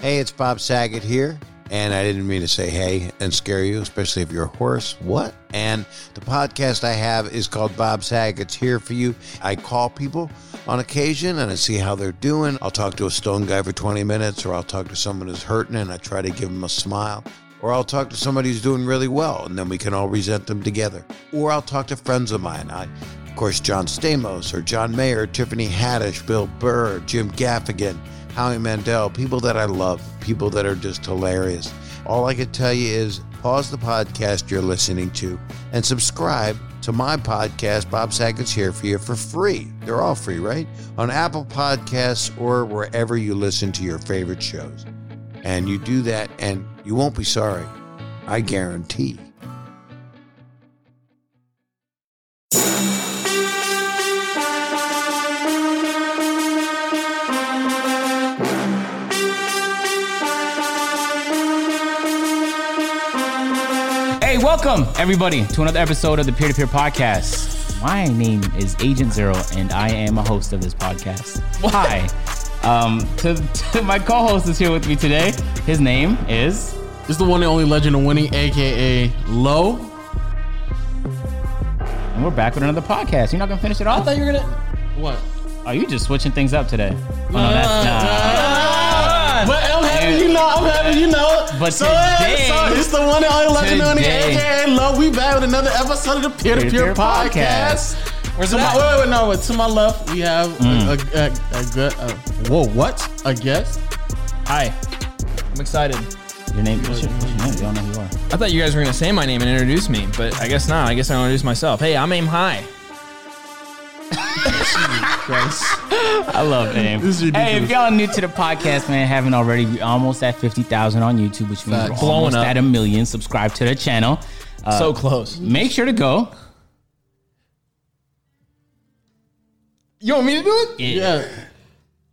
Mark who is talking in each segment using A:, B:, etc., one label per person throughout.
A: Hey, it's Bob Saget here. And I didn't mean to say hey and scare you, especially if you're a horse. What? And the podcast I have is called Bob Saget's Here for You. I call people on occasion and I see how they're doing. I'll talk to a stone guy for 20 minutes, or I'll talk to someone who's hurting and I try to give them a smile. Or I'll talk to somebody who's doing really well and then we can all resent them together. Or I'll talk to friends of mine. I of course, John Stamos or John Mayer, Tiffany Haddish, Bill Burr, Jim Gaffigan, Howie Mandel, people that I love, people that are just hilarious. All I can tell you is pause the podcast you're listening to and subscribe to my podcast, Bob Saget's Here for You, for free. They're all free, right? On Apple Podcasts or wherever you listen to your favorite shows. And you do that, and you won't be sorry. I guarantee.
B: Hey, welcome everybody to another episode of the Peer to Peer Podcast. My name is Agent Zero, and I am a host of this podcast. Why? um, to, to my co-host is here with me today. His name is
C: It's the one and only legend of winning, aka Low.
B: and we're back with another podcast. You're not gonna finish it
C: I
B: off?
C: thought you were gonna. What?
B: Are you just switching things up today? Oh, no,
C: Uh,
B: that's- nah.
C: But I'm happy you know. I'm happy you know.
B: But
C: so, uh,
B: today-
C: so it's the one and only legend of winning,
B: today-
C: aka Low. We back with another episode of the Peer to
B: Peer-to-Peer
C: Peer Podcast. Where's to my, wait, wait, no, wait. To my left, we have a, a, a, a good. A, whoa, what? A guest?
D: Hi. I'm excited.
B: Your name? What's your, what's your name? We don't know who you are.
D: I thought you guys were going to say my name and introduce me, but I guess not. I guess I'll introduce myself. Hey, I'm Aim High.
B: I love him.
C: This is ridiculous.
B: Hey, if y'all are new to the podcast, man, haven't already, we almost at 50,000 on YouTube, which means we're
D: Facts.
B: almost
D: Blowing up.
B: at a million. Subscribe to the channel. Uh,
D: so close.
B: make sure to go.
D: You want me to do it?
C: Yeah.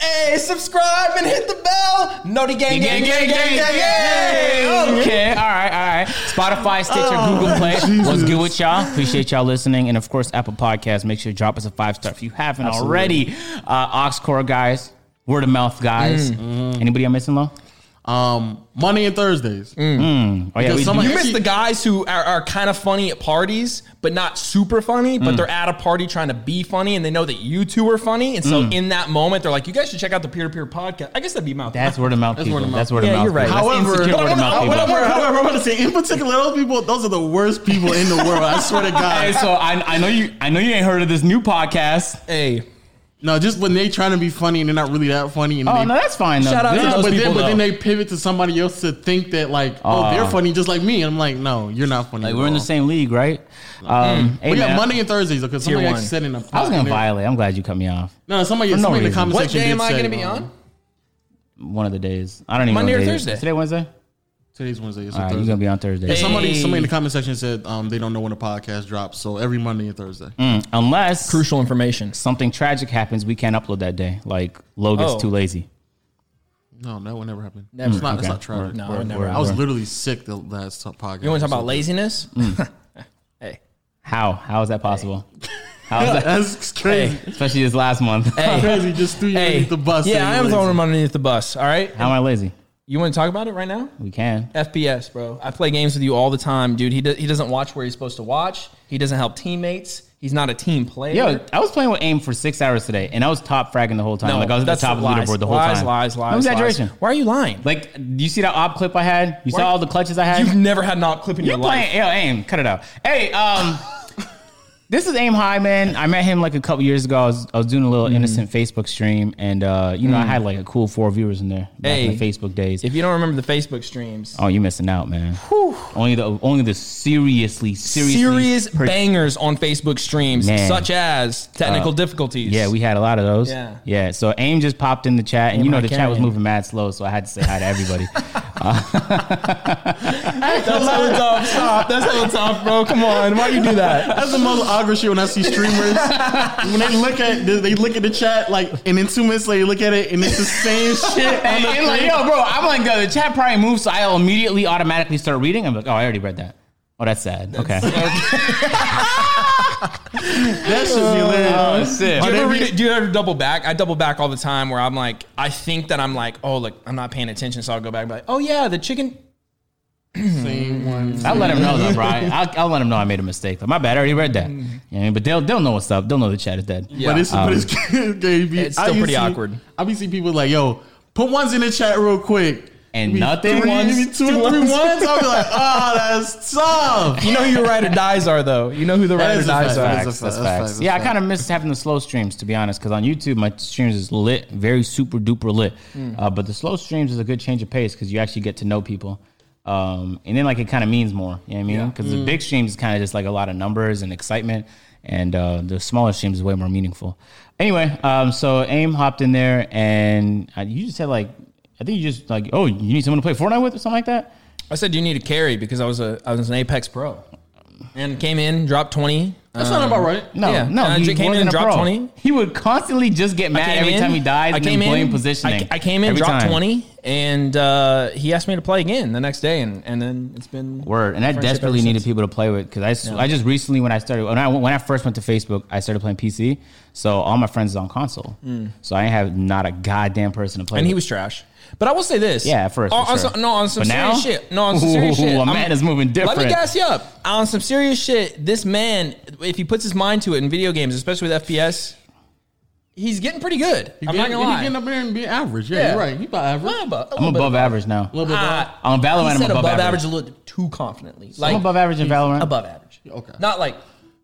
D: Hey, subscribe and hit the bell. Noti gang, gang, gang, gang, gang, gang.
B: Okay, all right, all right. Spotify, Stitcher, Google Play. What's good with y'all? Appreciate y'all listening. And of course, Apple Podcasts. Make sure to drop us a five star if you haven't already. Uh, Oxcore guys, word of mouth guys. Anybody I'm missing, Lo?
C: Um, Monday and Thursdays.
B: Oh, yeah.
C: Because
B: We,
C: someone-
D: You miss the guys who are, are kind of funny at parties, but not super funny,
C: Mm.
D: but they're at a party trying to be funny and they know that you two are funny. And so
C: Mm.
D: in that moment, they're like, you guys should check out the peer to peer podcast. I guess that'd be mouth.
B: that's word of mouth.
C: That's
B: people.
C: word of mouth.
B: That's word of
D: Yeah,
B: mouth.
D: you're right.
B: people. That's
C: However-
B: insecure word of mouth. people.
C: However, however, I want to say, in particular, those people, those are the worst people in the world. I swear to God.
B: Hey, so I, I know you I know you ain't heard of this new podcast.
D: Hey,
C: No, just when they trying to be funny and they're not really that funny. And
B: Oh
C: they,
B: no, that's fine. Though.
D: Shout out to
B: This-
C: Yeah,
D: those
C: but then
D: people,
C: but then
D: though. Ah.
C: they pivot to somebody else to think that like, oh, they're funny just like me. And I'm like, no, you're not funny.
B: Like
C: at
B: we're in the
C: all.
B: same league, right?
D: Mm.
B: Um, hey,
C: But yeah,
B: man,
C: Monday and Thursdays because somebody
D: one.
C: actually said in a
B: I was gonna
C: in there-
B: violate. I'm glad you cut me off.
C: No, somebody,
B: no
C: somebody in the
B: reason.
C: comment
D: what
C: section
D: day
C: did
D: am I
C: say,
D: going to be
C: um,
D: on?
B: One of the days. I don't even
D: Monday
B: know
D: or
B: what day it is.
D: Thursday?
B: Today Wednesday.
C: Today's Wednesday. So
B: All right, you're
C: Thursday.
B: gonna be on Thursday.
D: Hey.
C: Somebody, somebody in the comment section said um, they don't know when the podcast drops. So every Monday and Thursday.
B: Mm, Unless
D: Crucial information.
B: something tragic happens, we can't upload that day. Like Logan's
D: Oh.
B: too lazy.
C: No, that would never happen.
D: Never.
C: It's not. It's
B: Okay.
C: not tragic.
D: No, never.
C: I was literally sick the last podcast.
D: You want to talk about laziness?
C: Mm.
D: hey,
B: How? How is that possible? How is that?
C: That's crazy.
B: Especially this last month.
C: Crazy. Just threw you
D: hey,
C: underneath the bus.
D: Yeah,
C: saying
D: I am
C: you're
D: throwing
C: lazy.
D: him underneath the bus. All right,
B: How am I lazy?
D: you want to talk about it right now?
B: We can.
D: FPS, bro. I play games with you all the time, dude. He do, he doesn't watch where he's supposed to watch. He doesn't help teammates. He's not a team player.
B: Yo, I was playing with aim for six hours today, and I was top fragging the whole time.
D: no,
B: like I was at the
D: that's
B: top of the
D: lies,
B: leaderboard the whole
D: lies,
B: time.
D: Lies, lies,
B: No exaggeration.
D: lies. Why are you lying?
B: Like, do you see that op clip I had? You saw all the clutches I had.
D: You've never had an op clip in
B: You're
D: your life.
B: playing yo, aim. Cut it out. Hey, um, this is aim high, man. I met him like a couple years ago. I was, I was doing a little
D: Mm-hmm.
B: innocent Facebook stream, and uh, you know, I had like a cool four viewers in there back in the
D: Hey.
B: Facebook days.
D: If you don't remember the Facebook streams,
B: oh, you're missing out, man. Only the only the seriously, seriously
D: serious
B: per-
D: bangers on Facebook streams,
B: Man.
D: such as technical difficulties.
B: Uh, Yeah, we had a lot of those.
D: Yeah.
B: Yeah. So AIM just popped in the chat, and you know
D: High
B: the chat was
D: Canyon.
B: moving mad slow, so I had to say hi to everybody.
D: That's so tough. Stop. That's so tough, bro. Come on. Why you do that?
C: That's the most awkward shit when I see streamers when they look at they look at the chat like, and then two minutes later they look at it and it's the same shit. On
B: and,
C: the
B: and like,
C: thing.
B: yo, bro, I'm like, uh, the chat probably moved, so I'll immediately automatically start reading. I'm like, oh, I already read that. Oh, that's sad. Okay.
C: That should be hilarious.
B: Oh shit!
D: uh, Do you,
C: But
D: ever
C: if
D: read
C: you-
D: it- do you ever double back? I double back all the time where I'm like, I think that I'm like, oh, look, I'm not paying attention. So I'll go back and be like, oh, yeah, the chicken.
C: Same one.
B: I'll let him know though, Brian. I'll, I'll let him know I made a mistake. Like, my bad. I already read that. You know what I mean? But they'll they'll know what's up. They'll know the chat is dead.
D: Mm. Yeah. Um,
C: But it's but it's gonna be-
D: It's
C: I
D: still
C: be
D: pretty
C: see-
D: awkward.
C: I be seeing people like, yo, put ones in the chat real quick.
B: And
C: Be
B: nothing?
C: Three,
B: Ones?
C: be two,
D: Two
C: or three
D: ones?
C: ones. I'll be like, oh, that's tough.
D: You know who your ride or dies are, though. You know who the ride or
C: is a
D: dies
C: fact.
D: are.
B: Facts,
C: That's
B: that's,
C: a fact, that's
B: facts.
C: facts,
B: yeah,
C: that's
B: I kind of miss having the slow streams to be honest, because on YouTube my streams is lit, very super duper lit.
C: Hmm.
B: Uh, but the slow streams is a good change of pace because you actually get to know people, um, and then like it kind of means more. You know what I mean? Because
C: Hmm.
B: the big streams is kind of just like a lot of numbers and excitement, and uh, the smaller streams is way more meaningful. Anyway, um, so Aim hopped in there, and uh, you just said like, I think you just like, oh, you need someone to play Fortnite with or something like that.
D: I said you need a carry because I was a I was an Apex pro, and came in, dropped twenty. Um,
C: That's not about right.
B: No,
D: Yeah.
B: no,
D: Uh,
B: he
D: Jake came in
B: wasn't
D: and
B: a
D: dropped
B: pro.
D: 20.
B: He would constantly just get mad
D: came
B: every
D: in,
B: time he died.
D: I
B: and
D: came
B: then blame
D: in.
B: positioning.
D: I, I came in,
B: every
D: dropped
B: time.
D: twenty, and uh, he asked me to play again the next day, and, and then it's been
B: Word, and I
D: friendship ever
B: desperately needed
D: since.
B: people to play with because I, s- I just recently when I started when I when I first went to Facebook I started playing PC so all my friends is on console so I have not a goddamn person to play.
D: Hmm. And
B: with.
D: he was trash. But I will say this.
B: Yeah, at first,
D: On,
B: for
D: on
B: sure.
D: some, no, on some
B: But now?
D: serious shit. No, on some serious
B: Ooh,
D: shit.
B: a
D: I'm-
B: man is moving
D: Let
B: different.
D: me gas you up. On some serious shit, this man, if he puts his mind to it in video games, especially with FPS, he's getting pretty good. I'm not
C: He
D: gonna lie.
C: getting up there and being average. Yeah,
D: Yeah.
C: you're right. He about average.
D: I'm above,
B: I'm above average now.
C: A little bit above.
D: Ah,
B: On Valorant,
D: he
B: I'm
D: said
B: above
D: average.
B: average.
D: a little too confidently.
B: I'm above average in Valorant.
D: above average.
C: Okay.
D: Not like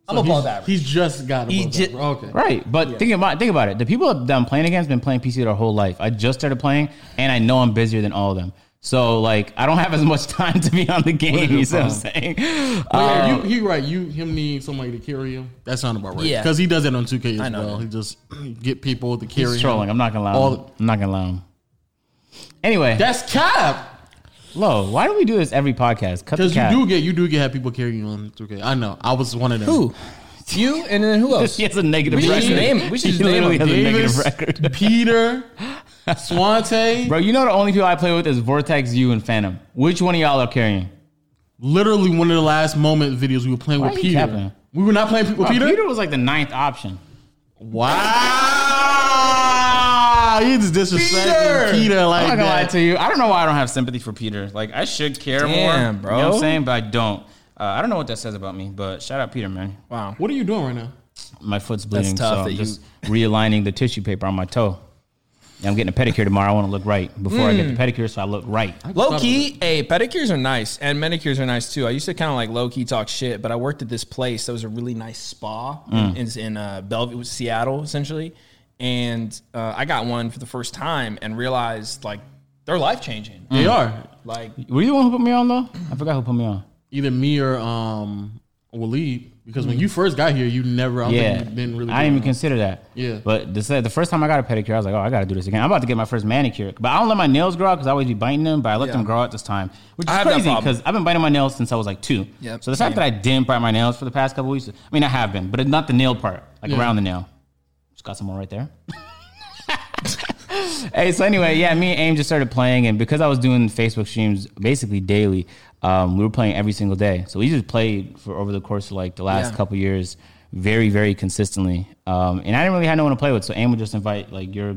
D: I'm
C: So
D: above
C: he's-
D: average.
C: He's just got above
D: He ju-
C: average. Okay.
B: Right, but think about think about it. The people that I'm playing against been playing PC their whole life. I just started playing, and I know I'm busier than all of them. So like, I don't have as much time to be on the game. You see what I'm saying? Uh,
C: But Oh, yeah, you, he right. You him need somebody to carry him. That sound about right.
D: Yeah.
C: because he does it on 2K as
D: I know
C: well.
D: that.
C: He just get people to carry
B: He's trolling.
C: him.
B: I'm not gonna lie.
C: All-
B: I'm not gonna lie. Anyway,
C: That's cap.
B: Lo, why do we do this every podcast? Cut the
C: Because
B: cap.
C: you do get you do get have people carry you on 2K. I know. I was one of them.
D: Who? you and then who else?
B: He has a negative
D: We should
B: record.
D: just name him. We should
B: He
D: just name
B: literally
D: him.
B: has a negative
C: Davis,
B: record.
C: Peter, Swante.
B: Bro, you know the only people I play with is Vortex, you, and Phantom. Which one of y'all are carrying?
C: Literally one of the last moment videos we were playing
B: Why
C: with
B: are you
C: Peter.
B: capping?
C: We were not playing with
B: Peter?
C: Peter.
B: was like the ninth option.
C: Wow. He just disrespecting Peter,
D: Peter!
B: I'm
C: like
B: not gonna lie
C: that.
B: to you. I don't know why I don't have sympathy for Peter. Like I should care
D: Damn,
B: more,
D: bro.
B: You know what I'm saying, but I don't. Uh, I don't know what that says about me, but shout out Peter, man.
D: wow.
C: What are you doing right now?
B: My foot's bleeding,
D: tough
B: so
D: that
B: I'm
D: you-
B: just realigning the tissue paper on my toe. And I'm getting a pedicure tomorrow. I want to look right before I get the pedicure, so I look right.
D: Low key, hey, pedicures are nice and manicures are nice too. I used to kind of like low key talk shit, but I worked at this place that was a really nice spa in, in, in uh, Bellevue, Seattle, essentially. And uh, I got one for the first time and realized like they're life changing.
C: They are
D: Like,
B: Were you the one who put me on though? I forgot who put me on.
C: either me or um Waleed. Because when you first got here, you never. I Hmm. yeah,
B: Yeah,
C: think you didn't really.
B: I didn't even
C: do it.
B: consider that.
C: Yeah.
B: but this, the first time I got a pedicure, I was like, "Oh, I got to do this again." I'm about to get my first manicure, but I don't let my nails grow out because I always be biting them. But I let
D: Yeah.
B: them grow out this time, which is
D: I have that
B: crazy
D: problem.
B: because I've been biting my nails since I was like two.
D: Yep,
B: so the fact
D: same.
B: that I didn't bite my nails for the past couple weeks, I mean, I have been, but not the nail part, like around the nail. Just got someone right there. hey, so anyway, yeah, me and Aim just started playing, and because I was doing Facebook streams basically daily, um, we were playing every single day. So we just played for over the course of like the last
D: Yeah.
B: couple years, very, very consistently. Um, and I didn't really have no one to play with, so Aim would just invite like your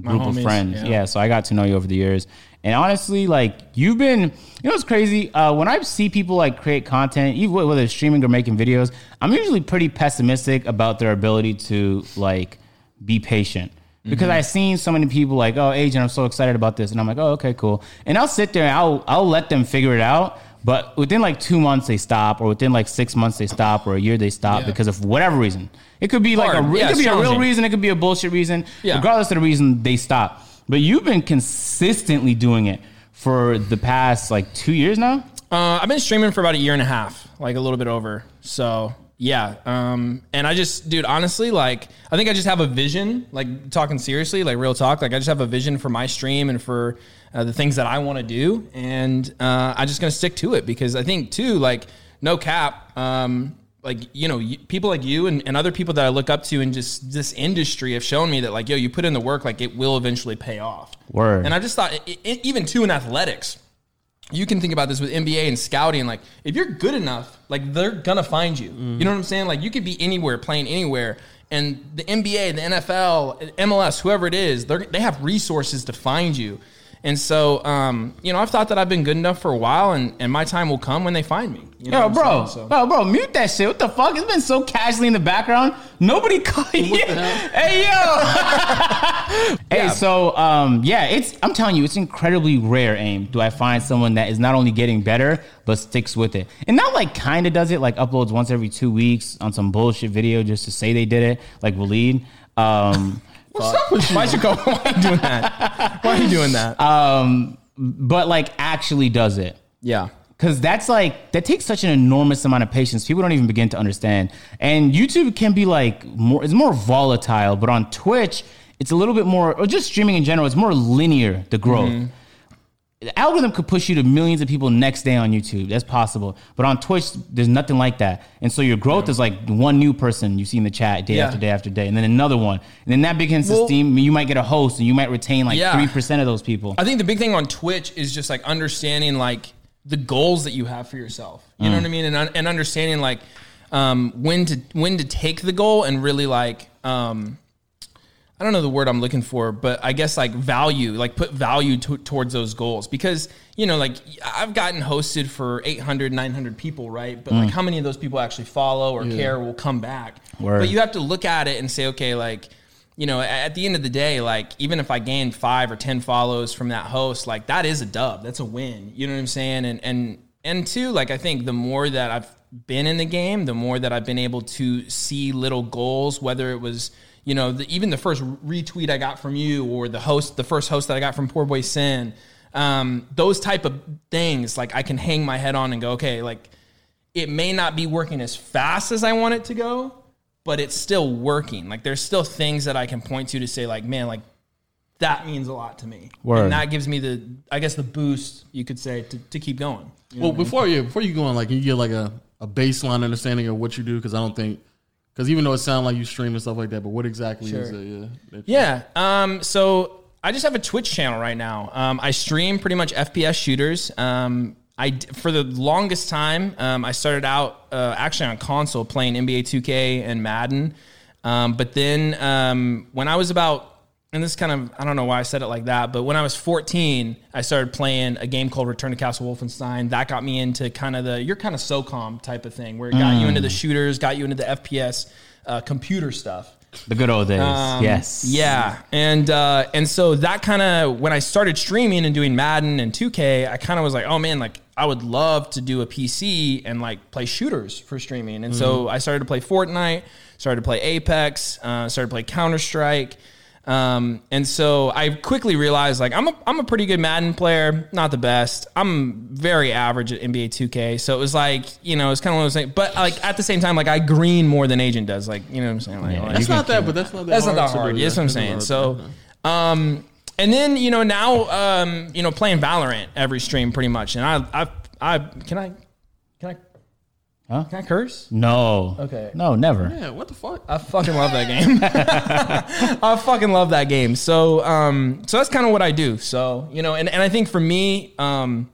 B: group of
D: homies,
B: friends.
D: yeah.
B: yeah, yeah, so I got to know you over the years. And honestly, like you've been, you know, what's crazy. Uh, when I see people like create content, even whether it's streaming or making videos, I'm usually pretty pessimistic about their ability to like be patient because
D: Mm-hmm.
B: I've seen so many people like, oh, agent, I'm so excited about this, and I'm like, oh, okay, cool. And I'll sit there, and I'll I'll let them figure it out. But within like two months they stop, or within like six months they stop, or a year they stop because of whatever reason. It could be like a,
D: Hard.
B: re-
D: Yeah,
B: it could be a real
D: challenging.
B: reason, it could be a bullshit reason.
D: Yeah.
B: Regardless regardless of the reason they stop. But you've been consistently doing it for the past like two years now.
D: Uh, I've been streaming for about a year and a half, like a little bit over. So yeah, um, and I just, dude, honestly, like I think I just have a vision. Like talking seriously, like real talk. Like I just have a vision for my stream and for uh, the things that I want to do, and uh, I'm just gonna stick to it because I think too, like no cap. Um, like you know, y- people like you and, and other people that I look up to in just this industry have shown me that like yo, you put in the work, like it will eventually pay off.
B: Word.
D: e, And I just thought, i i even too in athletics, you can think about this with NBA and scouting. Like, if you're good enough, like they're gonna find you. You know what I'm saying? Like, you could be anywhere, playing anywhere, and the NBA, the NFL, MLS, whoever it is, they're, they have resources to find you. And so, um, you know, I've thought that I've been good enough for a while, and, and my time will come when they find me. You know
B: Yo,
D: what I'm
B: bro,
D: saying? So-
B: bro, bro, mute that shit. What the fuck? It's been so casually in the background. Nobody caught you. Hey, yo. hey, so, um, yeah, it's, I'm telling you, it's incredibly rare, AIM, do I find someone that is not only getting better, but sticks with it. And not like kind of does it, like uploads once every two weeks on some bullshit video just to say they did it, like Waleed. Um,
D: What's up with you? Why'd you go? Why are you doing that? Why are you doing that?
B: um, but like actually does it.
D: yeah.
B: Cause that's like that takes such an enormous amount of patience. People don't even begin to understand. And YouTube can be like more it's more volatile, but on Twitch, it's a little bit more or just streaming in general, it's more linear, the growth.
D: Mm-hmm.
B: The algorithm could push you to millions of people next day on YouTube. That's possible. But on Twitch, there's nothing like that. And so your growth is like one new person you see in the chat day
D: Yeah.
B: after day after day, and then another one. And then that begins to
D: Well-
B: steam. You might get a host and you might retain like
D: Yeah.
B: three percent of those people.
D: I think the big thing on Twitch is just like understanding like the goals that you have for yourself. You know what I mean? And and understanding like um, when to when to take the goal and really like um, I don't know the word I'm looking for, but I guess like value, like put value to towards those goals because you know like I've gotten hosted for 800, 900 people, right? But like how many of those people actually follow or care will come back?
B: Word.
D: But you have to look at it and say, okay, like, you know, a- at the end of the day, like, even if I gained five or 10 follows from that host, like, that is a dub. That's a win. You know what I'm saying? And, and, and two, like, I think the more that I've been in the game, the more that I've been able to see little goals, whether it was, you know, the, even the first retweet I got from you or the host, the first host that I got from Poor Boy Sin, um, those type of things, like, I can hang my head on and go, okay, like, it may not be working as fast as I want it to go, but it's still working. Like there's still things that I can point to to say like, man, like that means a lot to me.
B: Word.
D: And that gives me the, I guess the boost you could say to, to keep going.
C: Well, before you before you go on, like you get like a, a baseline understanding of what you do, because I don't think because even though it sounds like you stream and stuff like that, but what exactly is
D: Sure.
C: it? Yeah, that-
D: Yeah. Um, so I just have a Twitch channel right now. Um, I stream pretty much FPS shooters. Um, I d- for the longest time, um, I started out uh, actually on console playing NBA 2K and Madden. Um, but then um, when I was about, and this kind of I don't know why I said it like that, but when I was 14, I started playing a game called Return to Castle Wolfenstein. That got me into kind of the you're kind of SOCOM type of thing, where it got you into the shooters, got you into the FPS uh, computer stuff.
B: The good old days.
D: Um,
B: yes.
D: Yeah. And uh, and so that kind of when I started streaming and doing Madden and 2K, I kind of was like, oh man, like I would love to do a PC and like play shooters for streaming. And so I started to play Fortnite, started to play Apex, uh, started to play Counter Strike. Um, and so I quickly realized like I'm a I'm a pretty good Madden player, not the best. I'm very average at NBA 2K. So it was like, you know, it's kind of one of those things. But like at the same time, like I green more than Agent does. Like, you know what I'm saying? Like, like-
C: That's not that, but that's not that.
D: that's not that
C: to do,
D: hard.
C: yeah.
D: That's what I'm
C: That's not
D: saying.
C: hard.
D: So, um, and then you know now, um, you know, playing Valorant every stream pretty much, and I, I, I can I, can I,
B: Huh?
D: can I curse?
B: No.
D: Okay.
B: No, never.
C: yeah, what the fuck?
D: I fucking love that game. I fucking love that game. So, um, so that's kind of what I do. So, you know, and, and I think for me, um,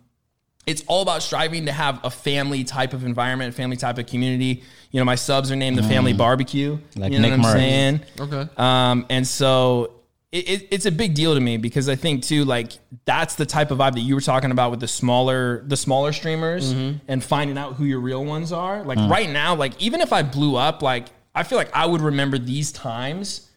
D: it's all about striving to have a family type of environment, family type of community. You know, my subs are named the Family Barbecue.
B: Like
D: you know
B: Nick
D: what I'm
B: Murray.
D: saying?
C: Okay.
D: Um, and so it, it, it's a big deal to me because I think too, like that's the type of vibe that you were talking about with the smaller, the smaller streamers and finding out who your real ones are. Like right now, like even if I blew up, like I feel like I would remember these times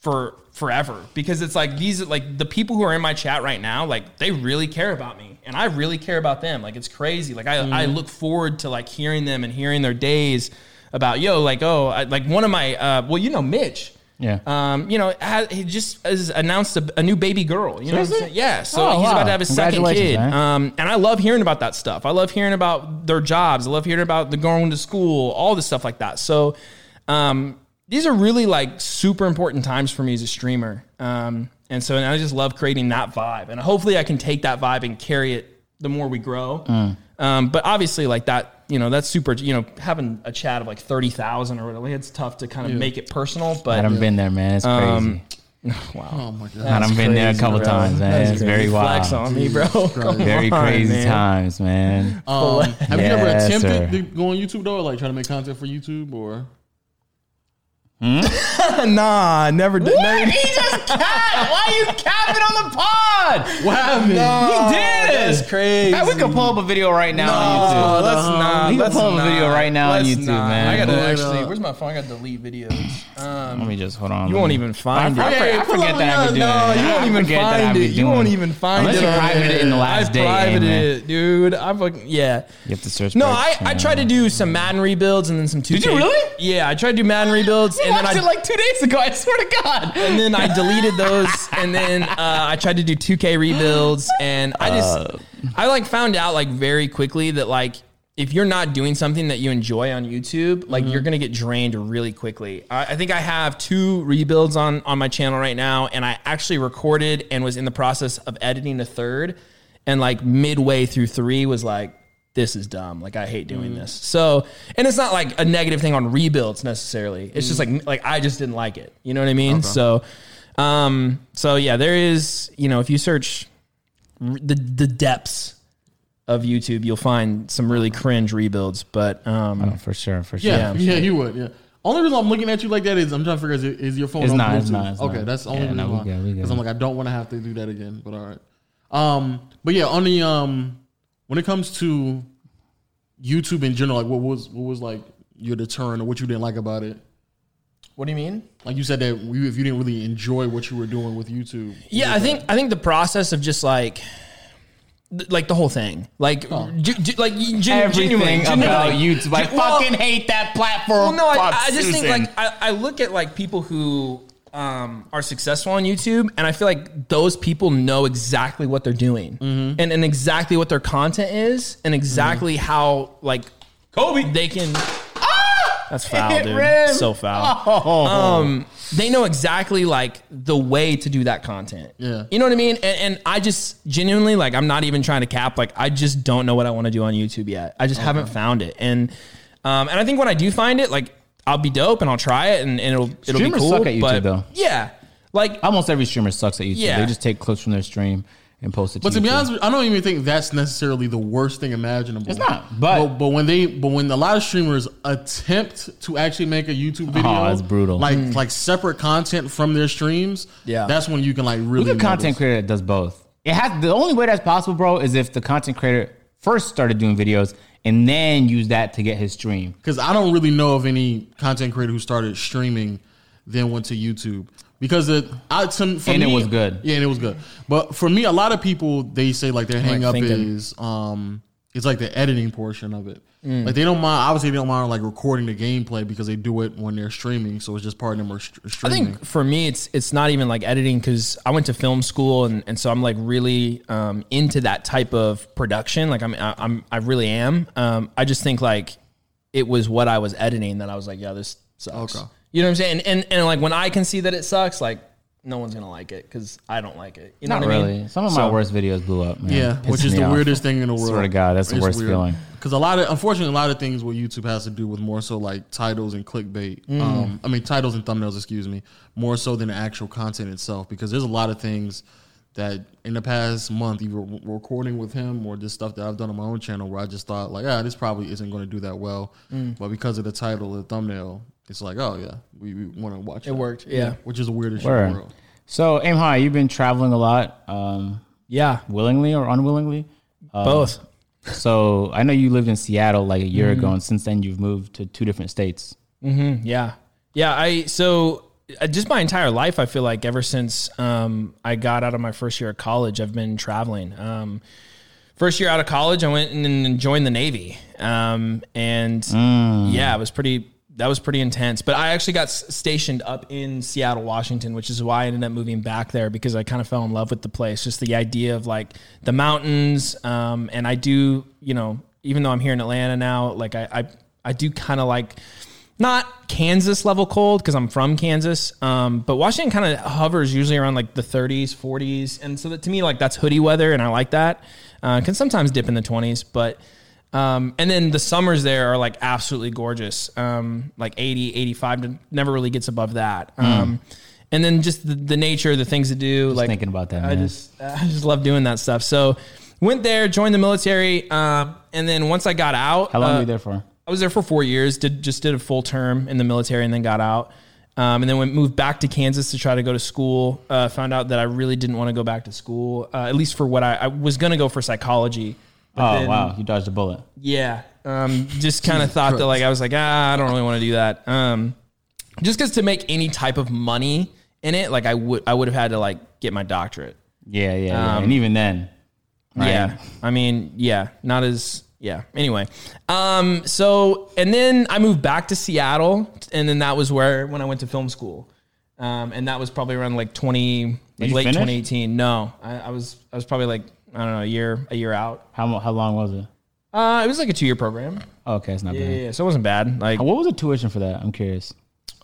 D: for forever because it's like these like the people who are in my chat right now like they really care about me and i really care about them like it's crazy like i, I look forward to like hearing them and hearing their days about yo like oh I, like one of my uh, well you know mitch
B: Yeah.
D: um, you know, ha he just has announced a, a new baby girl. You know, what I'm
B: Seriously?
D: saying? yeah. So
B: Oh,
D: he's
B: wow.
D: about to have his second
B: Congratulations,
D: kid.
B: man.
D: Um, and I love hearing about that stuff. I love hearing about their jobs. I love hearing about the going to school, all the stuff like that. So, um, these are really like super important times for me as a streamer. Um, and so, and I just love creating that vibe. And hopefully, I can take that vibe and carry it the more we grow.
B: Mm.
D: Um, but obviously, like that, you know, that's super. You know, having a chat of like thirty thousand or whatever, it's tough to kind of make it personal. But
B: I haven't been there, man. It's crazy.
D: um, Wow.
C: Oh my
B: And
C: god.
B: I've been there a
D: crazy,
B: couple
D: bro.
B: times, man.
D: That's
B: it's
D: crazy.
B: very wild.
D: Flex on me, bro. Come
B: Very
D: on,
B: crazy
D: man.
B: times, man.
C: Um, have you ever
B: Yes,
C: attempted
B: sir.
C: to go on YouTube though, or like try to make content for YouTube or?
D: nah, never did.
B: He just capped. Why are you capping on the pod?
C: What happened?
B: He did.
D: That's crazy.
B: Man, we could pull up a video right now
D: Oh,
B: on YouTube.
D: let's not.
B: We can
D: let's
B: pull up a
D: not.
B: video right now on
D: Let's
B: YouTube, man.
D: I gotta
B: Pull it
D: actually. Where's my phone? I gotta delete videos. Um,
B: Let me just hold on.
D: you
B: let
D: won't
B: me-
D: even find
B: I,
D: it.
B: forget- I
C: pull
B: forget
C: up
B: that I've been
C: another-
B: doing it.
D: No, you won't
B: I
D: even
B: forget that I've
D: find
B: been
D: it. You
B: doing
D: won't
B: it.
D: even find
B: Unless
D: it.
B: you
D: on
B: privated
D: there.
B: it in the last
D: I
B: day,
D: privated
B: man.
D: it, dude. I'm fucking yeah.
B: You have to search.
D: No,
B: for it.
D: I, I tried to do some Madden rebuilds and then some two.
B: Did you really?
D: Yeah, I tried to do Madden rebuilds
B: We
D: and then
B: watched
D: I
B: it like two days ago. I swear to God.
D: and then I deleted those, and then uh, I tried to do 2K rebuilds, and I just I like found out like very quickly that like if you're not doing something that you enjoy on YouTube, like you're gonna get drained really quickly. I, I think I have two rebuilds on on my channel right now, and I actually recorded and was in the process of editing a third, and like midway through three was like. This is dumb. Like I hate doing this. So, and it's not like a negative thing on rebuilds necessarily. It's just like like I just didn't like it. You know what I mean? So, um, so yeah, there is, you know, if you search r- the the depths of YouTube, you'll find some really cringe rebuilds. But um,
B: For sure, for sure.
C: Yeah, yeah, you would. Yeah. Only reason I'm looking at you like that is I'm trying to figure out is, it- is your phone
B: It's
C: on
B: not,
C: Bluetooth?
B: it's not, it's
C: okay,
B: not.
C: that's the only
B: Yeah, no, we
C: reason
B: good, we
C: why.
B: good.
C: Because I'm like I don't want to have to do that again. But all right. Um. But yeah, on the um, when it comes to YouTube in general, like what was what was like your deterrent or what you didn't like about it?
D: what do you mean?
C: Like you said that you, if you didn't really enjoy what you were doing with YouTube,
D: Yeah, I think I think the process of just like. th- Like the whole thing, like, ju- ju- like you gen- genuinely,
B: Everything
D: genuinely.
B: about YouTube. I
D: Gen- well-
B: fucking hate that platform.
D: Well, no,
B: Fuck
D: I, I just think
B: Susan.
D: like I, I look at like people who um, are successful on YouTube, and I feel like those people know exactly what they're doing and and exactly what their content is, and exactly how like Kobe they can. That's foul,
B: It
D: dude.
B: ran.
D: So foul. Um, they know exactly like the way to do that content.
C: Yeah.
D: you know what I mean. And, and I just genuinely like I'm not even trying to cap. Like I just don't know what I want to do on YouTube yet. I just haven't found it. And um, and I think when I do find it, like I'll be dope and I'll try it and, and it'll it'll
B: Streamers
D: be cool.
B: suck at YouTube,
D: but
B: though.
D: yeah, like
B: almost every streamer sucks at YouTube.
D: Yeah.
B: They just take clips from their stream and post it.
C: But to be
B: YouTube.
C: honest, with you, I don't even think that's necessarily the worst thing imaginable.
B: It's not, but-
C: but, when they but when a lot of streamers attempt to actually make a YouTube video,
B: it's Ah, brutal. Hmm.
C: Like like separate content from their streams.
D: Yeah.
C: that's when you can like really
B: look at a content
C: notice.
B: creator that does both. It has the only way that's possible, bro, is if the content creator first started doing videos and then used that to get his stream.
C: because I don't really know of any content creator who started streaming, then went to YouTube because it I, to, for
B: And it
C: me-
B: was good.
C: Yeah, and it was good. But for me, a lot of people they say like their hang up
D: thinking.
C: is um it's like the editing portion of it.
B: Mm.
C: Like they don't mind. Obviously, they don't mind like recording the gameplay because they do it when they're streaming. So it's just part of them are st-
D: I
C: streaming.
B: Mm-hmm.
D: think for me, it's it's not even like editing because I went to film school and, and so I'm like really um, into that type of production. Like I'm I- I'm I really am. Um, I just think like it was what I was editing that I was like, yeah, this sucks.
C: Okay.
D: You know what I'm saying? And, and like when I can see that it sucks, like no one's gonna like it because I don't like it. You know
B: Not
D: what I
B: really.
D: mean?
B: Some of my worst videos blew up, man.
C: yeah,
B: Pissed
C: which is
B: me
C: the
B: off.
C: weirdest thing in the world.
B: Swear to God, that's the worst feeling.
C: Because a lot of, unfortunately, a lot of things what YouTube has to do with more so like titles and clickbait.
B: Mm.
C: Um, I mean, titles and thumbnails, excuse me, more so than the actual content itself. Because there's a lot of things that in the past month, either w- recording with him or just stuff that I've done on my own channel, where I just thought like, ah, this probably isn't going to do that well.
B: Mm.
C: But because of the title, the thumbnail, it's like, oh yeah, we, we want to watch. It
D: worked, yeah.
C: which is the weirdest shit in the
B: Word.
C: world.
B: So, Aim High, you've been traveling a lot, um,
D: Yeah,
B: willingly or unwillingly.
D: both.
B: So, I know you lived in Seattle like a year
D: Mm-hmm.
B: ago, and since then you've moved to two different states.
D: Yeah. Yeah. I, so uh, just my entire life, I feel like ever since um, I got out of my first year of college, I've been traveling. Um, first year out of college, I went and- and joined the Navy. Um, and yeah, it was pretty, that was pretty intense. But I actually got s- stationed up in Seattle, Washington, which is why I ended up moving back there because I kind of fell in love with the place. Just the idea of like the mountains. Um, and I do, you know, even though I'm here in Atlanta now, like I, I, I do kind of like not Kansas level cold because I'm from Kansas, um, but Washington kind of hovers usually around like the 30s, 40s, and so that to me like that's hoodie weather, and I like that. Uh, can sometimes dip in the 20s, but um, and then the summers there are like
B: Hmm.
D: absolutely gorgeous, um, like 80, 85, to- never really gets above that. Um, and then just the, the nature of the things to do. like
B: thinking about that,
D: I
B: man.
D: just I just love doing that stuff. So went there, joined the military, um, and then once I got out,
B: How long
D: uh,
B: were you there for?
D: I was there for four years. Did just did a full term in the military and then got out. Um, and then went moved back to Kansas to try to go to school. Uh, found out that I really didn't want to go back to school, uh, at least for what I, I was going to go for psychology.
B: Oh
D: then-
B: wow, you dodged a bullet.
D: Yeah. Um, just kind of thought that like I was like, ah, I don't really want to do that. Um, just because to make any type of money in it, like I would I would have had to like get my doctorate.
B: Yeah, yeah, yeah.
D: Um,
B: and even then, right?
D: Yeah. I mean, yeah, not as yeah. Anyway, um, so and then I moved back to Seattle, and then that was where when I went to film school, um, and that was probably around like twenty, like
B: you
D: late
B: finish?
D: twenty eighteen. No, I, I was I was probably like I don't know a year a year out.
B: How mo- how long was it?
D: Uh, it was like a two year program.
B: Oh, okay, it's not
D: Yeah,
B: bad.
D: yeah, so it wasn't bad. Like
B: What was the tuition for that? I'm curious.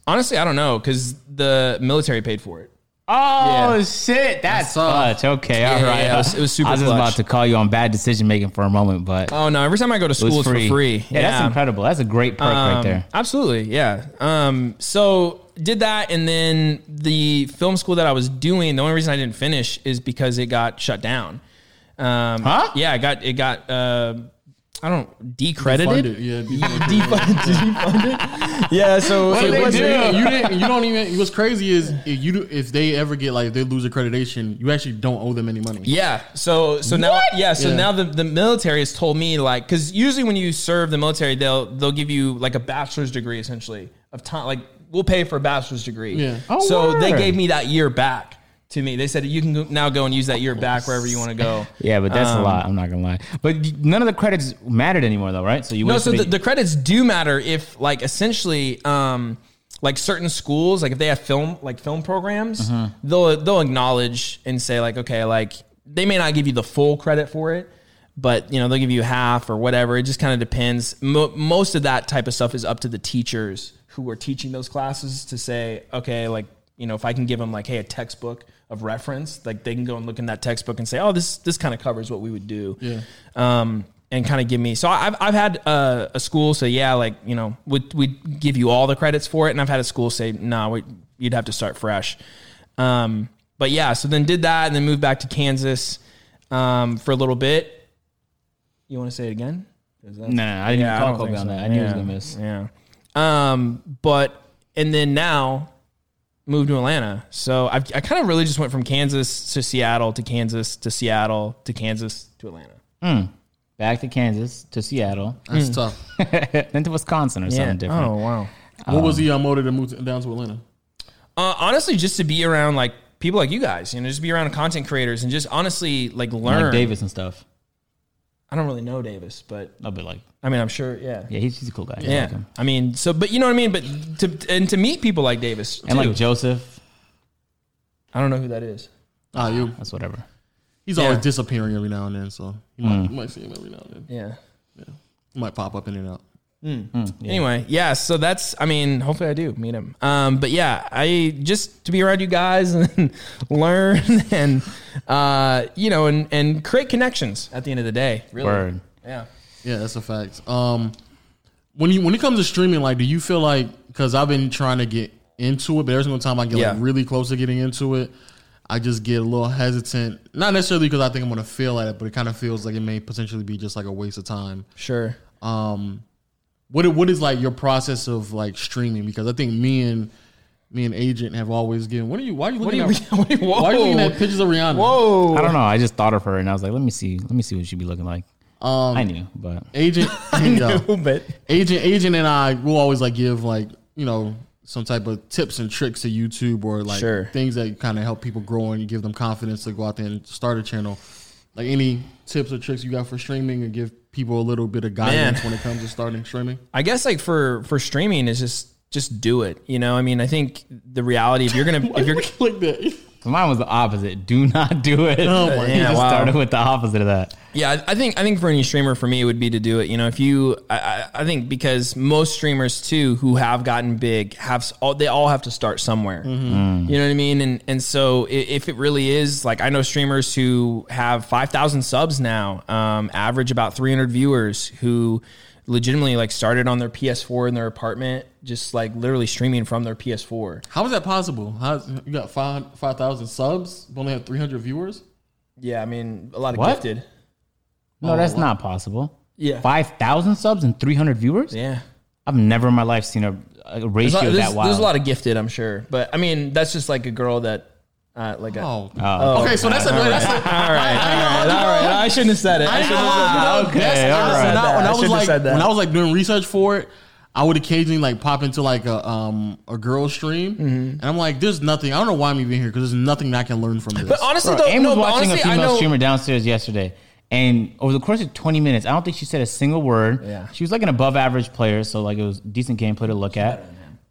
D: honestly, I don't know because the military paid for it.
B: Oh shit, that's
C: tough.
B: clutch. Okay, all right.
D: yeah, it was- it was super
B: I was just
D: clutch.
B: about to call you on bad decision making for a moment, but
D: Oh no! Every time I go to
B: it was
D: school,
B: free.
D: it's for free.
B: Yeah, that's incredible. That's a great perk right
D: Um,
B: there.
D: Absolutely, yeah. Um, so did that, and then the film school that I was doing. The only reason I didn't finish is because it got shut down. Um,
B: Huh?
D: Yeah, it got it got. Uh, I don't
C: Fund
D: decredited.
C: it, yeah.
D: Defunded. defunded. Yeah. So
B: did
D: it
B: they
C: But
D: was-
B: do?
C: they- You, didn't, you don't even. What's crazy is if you do, if they ever get like they lose accreditation, you actually don't owe them any money.
D: Yeah. So so now yeah. So
C: Yeah.
D: now the, the military has told me like because usually when you serve the military they'll they'll give you like a bachelor's degree essentially of time like we'll pay for a bachelor's degree.
C: Yeah.
B: Oh,
D: so they
B: word.
D: gave me that year back to me. They said you can go, now go and use that year back wherever you want to go.
B: Yeah, but
D: um,
B: that's a lot. I'm not gonna lie. But y- none of the credits mattered anymore, though, right? So you
D: No,
B: went
D: so
B: to
D: the, the credits do matter if like essentially um like certain schools like if they have film like film programs
B: Mm-hmm.
D: they'll they'll acknowledge and say like okay like they may not give you the full credit for it but you know they'll give you half or whatever it just kind of depends Mo- most of that type of stuff is up to the teachers who are teaching those classes to say okay like you know if i can give them like hey a textbook of reference like they can go and look in that textbook and say oh this this kind of covers what we would do
C: Yeah.
D: um, and kind of give me. So I've, I've had uh, a school say, yeah, like, you know, would we give you all the credits for it. And I've had a school say, nah, we, you'd have to start fresh. Um, but yeah, so then did that and then moved back to Kansas um, for a little bit. You want to say it again?
B: no, no, I didn't
D: I
B: even
D: don't
B: call Kobe
D: think
B: on
D: so.
B: that. I knew he was
D: Yeah.
B: gonna miss.
D: Yeah. Um, but and then now moved to Atlanta. So I've, I kind of really just went from Kansas to Seattle to Kansas to Seattle to Kansas to Atlanta.
B: Back to Kansas, to Seattle,
C: That's tough.
B: then to Wisconsin or something different.
D: Oh wow.
C: What was the uh, motive to move to- down to Atlanta?
D: Uh, honestly, just to be around like people like you guys, you know, just be around content creators and just honestly like learn.
B: Like Davis and stuff.
D: I don't really know Davis, but
B: I'll be like,
D: I mean, I'm sure. Yeah.
B: yeah, he's, he's a cool guy. I like
D: Yeah.
B: him.
D: I mean, so, but you know what I mean? But to, and to meet people like Davis,
B: And
D: too.
B: like Joseph,
D: I don't know who that is.
C: Ah, you.
B: that's whatever.
C: He's
D: Yeah.
C: always disappearing every now and then, so you might, you might see him every now and then.
D: Yeah.
C: He might pop up in and out.
D: Anyway, yeah. So that's, I mean, hopefully I do meet him. Um, but yeah, I just to be around you guys and learn and, uh, you know, and, and create connections at the end of the day. Really?
B: Word.
D: Yeah.
C: Yeah, that's a fact. Um, when you when it comes to streaming, like, do you feel like because I've been trying to get into it, but every single time I get
D: Yeah.
C: like really close to getting into it, I just get a little hesitant. Not necessarily because I think I'm gonna fail at it, but it kind of feels like it may potentially be just like a waste of time.
D: Sure.
C: What i- what is like your process of like streaming? Because I think me and me and agent have always given. What are you? Why are you looking?
D: What
C: at,
D: do you-
C: why are you looking
D: whoa.
C: at pictures of Rihanna?
D: Whoa.
B: I don't know. I just thought of her and I was like, let me see, let me see what she'd be looking like.
D: Um,
B: I knew, but
C: Agent, yo.
D: but
C: agent agent and I will always like give like you know some type of tips and tricks to YouTube or like
D: Sure.
C: things that kind of help people grow and give them confidence to go out there and start a channel. Like any tips or tricks you got for streaming and give people a little bit of guidance when it comes to starting streaming.
D: I guess like for for streaming is just just do it. You know, I mean, I think the reality if you're gonna if you're
C: like that.
B: so mine was the opposite. Do not do it.
C: Oh my
B: You
D: God.
B: just
D: Wow.
B: started with the opposite of that.
D: yeah, I- I think I think for any streamer for me it would be to do it. You know, if you I, I- I think because most streamers too who have gotten big have s- all they all have to start somewhere. You know what I mean? And and so i- if it really is like I know streamers who have five thousand subs now, um, average about three hundred viewers who legitimately like started on their PS4 in their apartment, just like literally streaming from their PS4.
C: How is that possible? How you got five five thousand subs, but only have three hundred viewers?
D: Yeah, I mean, a lot of
B: What?
D: gifted.
B: No, that's not possible.
D: Oh, Yeah.
B: Five thousand subs and three hundred viewers.
D: Yeah.
B: I've never in my life seen a, a
D: There's, a
B: ratio
D: lot,
B: that
D: there's,
B: wild.
D: there's a lot of gifted, I'm sure. But I mean, that's just like a girl that uh, like a,
C: Oh,
B: Oh.
C: okay. So that's a, that's a
D: All right, all right, all right. I shouldn't have said it. I
C: I
D: shouldn't
C: know,
D: have said that.
C: I know.
B: Okay,
C: That's-
B: all
C: listen,
B: right.
C: I- When
D: I
C: I was
D: shouldn't have
C: like,
D: said that.
C: when I was like doing research for it, I would occasionally like pop into like a um a girl stream,
D: Mm-hmm.
C: and I'm like, there's nothing. I don't know why I'm even here because there's nothing that I can learn from this.
D: But honestly, though,
B: Aim
D: no,
B: was
D: but
B: watching
D: honestly,
B: a
D: I
B: female
D: know.
B: streamer downstairs yesterday, and over the course of 20 minutes, I don't think she said a single word.
D: Yeah.
B: She was like an above average player, so like it was decent gameplay to look at.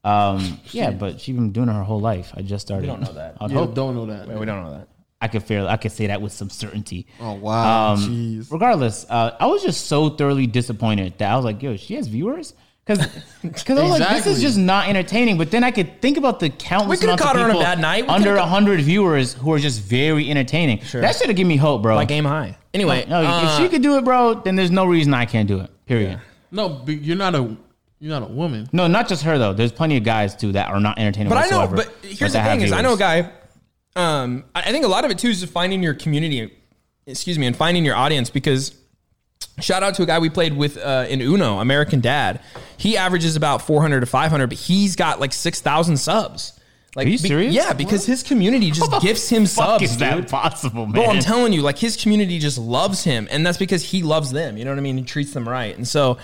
B: Um, yeah, but she's been doing it her whole life. I just started.
D: don't know that.
B: I'd
C: You
B: hope
C: don't know that.
D: we don't know that.
B: I could fairly, I could say that with some certainty.
C: Oh wow,
B: Um,
C: jeez.
B: Regardless, uh, I was just so thoroughly disappointed that I was like, "Yo, she has viewers." Because, because I was like, this
C: Exactly.
B: is just not entertaining. But then I could think about the countless
D: coulda
B: amounts of
D: caught her on a
B: people
D: bad night. We
B: under
D: coulda ca-
B: hundred viewers who are just very entertaining. That should have given me hope, bro.
D: Like aim high. Anyway,
B: no,
D: uh,
B: if she could do it, bro, then there's no reason I can't do it. Period.
C: No, but you're not a you're not a woman.
B: No, not just her though. There's plenty of guys too that are not entertaining.
D: but I know.
B: whatsoever,
D: But here's the
B: that have
D: thing: is I know a
B: viewers.
D: guy. Um, I I think a lot of it too is finding your community. Excuse me, and finding your audience because. Shout out to a guy we played with uh, in Uno, American Dad. He averages about 400 to 500, but he's got like 6,000 subs. Like,
B: Are you
D: be-
B: serious?
D: yeah, because his community just gifts him
B: Fuck
D: subs.
B: is
D: dude.
B: that possible, man?
D: Bro, I'm telling you, like his community just loves him, and that's because he loves them. You know what I mean? He treats them right, and so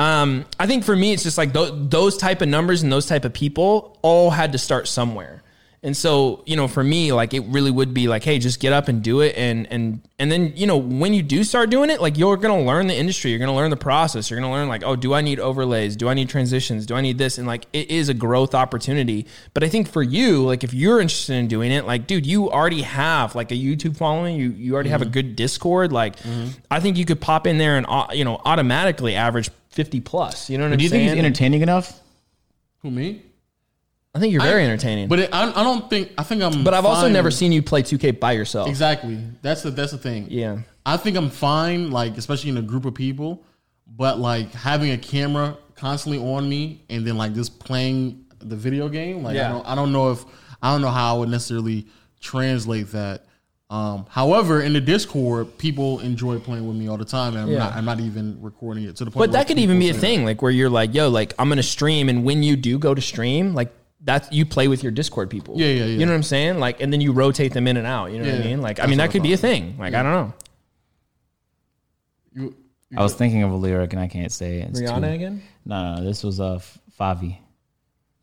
D: um, I think for me, it's just like tho- those type of numbers and those type of people all had to start somewhere. And so, you know, for me, like it really would be like, hey, just get up and do it, and and and then you know when you do start doing it, like you're gonna learn the industry, you're gonna learn the process, you're gonna learn like, oh, do I need overlays? Do I need transitions? Do I need this? And like it is a growth opportunity. But I think for you, like if you're interested in doing it, like dude, you already have like a YouTube following, you you already have a good Discord. Like I think you could pop in there and au- you know automatically average 50 plus. You know what
B: do
D: I'm
B: you
D: saying?
B: think he's entertaining enough?
C: Who me?
D: I think you're very
C: I-
D: entertaining. But,
C: But it, I, I don't think I think I'm.
D: but I've also
C: fine.
D: never seen you play 2K by yourself.
C: exactly. That's the that's the thing.
D: Yeah.
C: I think I'm fine, like especially in a group of people, but like having a camera constantly on me and then like just playing the video game, like
D: Yeah.
C: I don't I don't know if I don't know how I would necessarily translate that. Um, however, in the Discord, people enjoy playing with me all the time, and I'm,
D: Yeah.
C: not, I'm not even recording it to the point.
D: But
C: where
D: that could even
C: people
D: be a
C: say-
D: thing, like where you're like, yo, like I'm gonna stream, and when you do go to stream, like that's you play with your Discord people.
C: Yeah, yeah, yeah.
D: You know what I'm saying? Like, and then you rotate them in and out. You know what I
C: Yeah,
D: mean? Like, I
C: that's
D: mean,
C: what
D: that
C: I
D: could be a
C: thought.
D: thing. Like, I don't know.
C: You,
B: I was thinking of a lyric and I can't say it. It's too-
D: Rihanna again?
B: No, no, this was uh, F- Favi.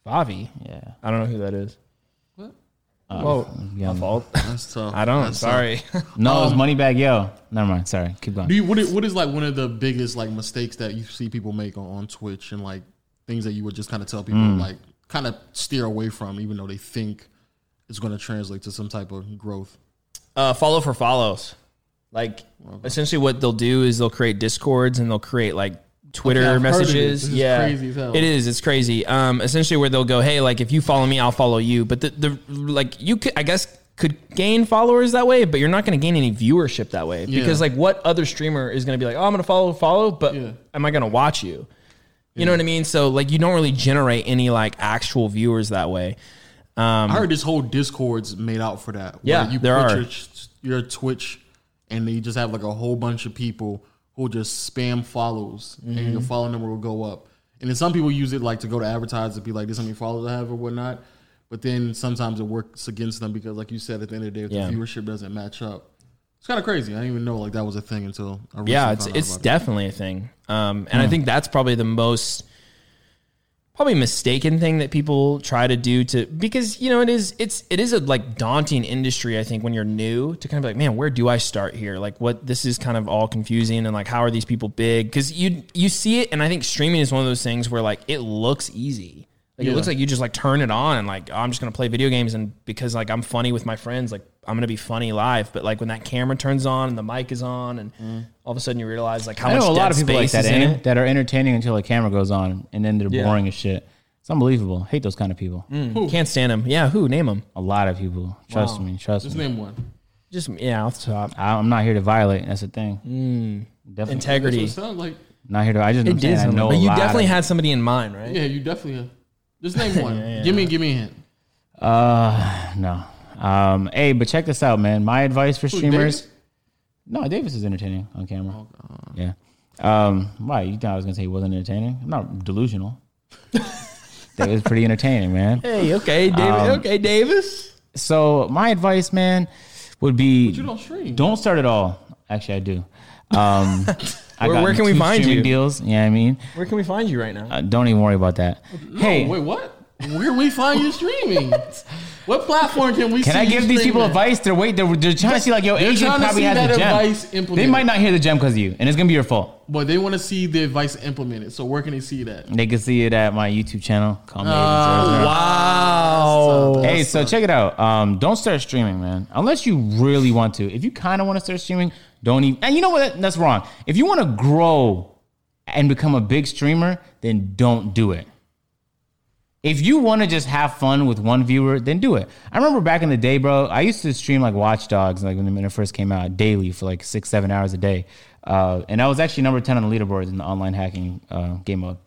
D: Bobby.
B: Yeah.
D: I don't know who that is.
B: Uh,
D: Oh,
B: yeah.
D: my fault.
C: that's tough.
D: I don't.
C: That's tough.
D: sorry.
B: No, it was Moneybag Yo. Never mind. Sorry. Keep going.
C: Do you, what, is, what is like one of the biggest like mistakes that you see people make on, on Twitch and like things that you would just kind of tell people like kind of steer away from, even though they think it's going to translate to some type of growth.
D: uh, follow for follows. Like essentially, what they'll do is they'll create discords and they'll create like Twitter
C: Okay, I've heard of this.
D: messages.
C: This is
D: yeah,
C: crazy as hell.
D: it is. It's crazy. Um, essentially, where they'll go, hey, like if you follow me, I'll follow you. But the, the like you could, I guess, could gain followers that way, but you're not going to gain any viewership that way because like what other streamer is going to be like, oh, I'm going to follow, follow, but
C: Yeah.
D: am I going to watch you? You know what I mean? So like you don't really generate any like actual viewers that way.
C: I heard this whole Discord's made out for that. where
D: Yeah,
C: you
D: there
C: put
D: are.
C: Your, ch- your Twitch and you just have like a whole bunch of people who just spam follows
D: Mm-hmm.
C: and your follow number will go up. And then some people use it like to go to advertise to be like, this how many followers I have or whatnot. But then sometimes it works against them because, like you said, at the end of the day, if
D: Yeah.
C: the viewership doesn't match up, it's kind of crazy. I didn't even know like that was a thing until I recently
D: yeah, it's
C: found out
D: it's
C: about Hmm. it.
D: definitely a thing, um, and I think that's probably the most probably mistaken thing that people try to do to because you know it is it's it is a like daunting industry I think when you're new to kind of be like man where do I start here like what this is kind of all confusing and like how are these people big because you you see it and I think streaming is one of those things where like it looks easy like it looks like you just like turn it on and like oh, I'm just gonna play video games and because like I'm funny with my friends like I'm gonna be funny live but like when that camera turns on and the mic is on and all of a sudden you realize like how
B: Mm. I
D: much
B: know a lot
D: dead
B: of people like
D: space
B: that
D: is in
B: ain't
D: it.
B: it? that are entertaining until the camera goes on and then they're
D: Yeah. Mm.
B: boring as shit. It's unbelievable. Hate those kind of people.
D: Can't stand them. Yeah, who name them?
B: A lot of people. Trust me. Trust
C: Just
B: me.
C: name one.
D: Just yeah, off the top.
B: I, I'm not here to violate. That's the thing. Definitely.
C: That's what
D: Integrity.
C: it sounds like.
B: Not here to. I just. I'm saying, I know.
D: But
B: a
D: you
B: lot
D: definitely
B: of-
D: had somebody in mind, right?
C: Yeah, you definitely. Have. Just name one. Give me, give me a hint.
B: Uh, no. Um, hey, but check this out, man. My advice for streamers.
C: Davis?
B: No, Davis is entertaining on camera.
D: Oh,
B: yeah. Um, why you thought I was gonna say he wasn't entertaining? I'm not delusional. that was pretty entertaining, man.
D: Hey, okay, Davis. okay, Davis.
B: So my advice, man, would be
C: You don't
B: don't,
C: stream.
B: start at all. Actually, I do. Um, I
D: Where-
B: got
D: where can we
B: two
D: find
B: streaming
D: you?
B: Deals. Yeah, I mean,
D: Where can we find you right now?
B: uh, don't even worry about that. hey,
C: Wait, what? Where we find you streaming? what platform can we?
B: Can
C: see
B: I
C: you
B: give these people
C: streaming?
B: advice? They're wait, they're, they're trying to see like, yo,
C: They're
B: Asian
C: trying to
B: probably
C: see
B: has
C: that
B: a
C: advice
B: gem. They
C: implemented.
B: might not hear the gem because of you, and it's gonna be your fault.
C: But they want to see the advice implemented. So where can they see that?
B: They can see it at my YouTube channel. Call me
C: Ah,
B: Asian Zero Zero.
D: Uh, Wow.
B: Hey, so check it out. Um, don't start streaming, man, unless you really want to. If you kind of want to start streaming, don't even. And you know what? That's wrong. If you want to grow and become a big streamer, then don't do it. If you want to just have fun with one viewer, then do it. I remember back in the day, bro. I used to stream like Watch Dogs, like when it first came out, daily for like six, seven hours a day, uh, and I was actually number ten on the leaderboards in the online hacking uh, game mode.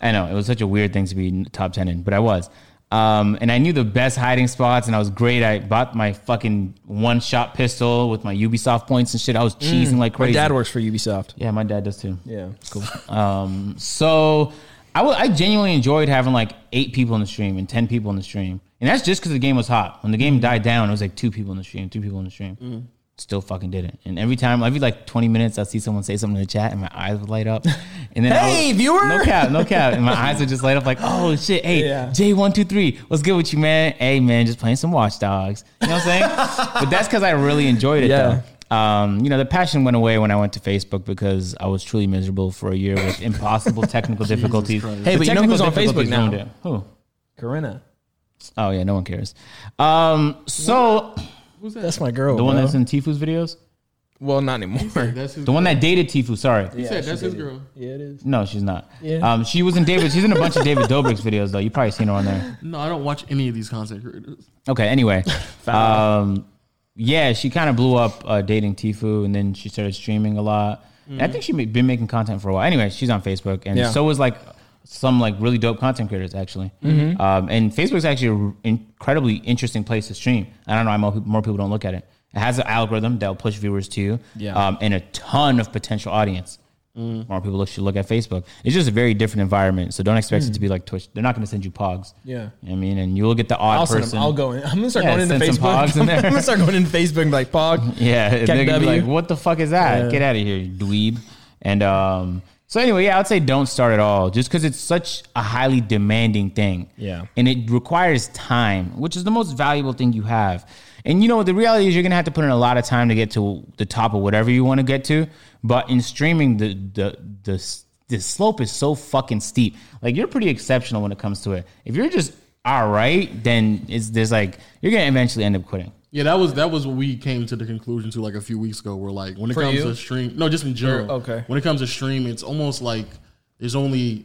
B: I know it was such a weird thing to be top ten in, but I was. Um, and I knew the best hiding spots, and I was great. I bought my fucking one shot pistol with my Ubisoft points and shit. I was cheesing like
D: Mm. My
B: crazy.
D: dad works for Ubisoft.
B: yeah, my dad does too.
D: Yeah.
B: Cool. Um, so I wa- I genuinely enjoyed having like eight people in the stream and 10 people in the stream. And that's just because the game was hot. When the game
D: Mm-hmm.
B: died down, it was like two people in the stream, two people in the stream. Still fucking did it. And every time, every like 20 minutes, I'd see someone say something in the chat and my eyes would light up. And then I
D: Hey,
B: would-
D: viewer!
B: No cap, no cap. And my eyes would just light up like, oh shit, hey,
D: Yeah.
B: J123, what's good with you, man? Hey, man, just playing some Watch Dogs. You know what I'm saying? but that's because I really enjoyed it,
D: Yeah.
B: though um, you know, the passion went away when I went to Facebook because I was truly miserable for a year with impossible technical difficulties.
C: Christ.
D: Hey,
B: The
D: but you know
B: technical
D: who's on
B: difficulties
D: Facebook now?
B: ruined it. Who?
D: Corinna.
B: Oh yeah, no one cares. Um, so
C: Who's that?
D: That's my girl.
B: the one that's in Tifu's videos,
D: well, not anymore.
C: That's his.
B: the one that dated Tifu. Sorry,
C: said that's his girl.
D: Yeah, it is.
B: no, she's not.
D: Yeah.
B: Um, she was in David. She's in a bunch of David Dobrik's videos though. You probably seen her on there.
C: No, I don't watch any of these content creators.
B: Okay. Anyway, um, yeah, she kind of blew up uh, dating Tifu, and then she started streaming a lot. And I think she had been making content for a while. Anyway, she's on Facebook, and
D: Mm-hmm. Yeah.
B: so was like some like really dope content creators actually.
D: Mm-hmm.
B: Um, and Facebook's actually an incredibly interesting place to stream. I don't know, I'm, more people don't look at it. It has an algorithm that'll push viewers to you,
D: Yeah. Mm.
B: um, and a ton of potential audience. More people look, should look at Facebook. It's just a very different environment, so don't expect it to be like Twitch. They're not going to send you pogs.
D: Mm. Yeah.
B: You know what I mean, and you'll get the odd
D: I'll send
B: person.
D: him. I'll go in. I'm gonna start
B: Yeah,
D: going into
B: send some
D: Facebook.
B: pogs in there.
D: I'm gonna start going into Facebook and be like Pog.
B: Yeah, and
D: Cat
B: they're gonna be
D: W.
B: like, "What the fuck is that? Get out of here, you dweeb!" And um, so anyway, yeah, I'd say don't start at all, just because it's such a highly demanding thing.
D: Yeah.
B: and it requires time, which is the most valuable thing you have. And you know, the reality is you're gonna have to put in a lot of time to get to the top of whatever you want to get to. But in streaming, the the the s- the slope is so fucking steep. Like you're pretty exceptional when it comes to it. If you're just all right, then it's there's like you're gonna eventually end up quitting.
C: Yeah, that was that was what we came to the conclusion to like a few weeks ago. Where like when it
D: For
C: comes
D: you?
C: to stream, no, just in general.
D: okay.
C: When it comes to stream, it's almost like there's only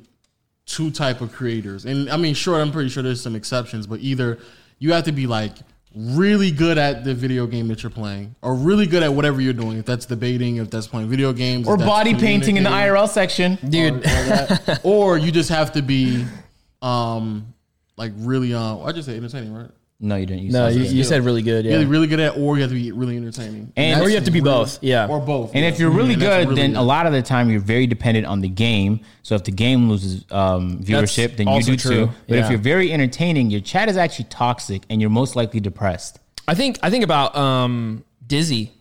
C: two type of creators, and I mean, sure, I'm pretty sure there's some exceptions, but either you have to be like really good at the video game that you're playing, or really good at whatever you're doing. If that's debating, if that's playing video games,
B: Or
C: if that's
B: body painting in the
C: communicating.
B: IRL section.
D: Dude,
C: or you just have to be um like really um I just say entertaining, right?
B: No, you didn't. You
D: no,
B: said
D: you,
B: that.
D: you said really good.
C: You have
D: Yeah.
C: to be really good at or you have to be really entertaining.
B: And-
C: that's
B: or you
D: have to be
C: really-
D: both, yeah.
C: Or both.
B: and
C: yeah.
B: if you're really
C: Yeah, that's
B: good, then
C: really
B: a lot of the time you're very dependent on the game. So if the game loses um, viewership, then you
D: also
B: do
D: true.
B: too. But
D: Yeah.
B: if you're very entertaining, your chat is actually toxic, and you're most likely depressed.
D: I think I think about um Dizzy.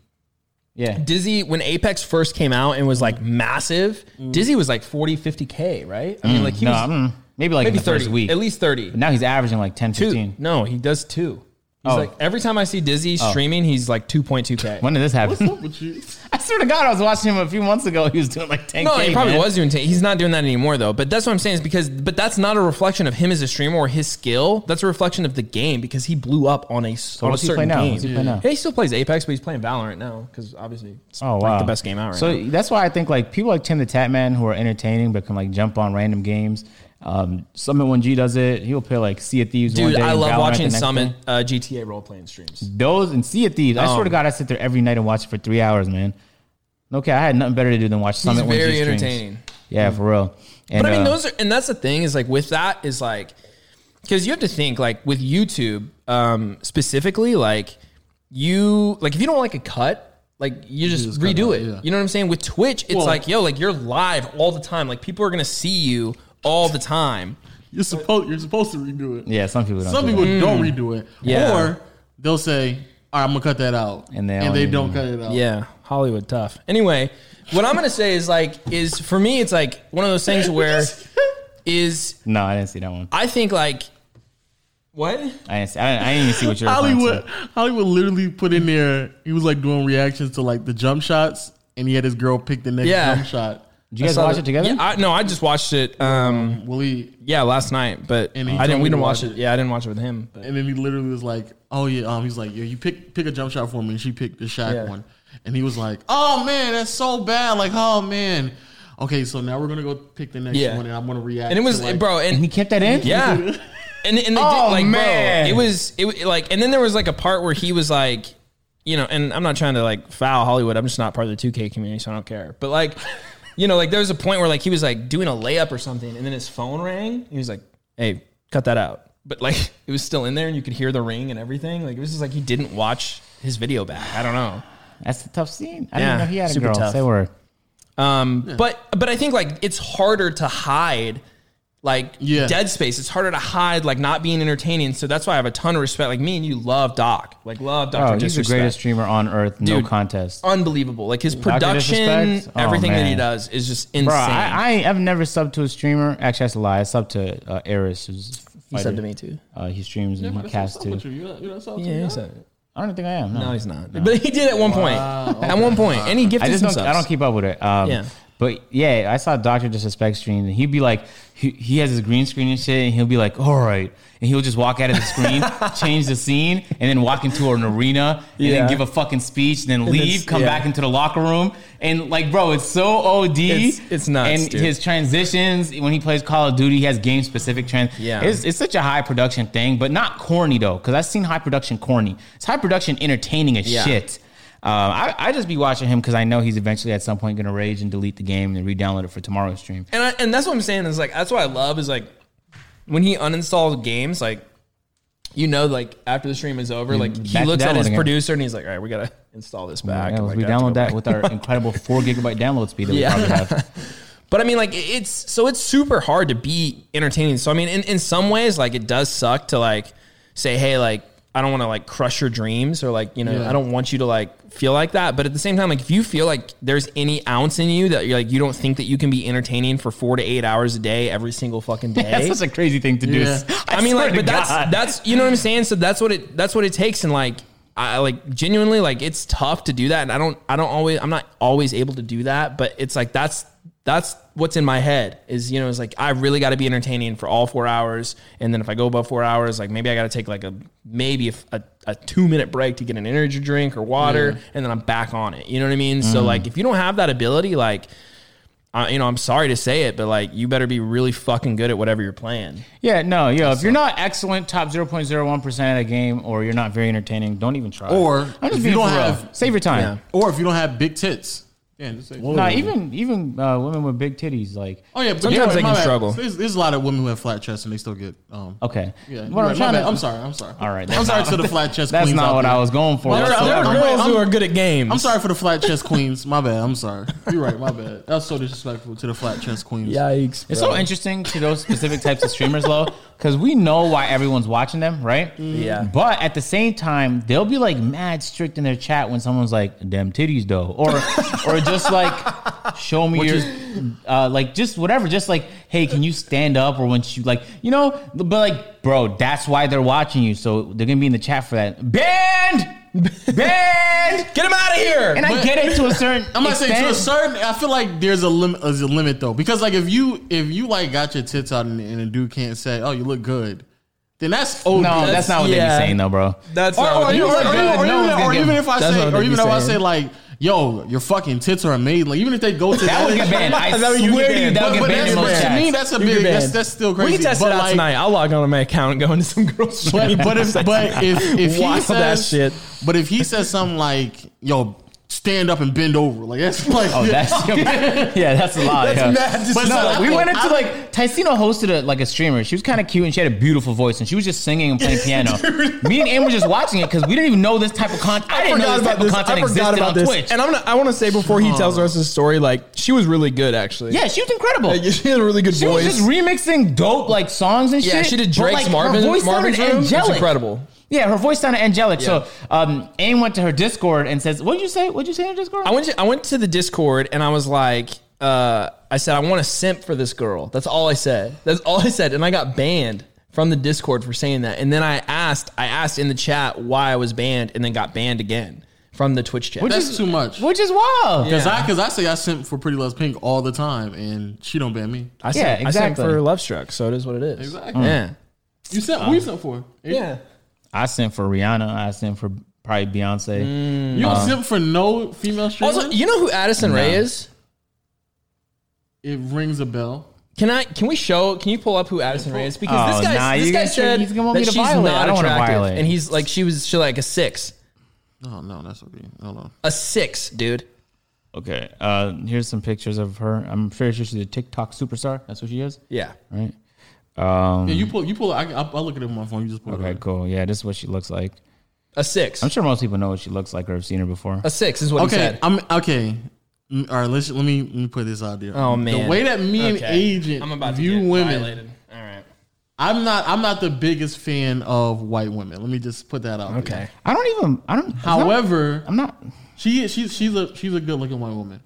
B: Yeah,
D: Dizzy when Apex first came out and was like massive. Dizzy was like 40, 50 k, right? I mean, like he
B: no,
D: was
B: mm, maybe like in
D: maybe
B: the
D: thirty,
B: first week.
D: at least thirty.
B: But now he's averaging like 10,
D: Two-
B: 15.
D: No, he does two. He's
B: Oh.
D: like every time I see Dizzy streaming, he's like two point two k.
B: When did this happen?
C: good. Would you-
B: I swear to God, I was watching him a few months ago. He was doing like 10.
D: No, he probably was doing. T- he's not doing that anymore though. But that's what I'm saying is because, but that's not a reflection of him as a streamer or his skill. That's a reflection of the game because he blew up on a so on
B: what's
D: a
B: he play
D: certain
B: now?
D: game.
B: What's he play now?
D: Yeah, he still plays Apex, but he's playing Valorant now because obviously it's
B: Oh,
D: like
B: wow.
D: the best game out right
B: so
D: now.
B: that's why I think like people like Tim the Tatman who are entertaining but can like jump on random games. Um, Summit One G does it. He'll play like Sea of Thieves. one
D: Dude,
B: day
D: I
B: and
D: love
B: Valorant the
D: watching
B: next
D: Summit Um,
B: day.
D: uh, GTA role playing streams.
B: Those and Sea of Thieves. I swear to God, I sit there every night and watch it for three hours, man. Okay, I had nothing better to do than watch
D: He's
B: Summit One G
D: very
B: streams.
D: entertaining.
B: Yeah, for real. And,
D: But I mean,
B: uh,
D: those are, and that's the thing is like with that is like, because you have to think like with YouTube um, specifically, like you like if you don't like a cut, like you just,
C: just cut it
D: redo
C: out,
D: it.
C: yeah.
D: You know what I'm saying? With Twitch, it's
C: Well-
D: like yo, like you're live all the time. Like people are gonna see you all the time.
C: You're supposed you're supposed to redo it.
B: yeah, some people don't.
C: Some
B: do
C: people
B: that.
C: don't redo it.
D: Yeah.
C: Or they'll say, All right, I'm gonna cut that out.
B: And
C: And
B: they
C: they,
B: only-
C: don't cut it out.
D: Yeah, Hollywood tough. Anyway, what I'm gonna say is like is for me, it's like one of those things where is
B: No, I didn't see that one.
D: I think like what
B: I didn't. See, I, didn't I didn't even see what you're.
C: Hollywood Hollywood literally put in there he was like doing reactions to like the jump shots and he had his girl pick the next
D: Yeah.
C: jump shot.
B: Did you guys watch it together?
D: Yeah, I, no, I just watched it. Um,
C: Will he
D: Yeah, last night, but
C: And he
D: I
C: told
D: didn't.
C: me
D: We
C: to
D: didn't
C: watch
D: watch it.
C: it.
D: Yeah, I didn't watch it with him. But
C: and then he literally was like, "Oh yeah," um, he's like, "Yeah, you pick pick a jump shot for me." And she picked the Shaq
D: Yeah.
C: one, and he was like, "Oh man, that's so bad!" Like, "Oh man." Okay, so now we're gonna go pick the next
D: Yeah.
C: one, and I'm gonna react.
D: and it
C: to,
D: was
C: like,
D: bro,
B: and he
D: and
B: kept that in.
D: yeah, and and they did
B: Oh,
D: like
B: man.
D: bro, it was it wa- like, and then there was like a part where he was like, you know, and I'm not trying to like foul Hollywood. I'm just not part of the 2K community, so I don't care. But like, you know, like there was a point where like he was like doing a layup or something, and then his phone rang. He was like, "Hey, cut that out." But like it was still in there, and you could hear the ring and everything. Like it was just like he didn't watch his video back. I don't know.
B: that's a tough scene. I
D: Yeah,
B: didn't know he had a
D: super
B: girl.
D: tough.
B: Say word.
D: Um, but but I think like it's harder to hide like
C: Yeah.
D: dead space. It's harder to hide like not being entertaining. So that's why I have a ton of respect. Like me and you love Doc, like love
B: Oh,
D: Doctor.
B: he's the greatest streamer on earth.
D: Dude.
B: no contest.
D: Unbelievable. Like his production,
B: Disrespect? Oh,
D: everything that he
B: man.
D: does is just insane.
B: Bro, I, I I've never subbed to a streamer. Actually, that's a lie. I subbed to uh, Eris, who's
D: he said to me too.
B: Uh, he streams and he casts too.
D: Yeah, he
C: Yeah,
D: said it.
B: I don't think I am. No,
D: No, he's not. But he did at one point. At one point, and he gifted
B: I just
D: some
B: don't. I don't
D: subs.
B: keep up with it. Um,
D: Yeah.
B: But yeah, I saw Doctor Disrespect stream, and he'd be like, he, he has his green screen and shit, and he'll be like, "All right," and he'll just walk out of the screen, change the scene, and then walk into an arena, and
D: Yeah.
B: then give a fucking speech, and then leave,
D: it's-
B: come
D: yeah.
B: back into the locker room, and like, bro, it's so OD.
D: It's- it's nuts,
B: And
D: dude.
B: his transitions when he plays Call of Duty, he has game specific trans.
D: Yeah.
B: it's, it's such a high production thing, but not corny though, because I've seen high production corny. It's high production entertaining as
D: Yeah.
B: shit. Um, I, I just be watching him because I know he's eventually at some point going to rage and delete the game and re-download it for tomorrow's stream.
D: and I, and that's what I'm saying is like that's what I love is like when he uninstalls games like you know like after the stream is over like he
B: Mm, back
D: looks
B: down
D: at
B: it
D: his
B: again.
D: producer and he's like all right we gotta install this back
B: Yeah,
D: I'm like,
B: we
D: I have to go
B: download that
D: back.
B: with our incredible four gigabyte download speed that
D: Yeah.
B: we probably have.
D: but I mean like it's so it's super hard to be entertaining so I mean in, in some ways like it does suck to like say hey like I don't want to like crush your dreams or like you know
C: Yeah.
D: I don't want you to like feel like that but at the same time like if you feel like there's any ounce in you that you're like you don't think that you can be entertaining for four to eight hours a day every single fucking day
B: That's such a crazy thing to do.
C: Yeah.
D: I, mean,
B: swear
D: like,
B: to
D: but that's
B: God.
D: that's you know what I'm saying. So that's what it that's what it takes, and like, I like genuinely like it's tough to do that, and I don't I don't always I'm not always able to do that, but it's like that's that's what's in my head is you know it's like I really got to be entertaining for all four hours, and then if I go above four hours, like maybe I got to take like a maybe a, a, a two minute break to get an energy drink or water,
B: Mm.
D: and then I'm back on it. You know what I mean? So like if you don't have that ability, like. I, you know, I'm sorry to say it, but like, you better be really fucking good at whatever you're playing.
B: yeah, no, yo, if you're not excellent, top zero point zero one percent at a game, or you're not very entertaining, don't even try.
C: Or
B: I'm
C: if
B: just
C: you
B: being
C: don't
B: for real.
C: have-
B: save your time.
D: Yeah.
C: Or if you don't have big tits. Yeah, just say-
B: No, even even uh, women with big titties, like
C: Oh yeah, but
D: Sometimes they
C: my
D: can
C: bad.
D: struggle.
C: There's, there's a lot of women who have flat chests and they still get. Um,
B: okay.
C: yeah,
B: What
C: you're right,
B: I'm
C: my
B: trying
C: bad.
B: to,
C: I'm sorry. I'm sorry.
B: All right,
C: I'm
B: that's
C: sorry
B: not-
C: to the flat chest.
B: that's
C: queens
B: not
C: out
B: what
C: there.
B: I was going for.
C: My-
B: That's
C: I'm-
B: what
C: I'm-
B: I'm-
C: girls who are
D: good at games.
C: I'm sorry for the flat chest queens. My bad. I'm sorry. You're right. My bad. That's so disrespectful to the flat chest queens.
D: Yikes.
B: It's so interesting to those specific types of streamers, though, because we know why everyone's watching them, right?
C: Mm.
D: Yeah.
B: But at the same time, they'll be like mad strict in their chat when someone's like, "Damn titties, though," or or just like, "Show me your." uh, like just whatever, just like, hey, can you stand up? Or when she like, you know, but like, bro, that's why they're watching you, so they're gonna be in the chat for that. Banned, banned,
D: Get him out of here.
B: and I get it to a certain.
C: I'm not saying to a
B: extent.
C: certain. I feel like there's a limit. There's a limit though, because like if you if you like got your tits out and, and a dude can't say, "Oh, you look good," then that's oh
B: No, that's not what they
D: yeah.
B: be saying though, bro.
D: That's
C: Or, or,
D: not
C: you- or, or,
B: look
C: or,
B: good.
C: or
B: No one's
C: even,
B: gonna
C: or
B: give-
C: even if I
D: That's what
C: say,
D: they
C: or
D: be
C: even if I
D: saying.
C: say like, "Yo, your fucking tits are amazing," like even if they go to
B: That would get banned. I swear to you, that
C: But,
B: would get
C: but
B: banned in
C: that's,
B: most
C: but to me,
B: chats.
C: that's a big. That's, that's still crazy.
D: We can test
C: but
D: it out
C: like,
D: tonight. I'll log on to my account and go into some girls' stream.
C: But, but if but if, if he
D: Wild
C: says
D: ass shit.
C: but if he says something like, "Yo, stand up and bend over. Like that's like
B: Oh, that's yeah, that's a lot.
C: That's
B: yeah.
C: mad
B: But no,
C: disrespectful.
B: we went into
C: I-
B: like Ticino hosted a, like a streamer. She was kind of cute and she had a beautiful voice and she was just singing and playing piano. Me and Aim were just watching it because we didn't even know this type of content. I, didn't know
E: forgot
B: this type
E: about
B: of
E: this.
B: content
E: I forgot
B: existed
E: about
B: on
E: this.
B: Twitch.
D: And I'm not, I want to say before he tells us his story, like she was really good actually.
B: yeah, she was incredible.
D: Like,
B: She
D: she had a really good
B: was
D: voice.
B: just remixing dope like songs and shit.
D: yeah, she did
B: but,
D: Drake's
B: like, her
D: Marvin.
B: voice
D: Marvin's
B: sounded
D: room. It's
B: angelic.
D: incredible.
B: Yeah, her voice sounded angelic. So um, Aim went to her Discord and says, "What did you say? What did you say in Discord?"
D: I went to, I went to the Discord and I was like, uh, I said I want to simp for this girl. That's all I said. That's all I said, and I got banned from the Discord for saying that. And then I asked, I asked in the chat why I was banned, and then got banned again from the Twitch chat.
B: Which
C: that's
B: is-
C: too much.
B: which is wild.
C: Cause I, cause I say I sent for Pretty Loves Pink all the time, and she don't ban me.
D: I
B: Yeah,
D: I simp
B: exactly. Hmm.
D: for Love Struck, so it is what it is.
C: Exactly.
D: Yeah.
C: You sent
D: Uh.
C: who you sent for?
D: Yeah.
B: I sent for Rihanna. I sent for probably Beyonce.
C: You don't sent for no female streamer.
D: Uh. Also, you know who Addison Ray is?
C: it rings a bell.
D: Can I? Can we show? Can you pull up who Addison Ray is? Because
B: Oh,
D: this guy,
B: nah,
D: this
B: you
D: guy
B: gonna-
D: said
B: you gonna want me
D: that
B: to
D: she's
B: violate.
D: not
B: I don't wanna
D: attractive,
B: violate.
D: and he's like, she was, she like a six,
C: Oh no, that's okay. Hold on.
D: a six, dude.
B: Okay. Uh, here's some pictures of her. I'm sure she's a TikTok superstar. That's what she is,
D: Yeah.
B: right? Um,
C: Yeah, you pull. You pull. I, I, I look at it on my phone. You just pull
B: okay,
C: it.
B: cool. Yeah, this is what she looks like.
D: A six.
B: I'm sure most people know what she looks like or have seen her before.
D: A six is what
C: Up.
D: he
C: Okay.
D: said.
C: I'm okay. Mm, All right. Let's let me let me put this out there.
D: Oh,
C: the
D: man.
C: way that me and
D: Okay.
C: Agent
D: I'm about to
C: view
D: get
C: women.
D: violated. All right.
C: I'm not. I'm not the biggest fan of white women. Let me just put that out. there.
D: Okay.
B: I don't even. I don't. it's not-
C: However,
B: I'm not.
C: she she's she's a she's a good looking white woman.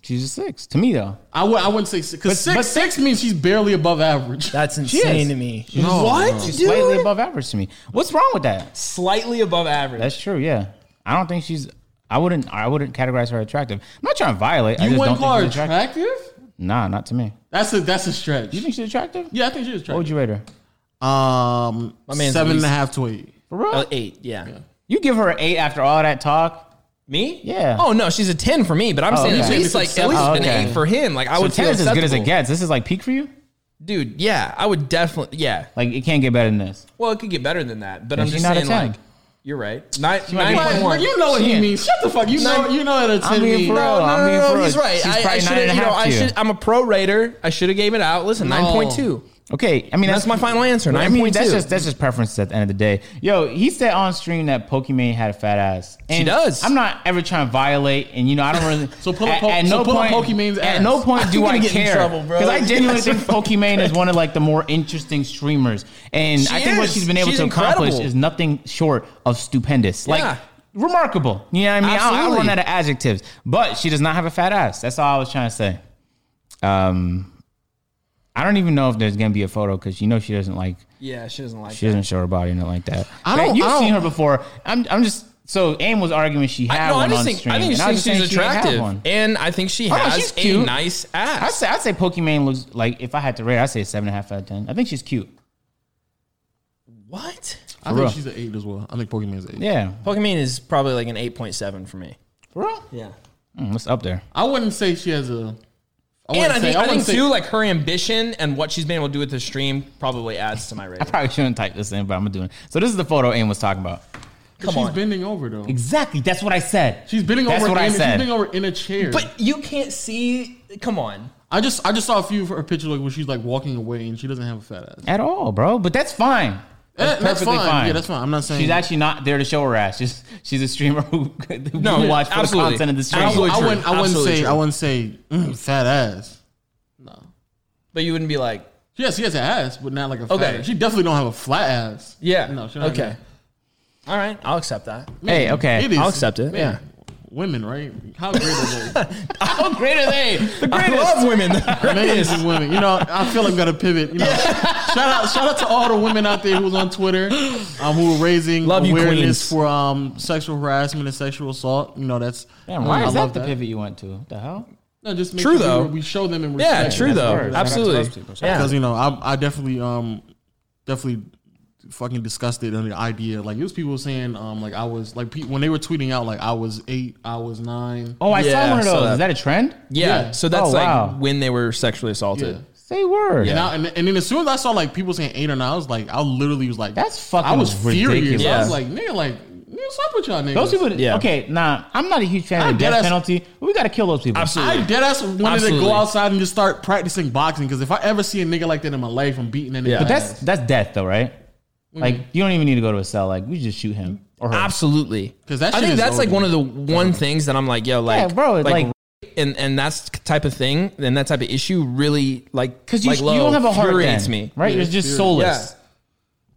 B: She's a six to me though.
C: I would I wouldn't say six because six,
B: but
C: six means she's barely above average.
D: That's
B: insane to
D: me.
C: What?
D: She's
B: She's slightly above average to me. What's wrong with that?
D: slightly above average.
B: That's true. Yeah, I don't think she's. I wouldn't. I wouldn't categorize her attractive. I'm not trying to violate. I
C: you
B: just
C: wouldn't
B: don't
C: call
B: think
C: her
B: she's attractive.
C: attractive?
B: Nah, not to me.
C: That's a that's a stretch.
B: You think she's attractive?
C: yeah, I think she is
B: What would
C: attractive.
B: you rate her?
C: Um,
D: man's
C: seven and
D: least-
C: a half to eight.
B: For real?
D: Uh, eight. Yeah.
B: You give her an eight after all that talk.
D: Me?
B: Yeah. Oh,
D: Oh no, she's a ten for me. But I'm saying at
B: okay.
D: least like at least
B: Oh, okay.
D: an eight for him. Like I
B: So
D: would
B: ten
D: feel
B: is as good as it
D: acceptable.
B: gets. This is like peak for you.
D: dude. Yeah, I would definitely. Yeah.
B: Like it can't get better than this.
D: Well, it could get better than that. But
B: Yeah,
D: I'm
B: she's
D: just
B: not a
D: saying
B: 10.
D: like. You're right. Nine,
B: might
D: nine
B: be
D: point
B: like,
D: one.
C: You know what he
B: Shit.
C: means. Shut the fuck. You know you know what a ten
B: I mean,
C: means.
B: for real.
D: No,
B: I
D: no,
B: mean,
D: no,
B: for
D: no, he's
B: real.
D: right.
B: She's
D: I, I
B: probably nine
D: should,
B: and a
D: you know,
B: half
D: I
B: to you.
D: should. I'm a pro rater. I should have gave it out. Listen, nine point two.
B: Okay, I mean
D: That's my final answer.
B: I
D: Nine
B: mean
D: point
B: that's
D: two.
B: just that's just preferences at the end of the day. Yo, he said on stream that Pokimane had a fat ass. And
D: does.
B: I'm not ever trying to violate, and you know I don't really.
C: So pull up Po- so pull up Pokimane's
B: At
C: ass.
B: no point do
D: I'm
B: I
D: gonna get in
B: care
D: trouble, bro.
B: because I genuinely think Pokimane is one of like the more interesting streamers, and I think what
D: is.
B: she's been able
D: She's
B: to accomplish
D: incredible.
B: is nothing short of stupendous.
D: Yeah.
B: Like. Remarkable, you know what I mean. I- I'll
D: Absolutely.
B: run out of adjectives, but she does not have a fat ass. That's all I was trying to say. Um, I don't even know if there's gonna be a photo because you know she doesn't like
D: Yeah, she doesn't like
B: she doesn't show her body and nothing like that.
C: I don't-
B: You've
C: I don't-
B: seen her before. I'm I'm just so Aim was arguing she
D: I,
B: had
D: no,
B: one
D: I just
B: on
D: think
B: stream.
D: I think
B: and
D: she
B: was
D: thinks
B: just saying
D: she's
B: she didn't have
D: attractive,
B: one.
D: and I think she
B: Oh, no,
D: has
B: she's
D: a
B: cute.
D: nice
B: I
D: ass.
B: say I say Pokemon looks like if I had to rate, I say seven and a half out of ten. I think she's cute.
D: what?
C: I
B: real.
C: think she's an eight as well. I think Pokemon's an eight.
B: Yeah,
D: Pokemon is probably like an eight point seven for me.
B: for real.
D: Yeah,
B: Mm, what's up there?
C: I wouldn't say she has a. I
D: and
C: wouldn't
D: I
C: say-
D: think I,
C: wouldn't
D: think
C: say-
D: too like her ambition and what she's been able to do with the stream probably adds to my rating.
B: Probably shouldn't type this in, but I'm doing. it. So this is the photo Aim was talking about.
C: she's bending over though.
B: Exactly. That's what I said.
C: She's bending
B: That's
C: over.
B: what I
C: in,
B: said.
C: She's bending over in a chair.
D: But you can't see. Come on.
C: I just I just saw a few of her pictures like when she's like walking away and she doesn't have a fat ass.
B: At all, bro. But that's fine.
C: That's,
B: perfectly
C: fine.
B: fine.
C: Yeah, that's fine. I'm not saying
B: She's actually not there to show her ass. She's she's a streamer who, who
D: No,
B: no, watch for
D: absolutely.
B: the content of the stream.
C: I,
D: Absolutely
C: I
D: true.
C: wouldn't. I wouldn't
D: Absolutely
C: say.
D: true.
C: I wouldn't say mm, fat ass.
D: But you wouldn't be like,
C: Yes, she has an ass, but not like a. Fat
D: Okay.
C: ass. She definitely don't have a flat ass.
D: yeah,
C: No. She don't
D: okay, all right, I'll accept that.
B: Hey, okay.
C: Have an ass. It is-
D: I'll accept it.
C: man, Women, right? How great are they?
B: How great are they? The
D: I
B: greatest.
D: love women.
C: Amazing women. You know, I feel I'm gonna pivot. You know, shout out, shout out to all the women out there who's on Twitter, um, who are raising
D: Love you,
C: awareness
D: queens.
C: for um sexual harassment and sexual assault. You know, that's um,
B: Damn, why
D: Mm,
C: I
B: is
C: love
B: that the pivot you went to? The hell?
C: No, just make
D: True,
C: sure we-
D: though.
C: We show them and respect.
D: yeah, true
B: That's
D: though.
B: words.
D: Absolutely.
B: That's
D: Yeah.
C: Because you know, I, I definitely um definitely fucking disgusted on the idea. Like it was people saying um like I was like pe- when they were tweeting out like I was eight, I was nine.
B: Oh, I
D: Yeah,
B: saw one of
D: I saw
B: those.
D: that.
B: Is that a trend?
D: yeah,
C: Yeah.
D: So that's
B: Oh,
D: like
B: wow.
D: when they were sexually assaulted.
C: Yeah.
B: Say word.
C: And, I, and, and then as soon as I saw like people saying eight or nine, I was like, I literally was like,
B: That's fucking
C: I was
B: ridiculous.
C: furious. I
D: Yeah.
C: was like, nigga, like What's up with y'all niggas?
B: Those people,
D: Yeah.
B: okay, nah, I'm not a huge fan
C: I
B: of the
C: get
B: death
C: us-
B: penalty. But we gotta kill those people.
D: Absolutely.
C: I dead ass wanted to
D: Absolutely.
C: go outside and just start practicing boxing because if I ever see a nigga like that in my life, I'm beating that nigga.
D: Yeah. But
B: That's that's death though, right?
D: Mm-hmm.
B: Like you don't even need to go to a cell. Like we just shoot him or her.
D: Absolutely,
C: 'Cause that
D: I
C: shit
D: think
C: is
D: that's like
C: over.
D: one of the one things that I'm like, yo, like,
B: bro, it's like-
D: and and that's type of thing, and that type of issue really like
B: Because you,
D: like
B: you
D: low
B: don't have a heart.
D: infuriates
B: then,
D: me.
B: right? You're just soulless.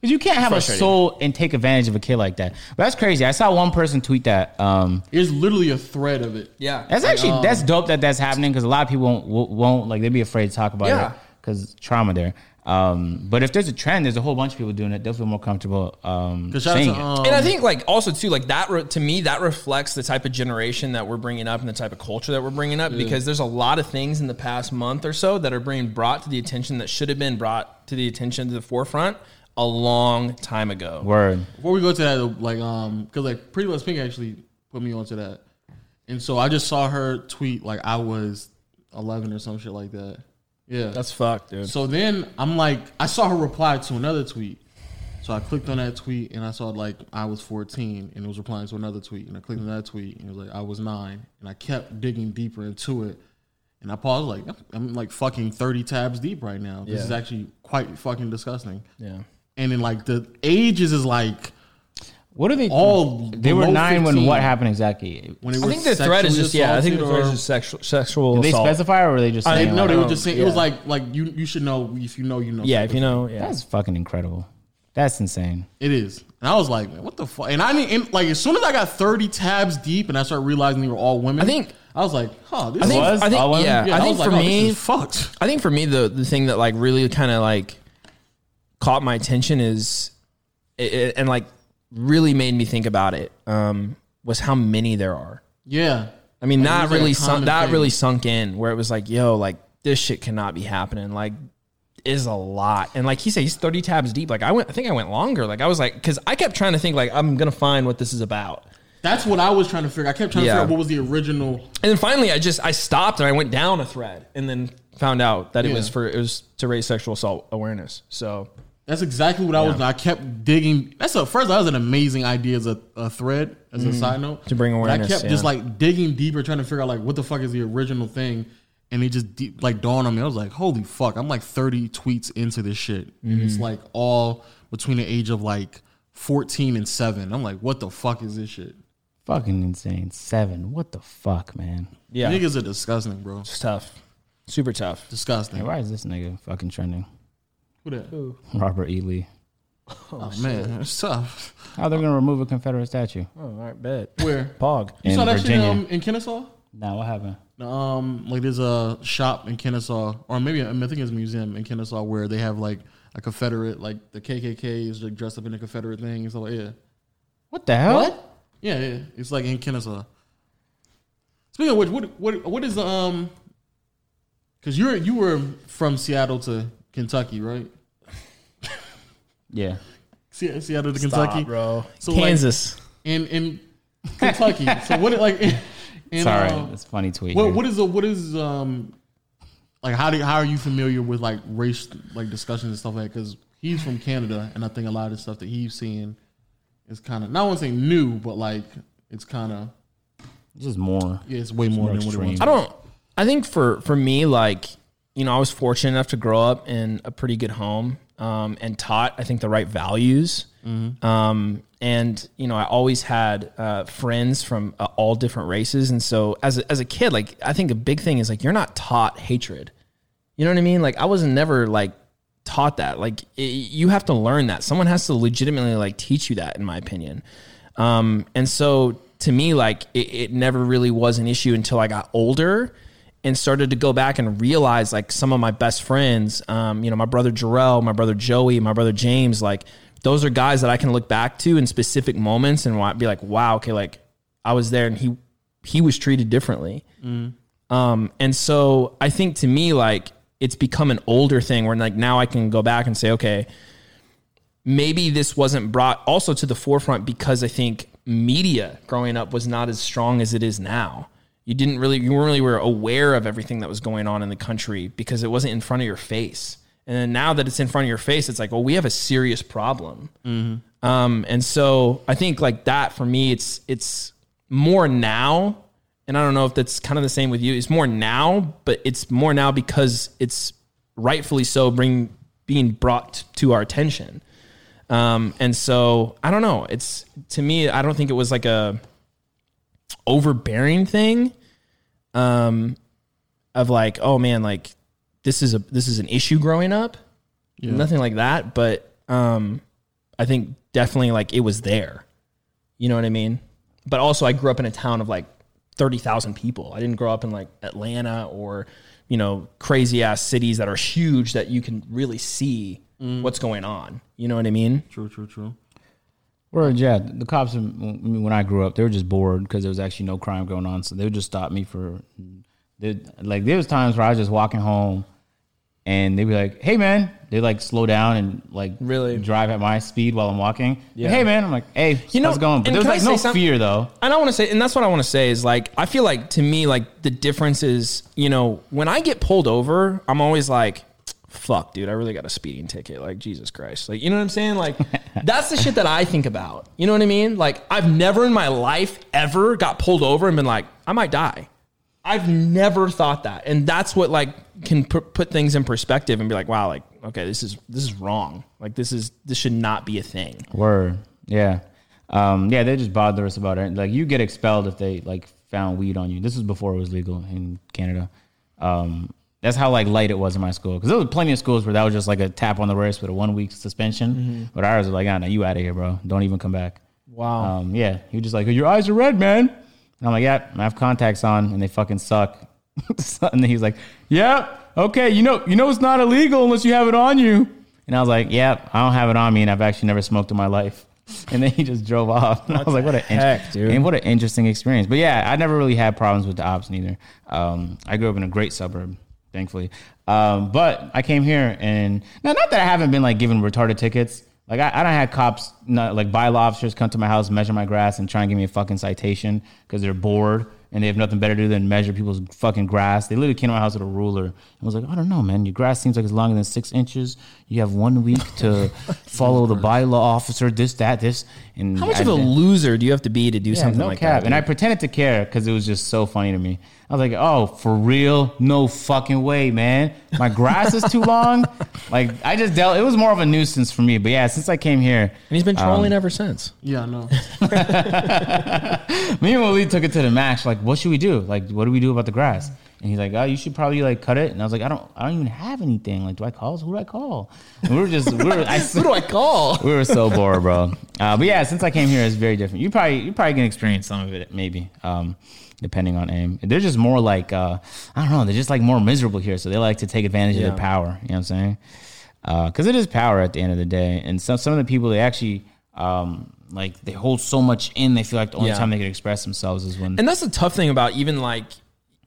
B: Because you can't have a
D: Frustrating.
B: soul and take advantage of a kid like that. But that's crazy. I saw one person tweet that. Um,
C: There's literally a thread of it.
D: Yeah,
B: that's actually
C: um,
B: that's dope that that's happening because a lot of people won't, won't- won't like they'd be afraid to talk about
D: Yeah.
B: it because trauma there. Um, but if there's a trend, there's a whole bunch of people doing it. They'll feel more comfortable um,
C: Shout out
B: saying
C: to,
B: it.
C: um,
D: and I think like also too like that re- to me that reflects the type of generation that we're bringing up and the type of culture that we're bringing up because there's a lot of things in the past month or so that are being brought to the attention that should have been brought to the attention to the forefront a long time ago.
B: Word.
C: Before we go to that, like, um, because like Pretty Little Pink actually put me onto that, and so I just saw her tweet like I was 11 or some shit like that. Yeah,
D: That's fucked, dude.
C: So then I'm like, I saw her reply to another tweet. So I clicked on that tweet and I saw like I was 14 and it was replying to another tweet. And I clicked on that tweet and it was like I was nine. And I kept digging deeper into it. And I paused like, I'm- I'm like fucking 30 tabs deep right now. This is actually quite fucking disgusting.
D: Yeah.
C: And then like the ages is like
B: What are they?
C: all.
B: they were
C: below
B: nine
C: 15
B: when what happened exactly?
C: When it
D: I
C: was
D: think the threat is
C: sexually
D: just yeah. I think the
C: assaulted
D: threat is
C: or-
D: just sexual sexual
B: Did they
D: assault.
B: specify or were they just
D: I
B: saying?
C: no,
B: like,
C: they
D: Oh,
C: were just saying it was
D: yeah.
C: like like you you should know if you know you know.
D: yeah, if you know, yeah.
B: That's fucking incredible. That's insane.
C: It is. And I was like, man, what the fuck? And I didn't, and, like, as soon as I got 30 tabs deep and I started realizing they were all women,
D: I think-
C: I was like, huh, this
D: I think,
C: is.
B: was?
D: I think
B: I wasn't-
D: yeah,
C: Yeah,
D: I think
C: was
D: for
C: like, oh,
D: me,
C: this is fucked.
D: I think for me, the the thing that like really kind of like caught my attention is, it, it- and like really made me think about it, um, was how many there are.
C: Yeah.
D: I mean,
C: Like, it
D: that
C: was, like,
D: really
C: a
D: sunk,
C: common
D: that
C: thing.
D: really sunk in where it was like, yo, like this shit cannot be happening. Like, is a lot. And like he said, he's thirty tabs deep. Like I went, I think I went longer. Like I was like, because I kept trying to think like I'm gonna find what this is about.
C: That's what I was trying to figure I kept trying
D: Yeah.
C: to figure out what was the original.
D: And then finally, I just I stopped and I went down a thread, and then found out that it
C: Yeah.
D: was for it was to raise sexual assault awareness. So
C: That's exactly what I was. I kept digging. That's a first. That was an amazing idea as a, a thread, as a side note
D: To bring
C: But
D: awareness,
C: I kept just
D: yeah.
C: like digging deeper, trying to figure out like what the fuck is the original thing, and it just deep, like dawned on me. I was like, holy fuck! I'm like 30 tweets into this shit, and it's like all between the age of like 14 and seven. I'm like, what the fuck is this shit?
B: Fucking insane. Seven. What the fuck, man?
D: yeah,
C: Niggas are disgusting, bro.
D: it's tough, super tough.
B: Hey,
C: Disgusting.
B: why is this nigga fucking trending?
C: Who that?
B: Robert E. Lee.
C: Oh man, it's tough.
B: How they're gonna remove a Confederate statue?
D: Oh, all right, bet
C: Where?
D: pog.
C: You
B: In
C: saw that
B: Virginia.
C: shit um, in Kennesaw?
B: Now what happened?
C: Um, like there's a shop in Kennesaw, or maybe I, mean, I think it's a museum in Kennesaw where they have like a Confederate, like the KKK is like dressed up in a Confederate thing. So like, yeah,
B: What the hell?
C: yeah, yeah. It's like in Kennesaw. Speaking of which, what what what is um? Because you're you were from Seattle to Kentucky, right?
B: Yeah.
C: Se- Seattle to Kentucky,
D: bro.
C: So, like,
D: Kansas.
C: in in Kentucky. so what like? In, in,
B: Sorry,
C: uh,
B: that's a funny tweet.
C: What
B: here.
C: what is the what is um like how do how are you familiar with like race like discussions and stuff like that? Because he's from Canada, and I think a lot of the stuff that he's seeing is kind of not want to say new, but like it's kind of
B: This is more.
C: yeah, it's way more,
B: more
C: than what it
B: extreme.
C: was.
D: I don't. I think for for me, like you know, I was fortunate enough to grow up in a pretty good home um, and taught, I think, the right values. Um, and you know, I always had uh, friends from uh, all different races, and so as a, as a kid, like I think a big thing is like you're not taught hatred. You know what I mean? Like I was never like taught that. Like i you have to learn that. Someone has to legitimately like teach you that, in my opinion. Um, and so to me, like it, it never really was an issue until I got older and started to go back and realize like some of my best friends, um, you know, my brother Jarrell, my brother Joey, my brother James, like those are guys that I can look back to in specific moments and wa- be like, wow, okay, like I was there and he he was treated differently. Um, and so I think to me, like it's become an older thing where like now I can go back and say, okay, maybe this wasn't brought also to the forefront because I think media growing up was not as strong as it is now. You didn't really, you really were aware of everything that was going on in the country because it wasn't in front of your face. And then now that it's in front of your face, it's like, well, we have a serious problem. Um, and so I think like that for me, it's it's more now, and I don't know if that's kind of the same with you. It's more now, but it's more now because it's rightfully so bring being brought to our attention. Um, and so I don't know. It's to me, I don't think it was like a overbearing thing um of like oh man like this is a this is an issue growing up nothing like that but um i think definitely like it was there you know what i mean but also i grew up in a town of like 30,000 people i didn't grow up in like atlanta or you know crazy ass cities that are huge that you can really see what's going on you know what i mean
C: True, true, true.
B: Well, yeah, the cops when when I grew up, they were just bored because there was actually no crime going on, so they would just stop me for, they like there was times where I was just walking home, and they'd be like, "Hey man," they would like slow down and like
D: Really?
B: drive at my speed while I'm walking. Yeah. hey man, I'm like, "Hey, you
D: know,
B: know, how's it going?" But
D: and
B: there was
D: can I
B: like
D: say
B: no
D: some-
B: fear though.
D: and I want to say, and that's what I want to say is like, I feel like to me, like the difference is, you know, when I get pulled over, I'm always like, fuck, dude, I really got a speeding ticket. Like, Jesus Christ. Like, you know what I'm saying? Like, that's the shit that I think about. You know what I mean? Like, I've never in my life ever got pulled over and been like, I might die. I've never thought that, and that's what like can pu- put things in perspective and be like, wow, like okay, this is this is wrong. Like this is this should not be a thing.
B: Word. Yeah. Um, yeah, they just bother us about it. Like you get expelled if they like found weed on you. This was before it was legal in Canada. Um, that's how like light it was in my school because there was plenty of schools where that was just like a tap on the wrist with a one week suspension.
D: Mm-hmm.
B: But ours was like, ah, no, you out of here, bro. Don't even come back.
D: Wow.
B: Um, yeah, he was just like, your eyes are red, man. And I'm like, yeah, I have contacts on, and they fucking suck. and then he's like, yeah, okay, you know, you know, it's not illegal unless you have it on you. And I was like, yeah, I don't have it on me, and I've actually never smoked in my life. And then he just drove off. And I was like, what a
D: heck, dude?
B: and what an interesting experience. But yeah, I never really had problems with the ops neither. Um, I grew up in a great suburb, thankfully. Um, but I came here and now not that I haven't been like given retarded tickets. Like I, I don't have cops not, like bylaw officers come to my house, measure my grass, and try and give me a fucking citation because they're bored and they have nothing better to do than measure people's fucking grass. They literally came to my house with a ruler and was like, I don't know, man, your grass seems like it's longer than six inches. You have one week to follow the bylaw officer, this, that, this. And
D: How much
B: I-
D: of a loser do you have to be to do something
B: no
D: like
B: cap.
D: that?
B: And I pretended to care because it was just so funny to me. I was like, oh, for real? No fucking way, man. My grass is too long. Like, I just dealt, it was more of a nuisance for me. But yeah, since I came here,
D: And he's been trolling ever since.
C: Yeah, I know.
B: me and Willie took it to the max. Like, what should we do? Like, what do we do about the grass? And he's like, oh, you should probably like cut it. And I was like, I don't, I don't even have anything. Like, do I call? Who do I call? And we were just, we were, I,
D: Who do I call?
B: we were so bored, bro. Uh, but yeah, since I came here, it's very different. You probably you probably can experience some of it, maybe, um, depending on aim. They're just more like uh, I don't know. They're just like more miserable here, so they like to take advantage of
D: Yeah.
B: their power. You know what I'm saying? Because it is power at the end of the day, and some some of the people they actually um, like they hold so much in. They feel like the only
D: Yeah.
B: time they can express themselves is when
D: And that's the tough thing about even like,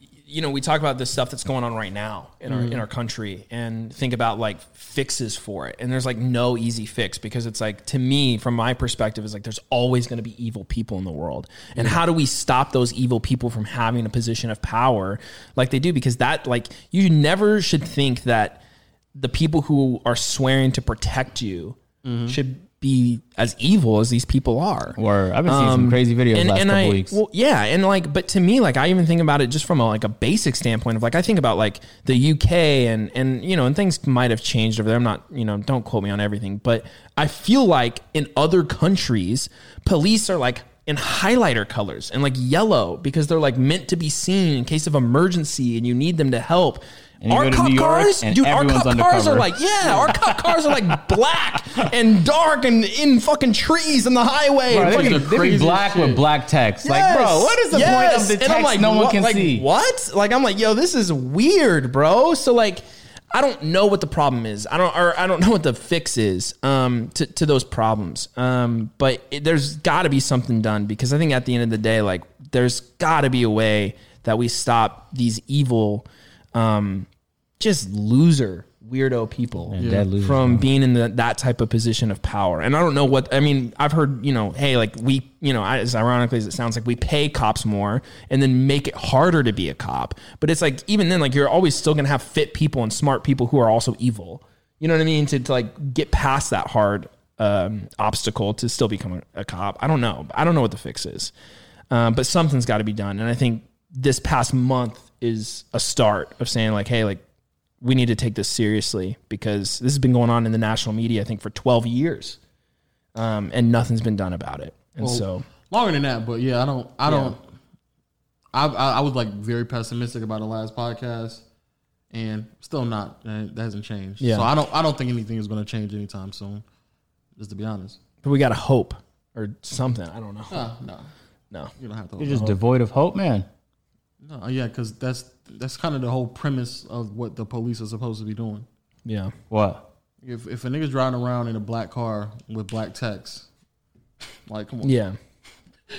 D: you know, we talk about this stuff that's going on right now in our in our country, and think about like fixes for it. And there's like no easy fix because it's like to me, from my perspective, is like there's always going to be evil people in the world. And how do we stop those evil people from having a position of power like they do? Because that like you never should think that the people who are swearing to protect you should be as evil as these people are. Um,
B: Word. I've been seeing some crazy videos last couple
D: I,
B: weeks.
D: Well, yeah, and like, but to me, like, I even think about it just from a, like a basic standpoint of like, I think about like the UK and and you know, and things might have changed over there. I'm not, you know, don't quote me on everything, but I feel like in other countries, police are like in highlighter colors and like yellow because they're like meant to be seen in case of emergency and you need them to help.
B: you
D: our
B: go to
D: cop
B: New York
D: cars,
B: and
D: dude, our
B: everyone's
D: cop cars
B: undercover.
D: are like yeah, our cop cars are like black and dark and in fucking trees on the highway.
B: Bro,
D: And
B: they be,
D: fucking-
B: they be
C: craziest
B: black with
C: shit.
B: black text. Like, bro, what is the point of
D: Yes.
B: the
D: And
B: text
D: I'm like,
B: no one
D: what-
B: can
D: like,
B: see?
D: What? Like I'm like, yo, this is weird, bro. So like I don't know what the problem is. I don't or I don't know what the fix is um to, to those problems. Um but it, there's got to be something done because I think at the end of the day like there's got to be a way that we stop these evil um just loser weirdo people
B: dead losers,
D: from being in the, that type of position of power and i don't know what i mean i've heard you know hey like we you know I- as ironically as it sounds like we pay cops more and then make it harder to be a cop but it's like even then like you're always still gonna have fit people and smart people who are also evil you know what I mean? To, to like get past that hard um, obstacle to still become a, a cop. I don't know. I don't know what the fix is, um, but something's got to be done. And I think this past month is a start of saying like, hey, like we need to take this seriously because this has been going on in the national media, I think, for 12 years, um, and nothing's been done about it. And so,
C: longer than that, but yeah, I don't, I don't. I, I I was like very pessimistic about the last podcast, and still not. uh, That hasn't changed.
D: Yeah.
C: So I don't, I don't think anything is going to change anytime soon. Just to be honest.
D: but we got to hope or something. I don't know.
C: Uh, no,
D: No.
C: you don't have to.
B: You're just devoid of hope, man.
C: no, Uh, yeah, because that's that's kind of the whole premise of what the police are supposed to be doing.
D: Yeah.
B: What?
C: If if a nigga's driving around in a black car with black text, like come on,
D: Yeah.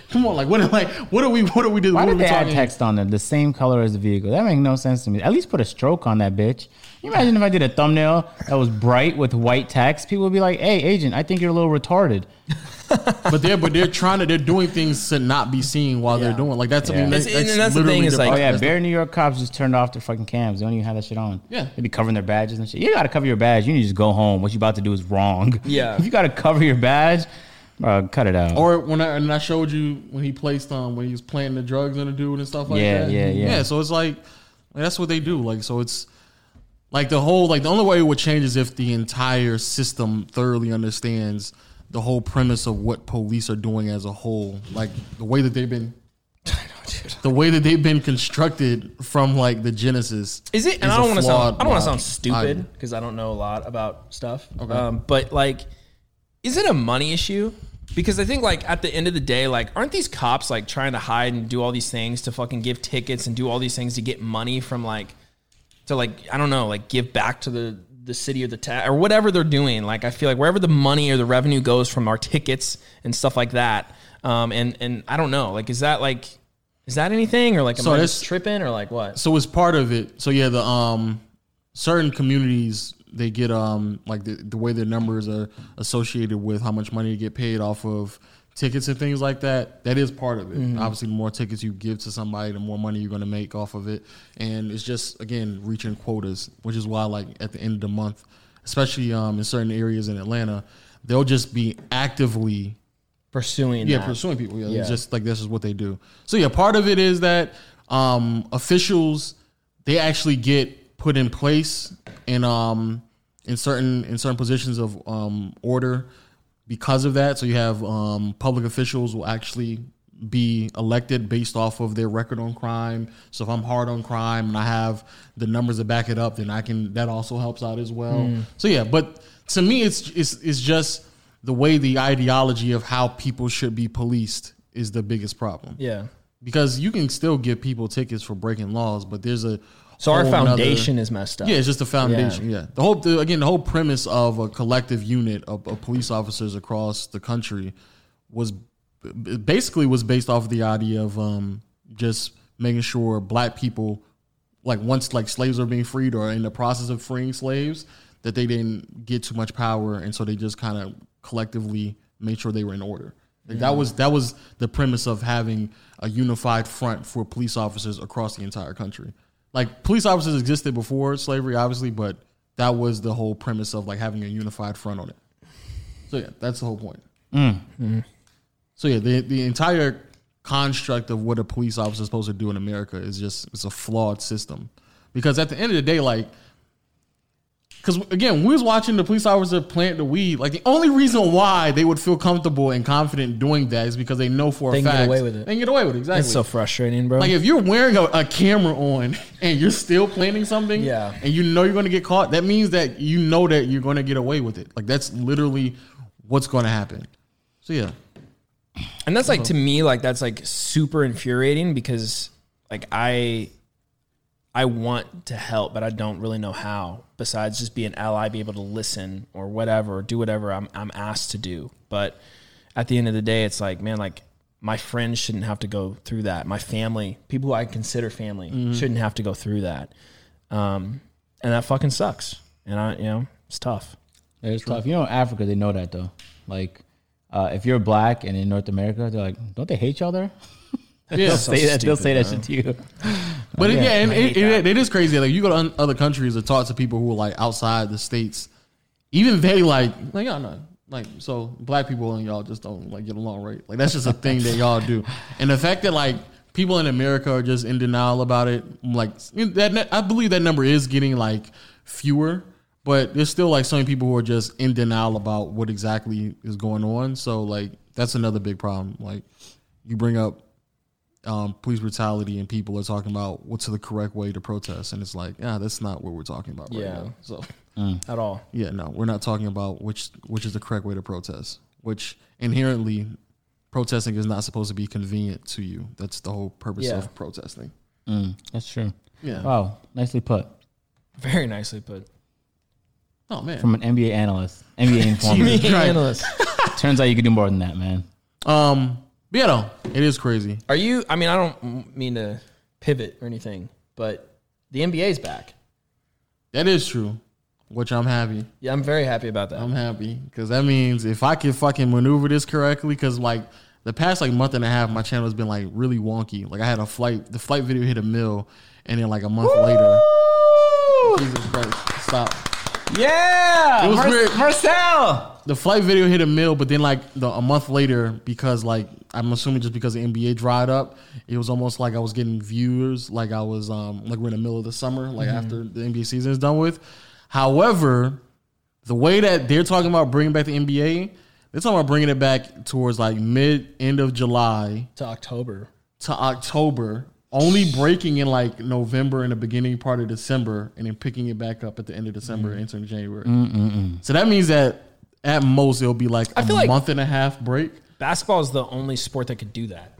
C: come on, like what, like what are we, what are we doing?
B: Why
C: what are
B: did
C: we
B: they add
C: talking-
B: text on them? The same color as the vehicle. That makes no sense to me. At least put a stroke on that bitch. Can you imagine if I did a thumbnail that was bright with white text? People would be like, "Hey, agent, I think you're a little retarded."
C: but they're but they're trying to they're doing things to not be seen while they're
D: Yeah.
C: doing like that's I mean
B: Yeah.
C: that's,
D: It's- and
C: that's
D: that's the
C: literally
D: thing is, like-
B: Oh yeah,
C: that's the-
B: bare New York cops just turned off their fucking cams. They don't even have that shit on.
C: Yeah.
B: they be covering their badges and shit. You gotta cover your badge. You need to just go home. What you about to do is wrong.
D: Yeah.
B: if you gotta cover your badge, bro, cut it out.
C: or when I and I showed you when he placed um when he was planting the drugs on the dude and stuff like
B: Yeah,
C: that
B: yeah, yeah.
C: yeah so it's like that's what they do like so it's like the whole like the only way it would change is if the entire system thoroughly understands the whole premise of what police are doing as a whole like the way that they've been the way that they've been constructed from like the genesis
D: Is it? And
C: is
D: I
C: a
D: don't want to sound.
C: flawed
D: I don't want to
C: model.
D: sound stupid
C: I-
D: because I don't know a lot about stuff. Um, but like, is it a money issue? Because I think like at the end of the day, like, aren't these cops like trying to hide and do all these things to fucking give tickets and do all these things to get money from like to like I don't know, like give back to the the city or the ta- or whatever they're doing. Like I feel like wherever the money or the revenue goes from our tickets and stuff like that. Um, and and I don't know, like, is that like. Is that anything, or like, am
C: So
D: I
C: this-
D: just tripping, or like what?
C: so it's part of it. So yeah, the um certain communities they get um like the, the way their numbers are associated with how much money you get paid off of tickets and things like that. That is part of it. Obviously, the more tickets you give to somebody, the more money you're going to make off of it. And it's just again reaching quotas, which is why like at the end of the month, especially um in certain areas in Atlanta, they'll just be actively
D: Pursuing,
C: yeah,
D: that.
C: pursuing people. Yeah,
D: Yeah.
C: It's just like this is what they do. So yeah, part of it is that um, officials they actually get put in place in um, in certain in certain positions of um, order because of that. So you have um, public officials will actually be elected based off of their record on crime. So if I'm hard on crime and I have the numbers to back it up, then I can that also helps out as well. So yeah, but to me it's it's it's just the way the ideology of how people should be policed is the biggest problem.
D: Yeah.
C: Because you can still give people tickets for breaking laws, but there's a
D: So our
C: whole nother-
D: foundation is messed up.
C: yeah, it's just the foundation. Yeah, the whole the, again the whole premise of a collective unit of, of police officers across the country was b- basically was based off of the idea of um, just making sure black people, like once like slaves are being freed or in the process of freeing slaves, that they didn't get too much power, and so they just kind of collectively made sure they were in order. Like That was that was the premise of having a unified front for police officers across the entire country like police officers existed before slavery, obviously, but that was the whole premise of like having a unified front on it. So yeah, that's the whole point.
D: Mm-hmm.
C: So yeah, the the entire construct of what a police officer is supposed to do in America is just it's a flawed system, because at the end of the day, like. Because again, we was watching the police officer plant the weed. Like the only reason why they would feel comfortable and confident doing that is because they know for
D: They
C: a
D: can
C: fact
D: get away with it.
C: They can get away with it. Exactly.
D: It's so frustrating, bro.
C: Like if you're wearing a, a camera on and you're still planning something,
D: Yeah.
C: and you know you're gonna get caught, that means that you know that you're gonna get away with it. Like that's literally what's gonna happen. So yeah.
D: and that's like to me, like that's like super infuriating because like I I want to help, but I don't really know how. Besides just be an ally, be able to listen or whatever, do whatever I'm I'm asked to do. But at the end of the day, it's like, man, like my friends shouldn't have to go through that. My family, people who I consider family, shouldn't have to go through that. Um, and that fucking sucks. And I, you know, it's tough.
B: It's tough. You know, Africa, they know that though. Like, uh, if you're black and in North America, they're like, don't they hate y'all there?
C: Yeah.
D: So
B: Say that, they'll
D: stupid,
B: say that shit to you.
C: But yeah, and
D: I
C: it,
D: hate
C: it, it is crazy. Like you go to un- other countries and talk to people who are like outside the states, even they like like y'all know like so black people and y'all just don't like get along right like that's just a thing that y'all do and the fact that like people in america are just in denial about it like that nu- i believe that number is getting like fewer but there's still like so many people who are just in denial about what exactly is going on so like that's another big problem like you bring up um, police brutality and people are talking about what's the correct way to protest and it's like ah that's not what we're talking about right
D: Yeah.
C: now so
D: at all.
C: yeah, no, we're not talking about which which is the correct way to protest. Which inherently, protesting is not supposed to be convenient to you. That's the whole purpose
D: Yeah.
C: of protesting.
B: That's true.
C: Yeah.
B: Wow, nicely put
D: Very nicely put.
C: Oh man.
B: from an NBA analyst, NBA informer.
C: Right.
D: Analyst.
B: Turns out you can do more than that, man.
C: um. But yeah, no, it is crazy.
D: Are you? I mean, I don't mean to pivot or anything, but the NBA's back.
C: That is true. Which I'm happy.
D: Yeah, I'm very happy about that.
C: I'm happy because that means if I can fucking maneuver this correctly, because like the past like month and a half, my channel has been like really wonky. Like I had a flight, the flight video hit a mill, and then like a month later, Jesus Christ, stop.
B: Yeah,
C: It was weird.
B: Marcel.
C: the flight video hit a mill, but then like the, a month later, because like I'm assuming just because the NBA dried up, it was almost like I was getting viewers, like I was um like we're in the middle of the summer, like after the NBA season is done with. However, the way that they're talking about bringing back the NBA, they're talking about bringing it back towards like mid end of July
D: to October.
C: to October, only breaking in like November and the beginning part of December, and then picking it back up at the end of December, and entering January. So that means that at most it'll be like a
D: feel like-
C: month and a half break.
D: Basketball is the only sport that could do that.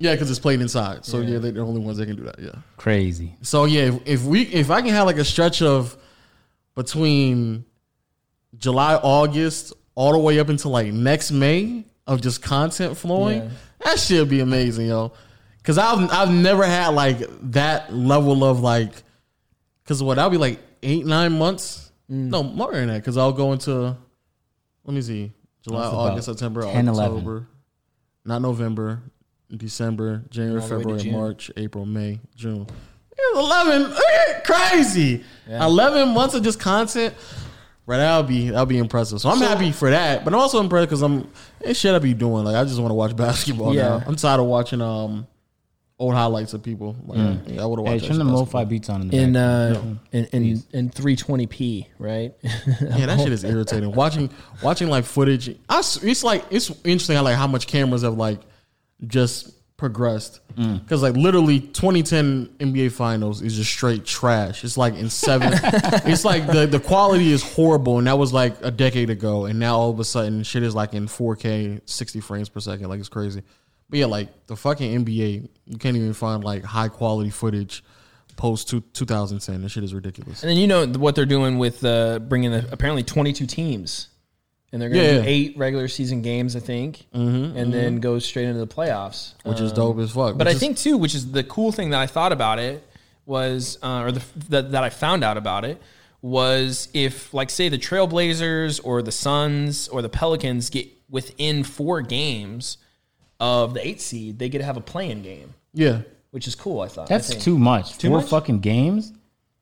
C: Yeah, because it's played inside. So yeah. they're the only ones that can do that. Yeah.
B: Crazy.
C: So yeah, if, if we if I can have like a stretch of between July, August, all the way up until like next May of just content flowing,
D: Yeah.
C: that should be amazing, yo. Cause I've I've never had like that level of like, cause what I'll be like eight nine months,
B: Mm.
C: no more than that. Cause I'll go into, let me see, July,
B: That's about
C: August, September,
B: 10, 11.
C: October, not November, December, January,
D: all the way to
C: February,
D: June.
C: March, April, May, June. It's 11. Crazy. 11 months of just content. Right, that'll be that'll be impressive. So I'm happy for that, but I'm also impressed because I'm it shit I be doing. Like I just want to watch basketball
D: Yeah.
C: now. I'm tired of watching um old highlights of people. Like yeah, I would have
B: Hey,
C: watched.
B: turn the
C: that stuff.
B: MoFi beats on in the
D: In
B: back.
D: uh, in, in in 320p, right?
C: Yeah, that shit is irritating. Watching watching like footage, I s it's like it's interesting how like how much cameras have like just progressed.
D: Mm.
C: Because like literally 2010 NBA Finals is just straight trash. It's like in seven. it's like the the quality is horrible, and that was like a decade ago. And now all of a sudden, shit is like in 4K, 60 frames per second. Like it's crazy. But yeah, like the fucking NBA, you can't even find like high quality footage post two, 2010. This shit is ridiculous.
D: And then you know what they're doing with uh, bringing the apparently 22 teams, and they're going to
C: Yeah.
D: do eight regular season games, I think, and then go straight into the playoffs.
C: Which is dope as fuck.
D: um,
C: which
D: But I
C: is-
D: think too, which is the cool thing that I thought about it was, uh, or the, that that I found out about it was if, like, say the Trailblazers or the Suns or the Pelicans get within four games of the eight seed, they get to have a play-in game,
C: yeah.
D: which is cool. I thought I
B: That's
D: think.
B: too much. four
D: much?
B: fucking games.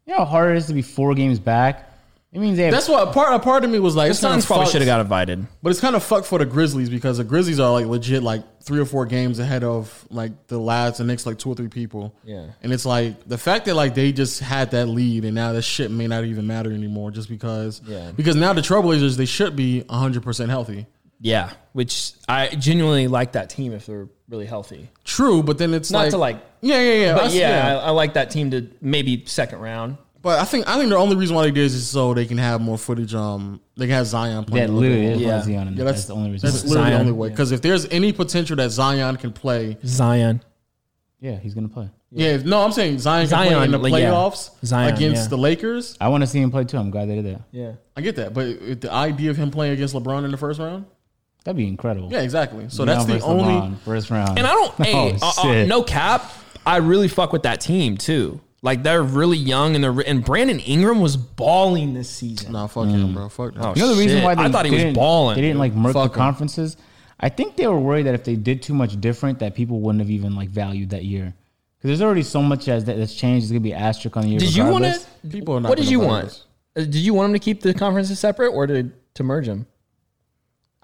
B: You know how hard it is to be four games back. It means they have
C: That's what a part. A part of me was like, it's kind
D: Suns
C: of
D: probably
C: fucked,
D: should have got invited.
C: but it's kind of fucked for the Grizzlies because the Grizzlies are like legit, like three or four games ahead of like the last, the next like two or three people.
D: Yeah.
C: and it's like the fact that like they just had that lead, and now that shit may not even matter anymore, just because.
D: Yeah.
C: Because now the Trailblazers, they should be hundred percent healthy.
D: Yeah, which I genuinely like that team if they're really healthy.
C: True, but then it's
D: Not
C: like,
D: to like,
C: yeah, yeah, yeah. I
D: but
C: see-
D: yeah, I, I like that team to maybe second round.
C: But I think I think the only reason why they did is just so they can have more footage. Um, they can have Zion playing.
B: that
C: a little bit
B: literally
C: more.
B: is
D: Yeah.
B: yeah. Zion. and
C: Yeah,
B: that's, the only reason.
C: That's literally
D: Zion.
C: the only way. Because if there's any potential that Zion can play,
D: Zion.
B: yeah, he's gonna play.
C: Yeah, no, I'm saying Zion, can play
D: Zion,
C: in the
D: like, yeah.
C: playoffs
D: Zion,
C: against
D: yeah.
C: the Lakers.
B: I want to see him play too. I'm glad they did that.
D: Yeah.
C: I get that, but it- the idea of him playing against LeBron in the first round,
B: That'd be incredible.
C: yeah, exactly. So
B: Zion
C: that's the
B: versus
C: only.
B: LeBron, first round.
D: And I don't,
B: Oh,
D: hey, uh, uh,
B: shit.
D: no cap. I really fuck with that team too. Like they're really young and they're re- and Brandon Ingram was balling this season.
C: Nah, fuck
B: Mm.
C: him, bro. Fuck. him.
B: You know the
D: Shit,
B: reason why they
D: I thought he was
B: didn't-
D: balling.
B: They didn't like murk the
C: Fuck 'em.
B: conferences. I think they were worried that if they did too much different, that people wouldn't have even like valued that year. Because there's already so much as that, that's changed. It's gonna be asterisk on the year.
D: Did you want
B: regardless.
D: to?
C: People are not.
D: What did
C: gonna
D: you
C: buy
D: want?
C: this.
D: Uh, Did you want them to keep the conferences separate or to, to merge them?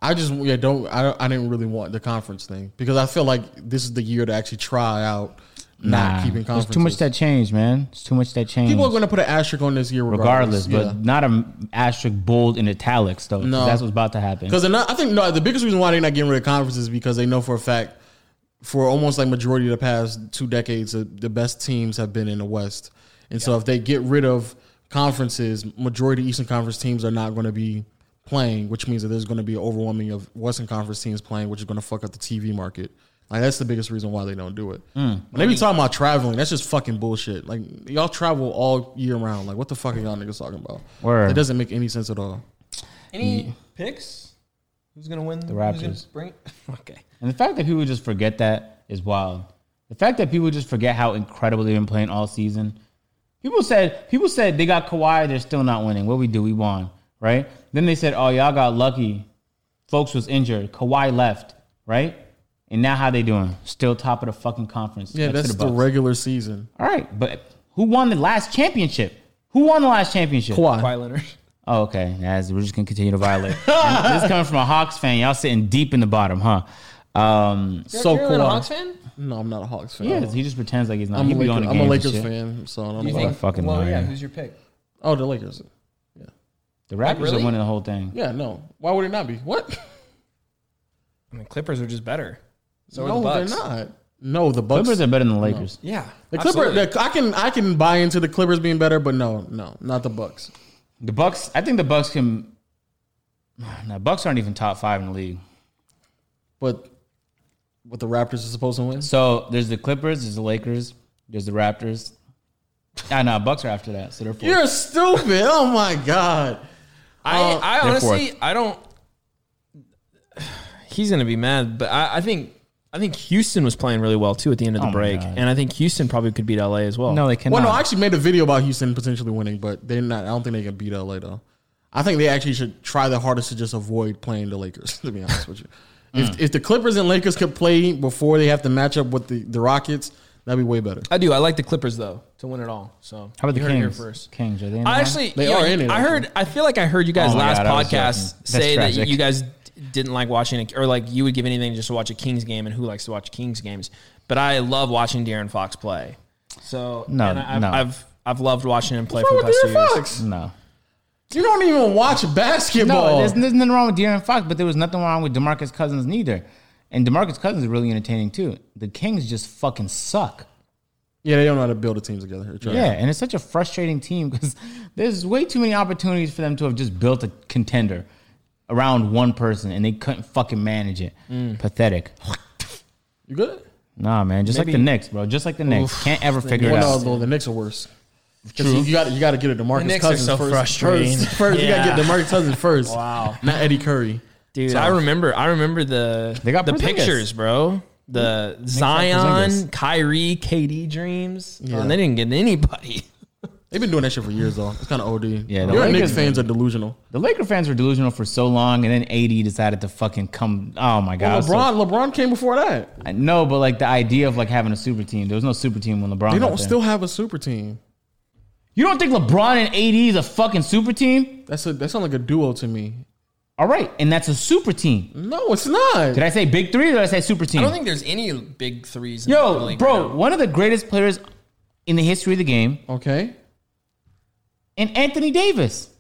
C: I just yeah don't I don't- I didn't really want the conference thing because I feel like this is the year to actually try out not keeping
B: there's
C: conferences.
B: too much that changed, man. It's too much that changed.
C: people are going to put an asterisk on this year regardless.
B: regardless, but not an asterisk bold in italics though. 'cause
C: No.
B: that's what's about to happen.
C: because I think no the biggest reason why they're not getting rid of conferences is because they know for a fact for almost like majority of the past two decades the, the best teams have been in the West, and so if they get rid of conferences, majority Eastern Conference teams are not going to be playing, which means that there's going to be an overwhelming of Western Conference teams playing, which is going to fuck up the TV market. Like that's the biggest reason why they don't do it. When they be talking about traveling, that's just fucking bullshit. Like y'all travel all year round. Like what the fuck are y'all niggas talking about?
B: Word.
C: It doesn't make any sense at all.
D: Any picks? Who's gonna win? The
B: Raptors.
D: Bring okay.
B: And the fact that people just forget that is wild. The fact that people just forget how incredible they've been playing all season. People said people said they got Kawhi, they're still not winning. What we do, we won, right? Then they said, "Oh, y'all got lucky. Folks was injured. Kawhi left, right? And now how they doing? Still top of the fucking conference.
C: Yeah,
B: next to
C: that's the
B: Bucks.
C: regular season.
B: All right, but who won the last championship? Who won the last championship?
C: Why?
D: Kawhi Leonard.
B: Oh, okay. As we're just gonna continue to violate. And this is coming from a Hawks fan. Y'all sitting deep in the bottom, huh? Um,
C: So
D: You're a Hawks
C: Kawhi.
D: fan?
C: No, I'm not a Hawks fan.
B: Yeah, he just pretends like he's not.
C: I'm
B: he
C: a
B: be on
C: Lakers,
B: the
C: I'm a
B: games and
C: Lakers
B: shit.
C: fan, so I don't
D: Do you
C: know.
D: think?
C: Think?
B: fucking
D: well, yeah.
B: liar.
D: Who's your pick?
C: Oh, the Lakers.
B: The Raptors
D: really?
B: are winning the whole thing.
C: Yeah, no. Why would it not be? What?
D: I mean, Clippers are just better. So are
C: no,
D: the Bucks.
C: they're not. No, the Bucks.
B: Clippers are better than the Lakers.
D: Yeah.
C: the Clippers.
D: absolutely.
C: The, I can I can buy into the Clippers being better, but no, no, not the Bucks.
B: The Bucks. I think the Bucks can. Now Bucks aren't even top five in the league.
C: But what the Raptors are supposed to win?
B: So there's the Clippers, there's the Lakers, there's the Raptors. Ah, no, Bucks are after that, so they're 4th
C: You're stupid. Oh my god.
D: I,
C: Uh,
D: I
B: they're
D: honestly, I don't. He's gonna be mad, but I, I think I think Houston was playing really well too at the end of the
B: Oh my
D: break,
B: God.
D: and I think Houston probably could beat LA as well.
B: no, they cannot.
C: Well, no, I actually made a video about Houston potentially winning, but they're not. I don't think they can beat LA though. I think they actually should try their hardest to just avoid playing the Lakers. To be honest with you, if, if the Clippers and Lakers could play before they have to match up with the, the Rockets, that'd be way better.
D: I do. I like the Clippers though to win it all. So
B: How about the
D: you heard it
B: Kings?
D: here first.
B: Kings are they? In the
D: I
B: round?
D: actually
C: They
D: yeah,
C: are in it,
D: I heard. I feel like I heard you guys
B: Oh my
D: last
B: God, I was
D: podcast
B: joking. That's
D: say that
B: tragic.
D: you guys d- didn't like watching it, or like you would give anything just to watch a Kings game, and who likes to watch Kings games? But I love watching Darren Fox play. So
B: No,
D: and I, I've,
B: no.
D: I've I've loved watching him play
C: What's
D: for
C: wrong
D: the
C: with
D: past two
C: De'Aaron
D: years.
C: Fox?
B: no.
C: You don't even watch
B: No,
C: basketball.
B: there's, there's nothing wrong with De'Aaron Fox, but there was nothing wrong with Demarcus Cousins neither. And Demarcus Cousins is really entertaining too. The Kings just fucking suck.
C: yeah, they don't know how to build a team together. They're trying.
B: Yeah, and it's such a frustrating team because there's way too many opportunities for them to have just built a contender around one person, and they couldn't fucking manage it.
C: Mm.
B: Pathetic.
C: you good?
B: Nah, man, just like
D: Maybe-
B: the Knicks, bro. Just like the Knicks, can't ever figure it
C: Well, no,
B: out.
C: though, the Knicks are worse. 'Cause You, got to you got to get it to Marcus
D: Knicks are
C: Cousins
D: so
C: first.
D: frustrating.
C: First, first you got to
D: Yeah.
C: get Demarcus Cousins first.
D: Wow.
C: not Eddie Curry.
D: Dude, I remember. I remember the
B: They got
D: the
B: Porzingis.
D: pictures, bro. The Zion, Kyrie, KD dreams. Oh, and they didn't get anybody.
C: They've been doing that shit for years though. It's kind of OD.
B: Yeah,
C: Yeah,
B: the
C: your Knicks
B: Lakers-
C: fans are delusional.
B: The Laker fans were delusional for so long, and then AD decided to fucking come. Oh my god, I was so-
C: LeBron, LeBron came before that.
B: I know, but like the idea of like having a super team. There was no super team when LeBron.
C: They
B: got
C: don't
B: there.
C: still have a super team.
B: You don't think LeBron and AD is a fucking super team?
C: That's a that sounds like a duo to me.
B: All right, and that's a super team.
C: No, it's not.
B: Did I say big three or did I say super team?
D: I don't think there's any big threes. In the
B: Yo,
D: league
B: bro,
D: right now.
B: one of the greatest players in the history of the game,
C: okay.
B: and Anthony Davis,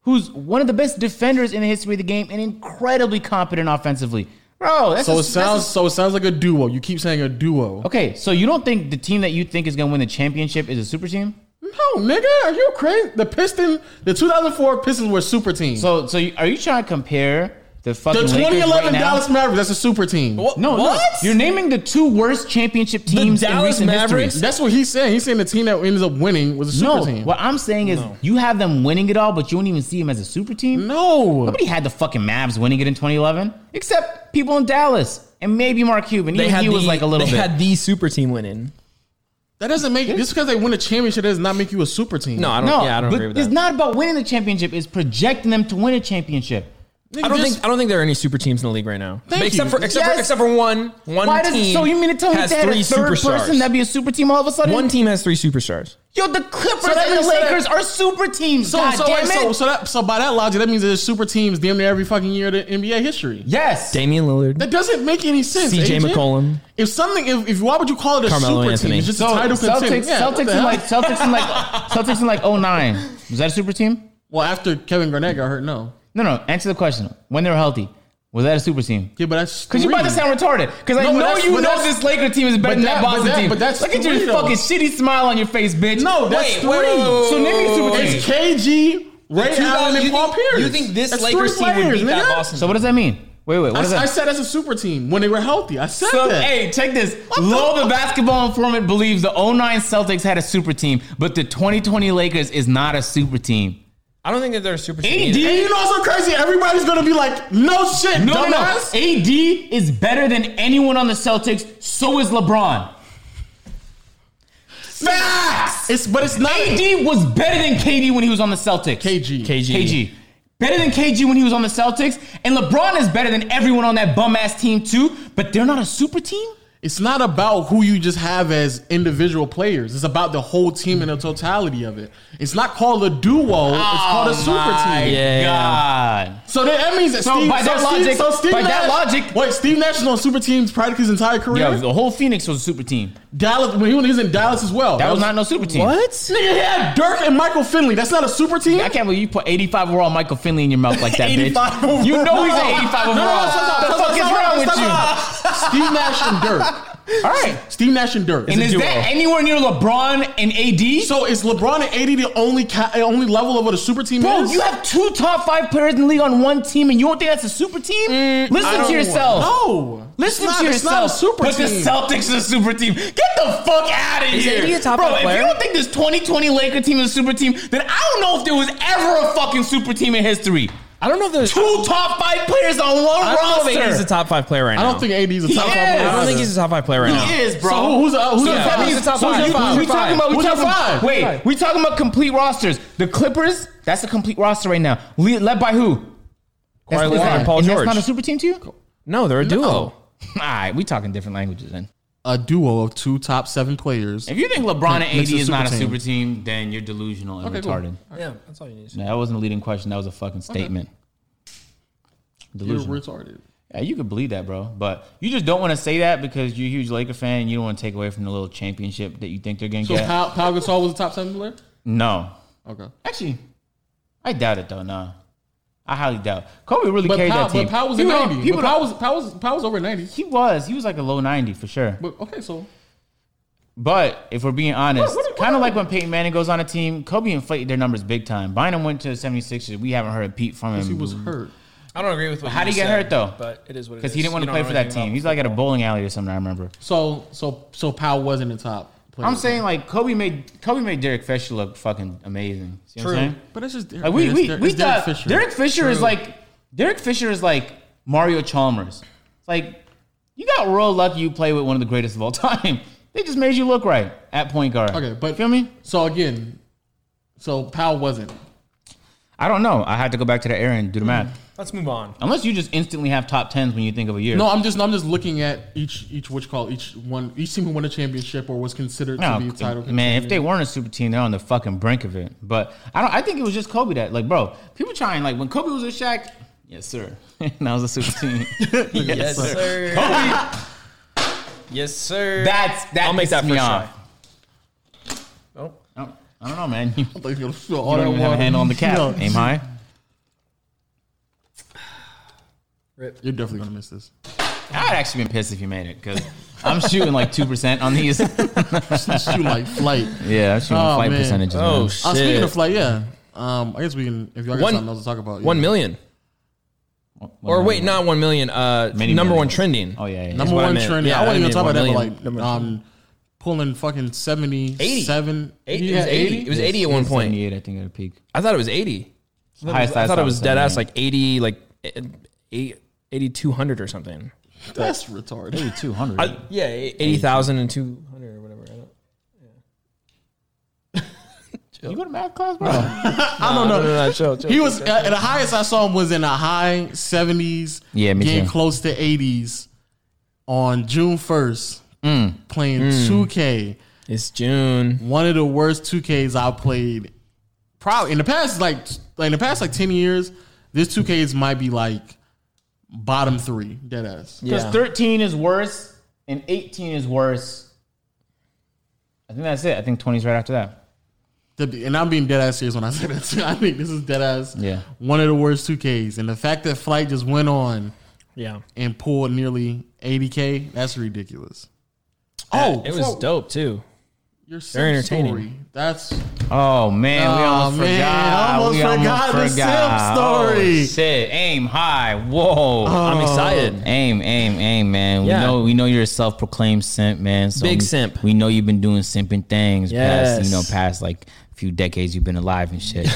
B: who's one of the best defenders in the history of the game and incredibly competent offensively. Bro, that's a-
C: So it
B: that's a-
C: sounds so it sounds like a duo. You keep saying a duo.
B: okay. So you don't think the team that you think is going to win the championship is a super team?
C: No, nigga, are you crazy? The Piston, the 2004 Pistons were a super team.
B: So, so you, are you trying to compare the
C: the
B: fucking Lakers
C: 2011
B: right now-
C: Dallas Mavericks, that's a super team.
B: No, no, you're naming the two worst championship teams in
D: Dallas
B: recent
D: Mavericks?
B: history.
C: That's what he's saying. He's saying the team that ends up winning was a super
B: No,
C: team.
B: what I'm saying is you have them winning it all, but you don't even see them as a super team.
C: No.
B: Nobody had the fucking Mavs winning it in 2011, except people in Dallas and maybe Mark Cuban. Even he was
D: the-
B: like a little
D: They
B: bit.
D: had the super team winning.
C: That doesn't make just because they win a championship does not make you a super team.
D: No, I don't.
B: no,
D: yeah, I don't
B: but
D: agree with
B: it's
D: that.
B: not about winning the championship. It's projecting them to win a championship.
D: I don't
C: this-
D: think I don't think there are any super teams in the league right now,
C: Thank
D: except
C: you.
D: for except
B: Yes.
D: for except for one one
B: Why does
D: team.
B: so you mean to tell me
D: has
B: if they had
D: three
B: a third
D: superstars?
B: person that'd be a super team all of a sudden?
D: one team has three superstars.
B: Yo, the Clippers
C: So that
B: and the
C: means that-
B: Lakers are super teams.
C: So
B: God
C: so,
B: damn
C: wait,
B: it.
C: so so that so by that logic, that means there's super teams damn near every fucking year in NBA history.
B: yes.
D: Damian Lillard,
C: That doesn't make any sense.
D: CJ
C: agent.
D: McCollum.
C: If something, if, if why would you call it a
D: Carmelo
C: super
D: Anthony.
C: team? It's just
B: So
C: a title
B: Celtics,
C: contender. Yeah, what
B: Celtics,
C: the
B: in
C: hell?
B: like Celtics in like Celtics in like 09. Was that a super team?
C: Well, after Kevin Garnett got hurt, no.
B: No, no. Answer the question. When they were healthy, was that a super team?
C: Yeah, but that's
B: Cause you about to
C: three.
B: sound retarded. Cause I
C: No,
B: know
C: but that's-
B: you
C: but
B: know
C: that's-
B: this Laker team is better
C: but
B: than that
C: that- but
B: Boston
C: that-
B: team.
C: but that's
B: look at your
C: three, though.
B: fucking shitty smile on your face, bitch.
C: No, that's
D: Wait,
C: three.
D: wait, wait, wait,
B: So name me super team.
C: It's KG, Ray Allen,
D: two guys-
C: and
D: you
C: Paul
D: think-
C: Pierce.
D: you think this
C: That's
D: Lakers
C: three
D: team would
C: players,
D: beat that
C: nigga.
D: Boston
B: So what does that mean? Wait, wait. What
C: I,
B: does that?
C: I said that's a super team when they were healthy. I said
B: So,
C: that.
B: hey, check this.
C: the
B: Lo, the,
C: fuck?
B: basketball informant, believes the 09 Celtics had a super team, but the 2020 Lakers is not a super team.
D: I don't think that they're a super team.
B: AD?
D: either.
C: And you know what's so crazy? Everybody's gonna be like, no shit,
B: No, no, no.
C: dumbass.
B: AD is better than anyone on the Celtics. So is LeBron. Facts.
C: It's but it's not a-
B: AD was better than KD when he was on the Celtics.
C: KG.
D: KG.
B: KG. Better than KG when he was on the Celtics. And LeBron is better than everyone on that bum ass team, too. But they're not a super team?
C: It's not about who you just have as individual players. It's about the whole team and the totality of it. It's not called a duo.
B: Oh
C: it's called a super team.
D: Yeah.
B: God.
C: So that, that means that
B: So
C: Steve,
B: by that
C: Steve-
B: logic-
C: so Steve
B: by that
C: Nash-
B: logic-
C: wait, Steve Nash is on super teams practically his entire career.
B: Yeah, the whole Phoenix was a super team.
C: Dallas when he, when he was in Dallas as well.
B: That was not no super team.
C: Nigga, he had Dirk and Michael Finley. That's not a super team.
B: I can't believe you put 85 overall Michael Finley in your mouth like that, bitch.
C: 85 overall.
B: You know he's an 85 overall.
C: No, no, no, stop,
B: the
C: stop,
B: fuck is
C: stop,
B: wrong with
C: stop,
B: you?
C: stop. Steve Nash and Dirk.
B: All right.
C: Steve Nash and Dirk.
B: And is that anywhere near LeBron and AD?
C: so is LeBron and AD the only ca- uh, only level of what a super team
B: Bro,
C: is?
B: you have two top five players in the league on one team, and you don't think that's a super team?
D: Mm,
B: Listen to yourself.
C: No.
B: Listen
C: It's
B: to
C: not-
B: yourself.
C: it's not a super
B: but
C: team.
B: the Celtics is a super team. Get the fuck out of here,
D: AD a top
B: bro.
D: five
B: If
D: player?
B: you don't think this 2020 Laker team is a super team, then I don't know if there was ever a fucking super team in history.
D: I don't know if there's.
B: Two top five players on one
D: I don't know if AD is a
B: roster.
D: top five player right
C: I
D: now.
C: don't think AD is a
B: He
C: top
B: is.
C: five.
D: I don't think he's a top five player right now.
B: He is, bro.
C: So who- who's the- who's
B: So
C: the-
B: that
D: who's
B: means
D: the top
B: so
D: five?
B: you-
D: Who's
B: We
D: your five?
B: talking about we
C: Who's your
B: talking about
C: five?
B: wait
C: Five.
B: we talking about complete rosters. The Clippers that's a complete roster right now. Le- led by who? That's
D: Kawhi
B: is
D: Leonard
B: that-
D: and Paul
B: and
D: George.
B: That's not a super team to you.
D: no, they're a duo.
B: All right, we talking different languages then.
C: a duo of two top seven players.
B: If you think LeBron and AD
C: Makes a
B: is not a
C: super team.
B: super team, then you're delusional and
C: cool.
B: retarded.
D: Yeah, that's all you need.
B: No, that wasn't a leading question. That was a fucking statement.
C: You're
B: Delusional.
C: retarded.
B: Yeah, you could believe that, bro. But you just don't want to say that because you're a huge Laker fan. And you don't want to take away from the little championship that you think they're gonna
C: So
B: get.
C: Pau, Pau Gasol was a top seven player.
B: no,
C: Okay,
B: actually, I doubt it though. Nah, I highly doubt. Kobe really
C: but
B: carried
C: Pau,
B: that team.
C: but Pau was a
B: People don't-
C: ninety.
B: people
C: But Pau
B: don't-
C: was Pau was Pau was over ninety.
B: He was. He was like a low ninety for sure.
C: But okay, so
B: But if we're being honest,
C: What- what-
B: kind of like when Peyton Manning goes on a team, Kobe inflated their numbers big time. Bynum went to the 76ers. We haven't heard a peep from him.
C: he was hurt.
D: I don't agree with what
B: How
D: you
B: did he get
D: said,
B: hurt, though?
D: But it is what it is.
B: Because he didn't want to
D: You don't
B: play
D: know
B: for that
D: anything
B: team.
D: about
B: He's like at a bowling alley or something. I remember.
C: So so so Powell wasn't a top. Player.
B: I'm saying like Kobe made Kobe made Derek Fisher look fucking amazing. See what I'm
D: True.
B: saying?
C: but it's just
B: Like we
C: it's
B: we,
C: Derek-
B: we
C: it's Derek
B: thought
C: Fisher.
B: Derek Fisher is
C: True.
B: like Derek Fisher is like Mario Chalmers. It's like you got real lucky you play with one of the greatest of all time. They just made you look right at point guard.
C: Okay, but
B: feel me?
C: So again, so Powell wasn't.
B: I don't know. I had to go back to the era and
C: Hmm.
B: do the math.
D: Let's move on.
B: Unless you just instantly have top tens when you think of a year.
C: No, I'm just I'm just looking at each each which call each one each team who won a championship or was considered
B: No,
C: to be a title.
B: man, if
C: contender.
B: they weren't a super team, they're on the fucking brink of it. But I don't. I think it was just Kobe that, like, bro, people trying like when Kobe was with Shaq. Yes, sir. and that was a super team.
D: Yes, sir. yes, sir.
B: That's that.
D: I'll make
B: pisses
D: that
B: me
D: first
B: off.
D: try. Oh.
B: I don't, I don't know, man. You,
C: I thought you were gonna fill all
B: you don't
C: that
B: even have a
C: water.
B: handle on the cap.
C: No.
B: Aim high.
C: You're definitely gonna miss this.
B: I'd actually been pissed if you made it because I'm shooting like two percent on these.
C: Shoot like flight.
B: yeah, I'm shooting
C: Oh,
B: flight
C: man.
B: percentages.
D: Oh,
B: man.
D: shit.
C: Uh, speaking of flight, yeah. Um, I guess we can if y'all got
D: One-
C: something else to talk about. yeah.
D: One million. Or wait, not one million. Uh,
B: Many
D: number
B: million.
D: one trending.
B: Oh yeah, yeah.
C: Number
D: what I
C: one
D: meant.
C: trending.
D: Yeah,
C: I
D: I
C: wasn't even
D: mean,
C: talk about
D: one
C: that,
D: million.
C: but
D: Number
C: like
D: one
C: um, pulling fucking 77.
D: Eight-
C: Yeah,
D: it was 80. It was 80 at one point.
B: 78, I think at a peak.
D: I thought it was eighty. I thought it was,
B: Highest I
D: I thought
B: saw
D: it was
B: was
D: dead ass
B: 78.
D: like eighty, like eh, eighty two hundred or something.
C: That's retarded.
B: Maybe two hundred.
D: I, yeah, eighty thousand and two hundred or whatever. I don't, yeah.
B: You go to math class, bro?
C: I don't know.
E: No, no, no, chill, chill,
C: he
E: chill,
C: was
E: chill.
C: at the highest I saw him was in the high seventies.
B: Yeah, me
C: getting
B: too.
C: close to eighties on June first,
B: Mm.
C: playing two K.
D: It's June.
C: One of the worst two Ks I played. Probably in the past, like like in the past like ten years, this two Ks might be like bottom three dead ass.
B: Because
D: Yeah.
B: 13 is worse and 18 is worse. I think that's it. I think 20 is right after that.
C: To be- And I'm being dead ass serious when I say that. Too. I think this is dead ass.
B: Yeah.
C: One of the worst two Ks, and the fact that Flight just went on
D: Yeah.
C: and pulled nearly 80k, that's ridiculous.
D: Oh, it was
C: before-
D: dope too.
C: You're so
D: Very entertaining.
C: Sorry. That's
B: Oh man, we
C: Oh,
B: almost
C: man,
B: forgot.
C: almost
B: we
C: forgot the Simp
B: Oh,
C: story.
B: shit, aim high. Whoa.
C: Oh.
D: I'm excited.
B: Aim, aim, aim, man. We
D: Yeah.
B: know we know you're a self-proclaimed simp, man. So
D: Big
B: we-
D: simp.
B: We know you've been doing simping things past,
D: Yes.
B: you know, past like few decades you've been alive and shit.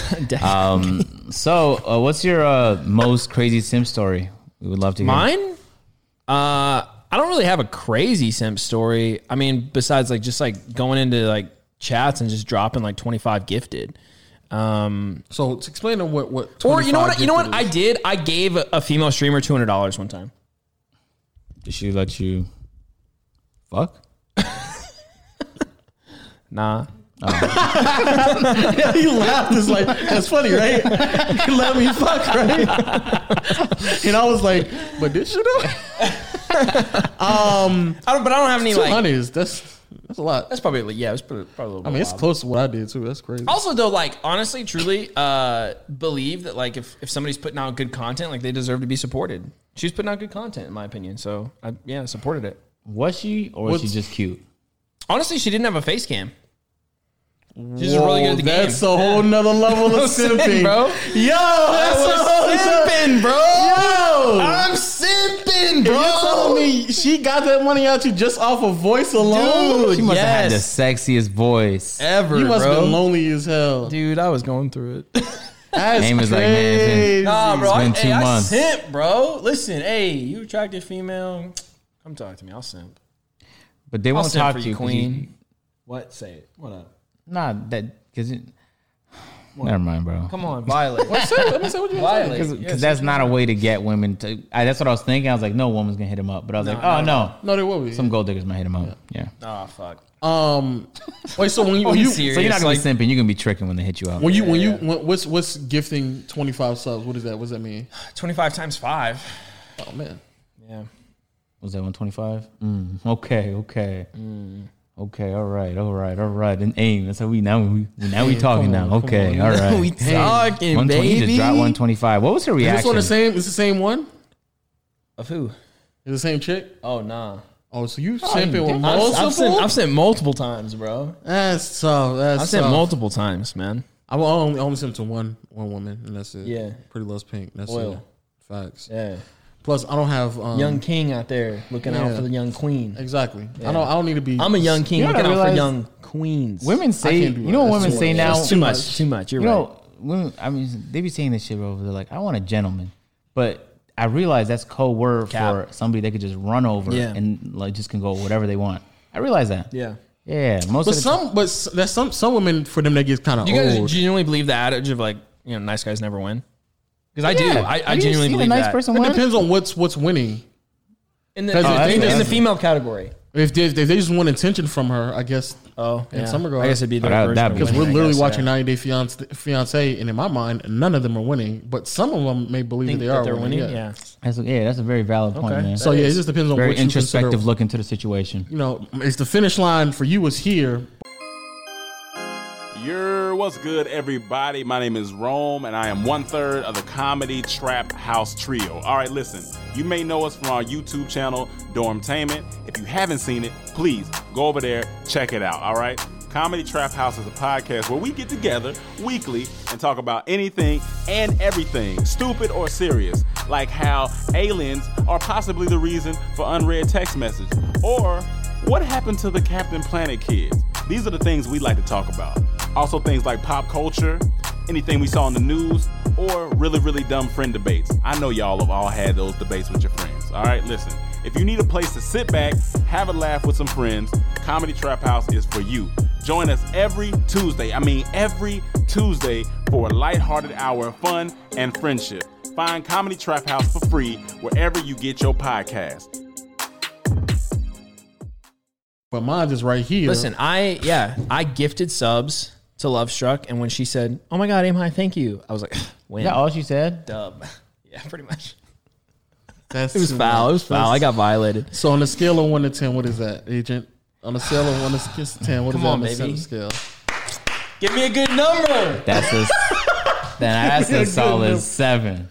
B: um, so, uh, what's your uh, most crazy simp story? We would love to hear.
D: Mine? Uh I don't really have a crazy simp story. I mean, besides like just like going into like chats and just dropping like 25 gifted. Um
C: so. To explain to what what
D: or you know
C: 25
D: what you know what
C: gifted
D: I
C: is.
D: did? I gave a, a female streamer $200 one time.
B: Did she let you fuck?
D: Nah.
C: he laughed. It's like that's funny, right? He let me fuck, right? and I was like, but this should have Um,
D: I don't but I don't have any
C: two
D: like
C: hundred. That's that's a lot.
D: That's Oh, probably like, yeah, it's probably, probably a little
C: I mean, it's close to what I did too. That's crazy.
D: Also, though, like honestly, truly, uh, believe that like if, if somebody's putting out good content, like they deserve to be supported. She's putting out good content, in my opinion. So I, yeah, supported it.
B: Was she or was she
C: What's-
B: just cute?
D: Honestly, she didn't have a face cam. She's really good at the game.
C: that's a whole nother level of
D: Simping,
C: simping,
D: bro.
C: Yo, that's a whole
D: was
C: nother-
D: simping, bro.
C: Yo,
D: I'm simping,
C: You're telling
D: bro.
C: me she got that money out you just off of voice alone?
D: Dude,
B: She must have had the
D: yes,
B: sexiest voice.
D: ever,
C: you must
D: bro.
C: have been lonely as hell.
D: Dude, I was going through it.
C: That's
B: Aim is like, man, it's in-
C: crazy.
D: Nah, bro. I,
B: been two
D: hey, I
B: months.
D: simp, bro. Listen, hey, you attractive female, come talk to me. I'll simp.
B: But they
D: I'll
B: won't
D: simp
B: talk
D: for
B: to
D: you,
B: you, 'cause
D: queen. What? Say it. What up?
B: You, nah, that because it. Never mind, bro.
D: Come on, violate.
C: Let me say what you
D: violate.
B: Because
D: Yeah,
B: that's not a way to get women to. I, that's what I was thinking. I was like, no woman's gonna hit him up. But I was like, oh no,
C: No, there will be.
B: some gold diggers might hit him up. Yeah.
D: Oh fuck.
C: um, wait. So when you when
D: you
C: you
D: serious?
B: So you're not gonna
D: Like-
B: be simping. You're gonna be tricking when they hit you up.
C: when you when you when, what's what's gifting twenty five subs? What is that? What does that mean?
D: Twenty five times five.
C: Oh man,
D: Yeah.
B: Was that 125? Mm, okay, okay, okay. All right, all right, all right. And aim. That's how we now we now we talking
C: on,
B: now.
C: come
B: Okay,
C: on.
B: all right. we
D: Talking
B: 120 you just dropped 125. What was her
C: is this
B: reaction?
C: one the same? Is the same one?
D: Of who?
C: Is the same chick?
D: Oh nah.
C: Oh, so you simping with
D: I've,
C: multiple?
D: I've sent I've sent multiple times, bro.
C: that's tough. That's
D: I've sent
C: tough.
D: multiple times, man.
C: I will only, I only sent to one one woman, and that's it.
D: Yeah.
C: pretty loves pink. That's
D: Oil.
C: it. Facts.
D: Yeah.
C: Plus, I don't have um,
D: Young king out there looking out
C: yeah.
D: for the young queen.
C: Exactly. I don't. I don't need to be.
D: I'm a young king
B: Uh, You know
D: looking
B: what I
D: out for
B: realized?
D: young queens.
B: Women say, you
C: can't do
B: know
C: that.
B: what women
C: That's
B: say
C: too
B: now?
D: It's too much. Too much. You're
B: You
D: right.
B: know, women, I mean, they be saying this shit over. They're like, I want a gentleman. But I realize that's code word
D: Cap.
B: for somebody they could just run over
D: Yeah.
B: and like just can go whatever they want. I realize that.
D: yeah.
B: Yeah. Most
C: But
B: of the time.
C: some, but s- there's some some women for them that gets kind of
D: Do you guys
C: old.
D: genuinely believe the adage of like, you know, nice guys never win? Because I do.
B: Yeah.
D: I, I
B: Have you
D: genuinely
B: seen
D: believe
B: a nice
D: that.
B: person
C: it
B: win?
C: depends on what's what's winning.
D: In the,
C: 'Cause
D: in
C: if
D: the-
C: they
D: in
C: just-
D: the female category.
C: If they, if they just want attention from her, I guess
D: Oh,
C: In
D: yeah.
C: some regard.
D: I guess it'd be the
B: Oh, that-
D: version
B: that-
D: of
B: because
C: because
D: winning,
C: we're
D: I
C: literally
D: guess,
C: watching
D: yeah.
C: 90 Day Fiance, Fiance, and in my mind, none of them are winning. But some of them may believe
D: Think
C: that they
D: that
C: are
D: they're
C: winning. Yeah.
D: yeah.
B: That's, yeah, that's a very valid point,
D: Okay.
B: man.
C: So yeah, it just depends on
B: very
C: what you
B: introspective
C: consider.
B: look into the situation.
C: You know, if the finish line for you is here,
F: You're what's good, everybody? My name is Rome, and I am one third of the comedy trap house trio. All right, listen, you may know us from our YouTube channel, Dormtainment. If you haven't seen it, please go over there, check it out. All right, Comedy Trap House is a podcast where we get together weekly and talk about anything and everything, stupid or serious, like how aliens are possibly the reason for unread text messages, or what happened to the Captain Planet kids. These are the things we like to talk about. Also, things like pop culture, anything we saw in the news, or really, really dumb friend debates. I know y'all have all had those debates with your friends. All right, listen. If you need a place to sit back, have a laugh with some friends, Comedy Trap House is for you. Join us every Tuesday, I mean every Tuesday, for a lighthearted hour of fun and friendship. Find Comedy Trap House for free wherever you get your podcast.
C: But mine is right here.
D: Listen, I yeah, I gifted subs to Love Struck, and when she said, "Oh my God, aim high, thank you," I was like, "Win,
B: that all she said?
D: dub." Yeah, pretty much.
C: That's
D: It was foul. It was foul. I got violated.
C: So on a scale of one to ten, what is that, Agent? On a scale of one to s- ten, what is
D: Come
C: that
D: on,
C: on,
D: baby.
C: a seven scale?
D: Give me a good number.
B: That's a then that's a solid seven.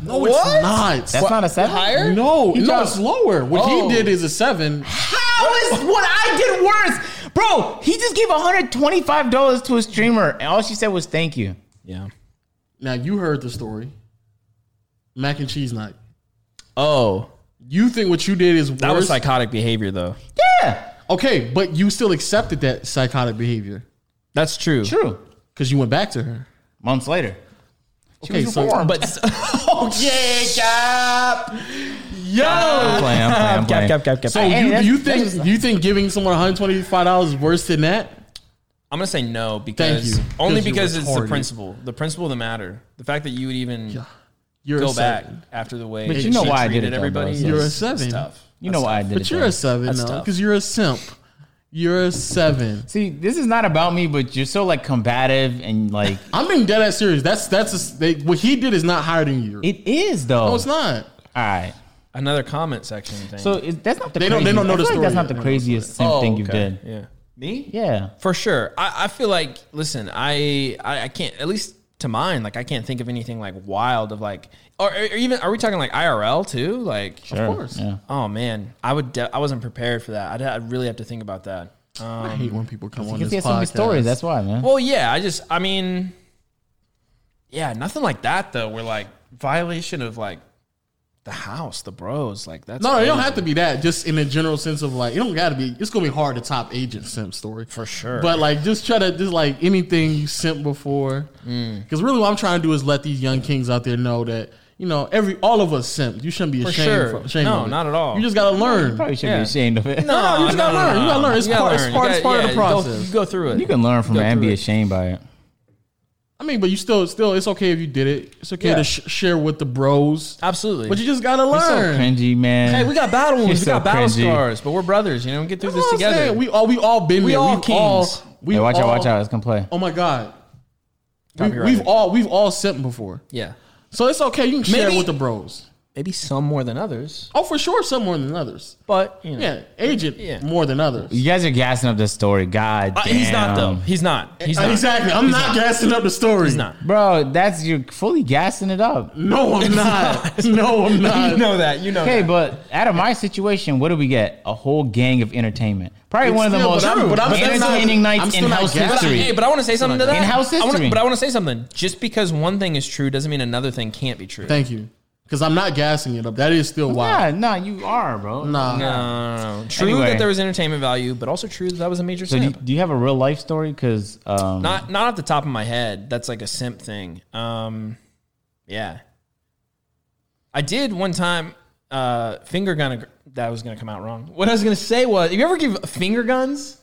C: No, it's not.
B: That's not a seven.
D: Higher?
C: no,
B: He
C: no,
B: tried-
C: it's lower. What
D: Oh.
C: he did is a seven.
B: How is what I did worse, bro? He just gave one hundred twenty-five dollars to a streamer, and all she said was "thank you."
D: Yeah.
C: Now you heard the story. Mac and cheese night.
D: Oh,
C: You think what you did is worse?
D: that was psychotic behavior, though.
B: Yeah,
C: okay, but you still accepted that psychotic behavior
D: That's true.
B: true.
C: because you went back to her.
B: Months later, she
C: Okay,
B: was
C: so-
B: warm.
D: But oh yeah, cap,
B: I'm playing, I'm playing, I'm
D: cap,
B: playing.
D: cap, cap, cap.
C: So
B: Hey,
C: you,
B: that's-
C: you
B: that's
C: think you think giving someone one hundred twenty five dollars is worse than that?
D: I'm gonna say no because
C: you.
D: only
C: 'Cause you're
D: because it's the
C: retarded.
D: principle, the principle of the matter, the fact that you would even
C: You're
D: go
C: a
D: back
C: seven.
D: after the way.
B: But you
D: she
B: know why I did
D: treated
B: it, though,
D: Everybody,
B: bro.
D: is-
C: You're a
D: is
C: seven.
D: tough.
B: You know
D: That's
B: why I
D: tough.
B: did it.
C: But you're
B: though.
C: a seven
D: That's
C: now
D: tough.
C: because you're a simp. You're a seven.
B: See, this is not about me, but you're so like combative and like
C: I'm being dead ass serious. That's that's a s they, what he did is not higher than you.
B: it is though.
C: no, it's not.
B: All right.
D: Another comment section thing.
B: So it, that's not the.
C: They don't- they don't know
B: craziest- I feel
C: the
B: like That's
C: story
B: not
C: yet.
B: the craziest simp
D: Oh,
B: thing you've
D: okay.
B: done.
D: Yeah. Me?
B: Yeah.
D: For sure. I, I feel like, listen, I, I I can't at least to mine, like I can't think of anything like wild of like or, or even are we talking like IRL too? Like
B: Sure.
C: course.
B: Yeah.
D: oh man, I would de- I wasn't prepared for that. I'd, I'd really have to think about that.
C: I hate when people come on
B: Because
C: this
B: he has so many
C: podcast.
B: stories. That's why, man.
D: Well, yeah, I just I mean yeah, nothing like that though. We're like violation of like the house, the bros, like that's
C: no, no, it don't
D: crazy.
C: have to be that. Just in a general sense of like, it don't got to be. It's gonna be hard to top agent simp story
D: for sure.
C: But like, just try to just like anything you sent before,
D: Mm.
C: because really what I'm trying to do is let these young kings out there know that you know every all of us simp. You shouldn't be
D: For
C: ashamed.
D: sure.
C: for- ashamed
D: No,
C: of it.
D: not at all.
C: You just gotta learn.
B: Probably should
D: Yeah.
B: be ashamed of it.
D: no,
C: no, you just gotta learn. You gotta learn. It's
D: You gotta
C: part- it's
D: learn.
C: part-
D: You
C: it's
D: gotta-
C: part of the
D: yeah, you go-
C: process.
D: You go through it.
B: You can learn from
D: Go
B: it and
D: through
B: be
D: it.
B: ashamed by it.
C: I mean, but you still still it's okay if you did it. It's okay
D: Yeah.
C: to sh- share with the bros.
D: Absolutely.
C: But you just gotta
B: You're so
C: learn.
B: cringy, man.
D: Hey, we got battle wounds.
B: He's
D: We
B: so
D: got battle
B: cringy.
D: scars, but we're brothers. You know, we get through
C: That's
D: this
C: what I'm
D: together.
C: saying. We all we all been
D: We
C: there.
D: all
C: We've
D: kings.
C: we
B: Hey, watch out, watch
C: all-
B: out. It's gonna play.
C: Oh my god. We,
D: Copyrighted.
C: we've all we've all simped before,
D: yeah,
C: so it's okay. You can share
D: Maybe-
C: with the bros.
D: maybe some more than others,
C: Oh, for sure, some more than others.
D: but you know,
C: Yeah, agent
D: Yeah.
C: more than others.
B: You guys are gassing up this story. God
D: Uh,
B: damn.
D: he's not though. He's not. He's not.
C: Exactly. I'm not, gassing up the Uh, story.
D: He's not.
B: Bro, that's you're fully gassing it up.
C: No, I'm not. no, I'm
D: You
C: not.
D: know that. You know.
B: Okay,
D: that.
B: but out of my situation, what do we get? A whole gang of entertainment. Probably one of the
C: still-
B: most
C: but I'm- but I'm still not-
B: entertaining
C: I'm
B: nights
C: still
B: in
C: not
B: house
C: gassing-
D: But I-
B: history.
D: hey, but I want to say something to that.
B: In-house
D: I wanna,
B: history.
D: but I want to say something. Just because one thing is true doesn't mean another thing can't be true.
C: Thank you, because I'm not gassing it up. That is still
B: Nah,
C: wild.
B: nah, you are, bro.
C: Nah.
D: no, no, no, no. Uh, True
B: Anyway.
D: that there was entertainment value, but also true that that was a major
B: So do you,
D: simp.
B: do you have a real life story? Because um,
D: not not off the top of my head. That's like a simp thing. Um, yeah, I did one time. Uh, finger gun. a gr- That was gonna come out wrong. What I was gonna say was, you ever give finger guns?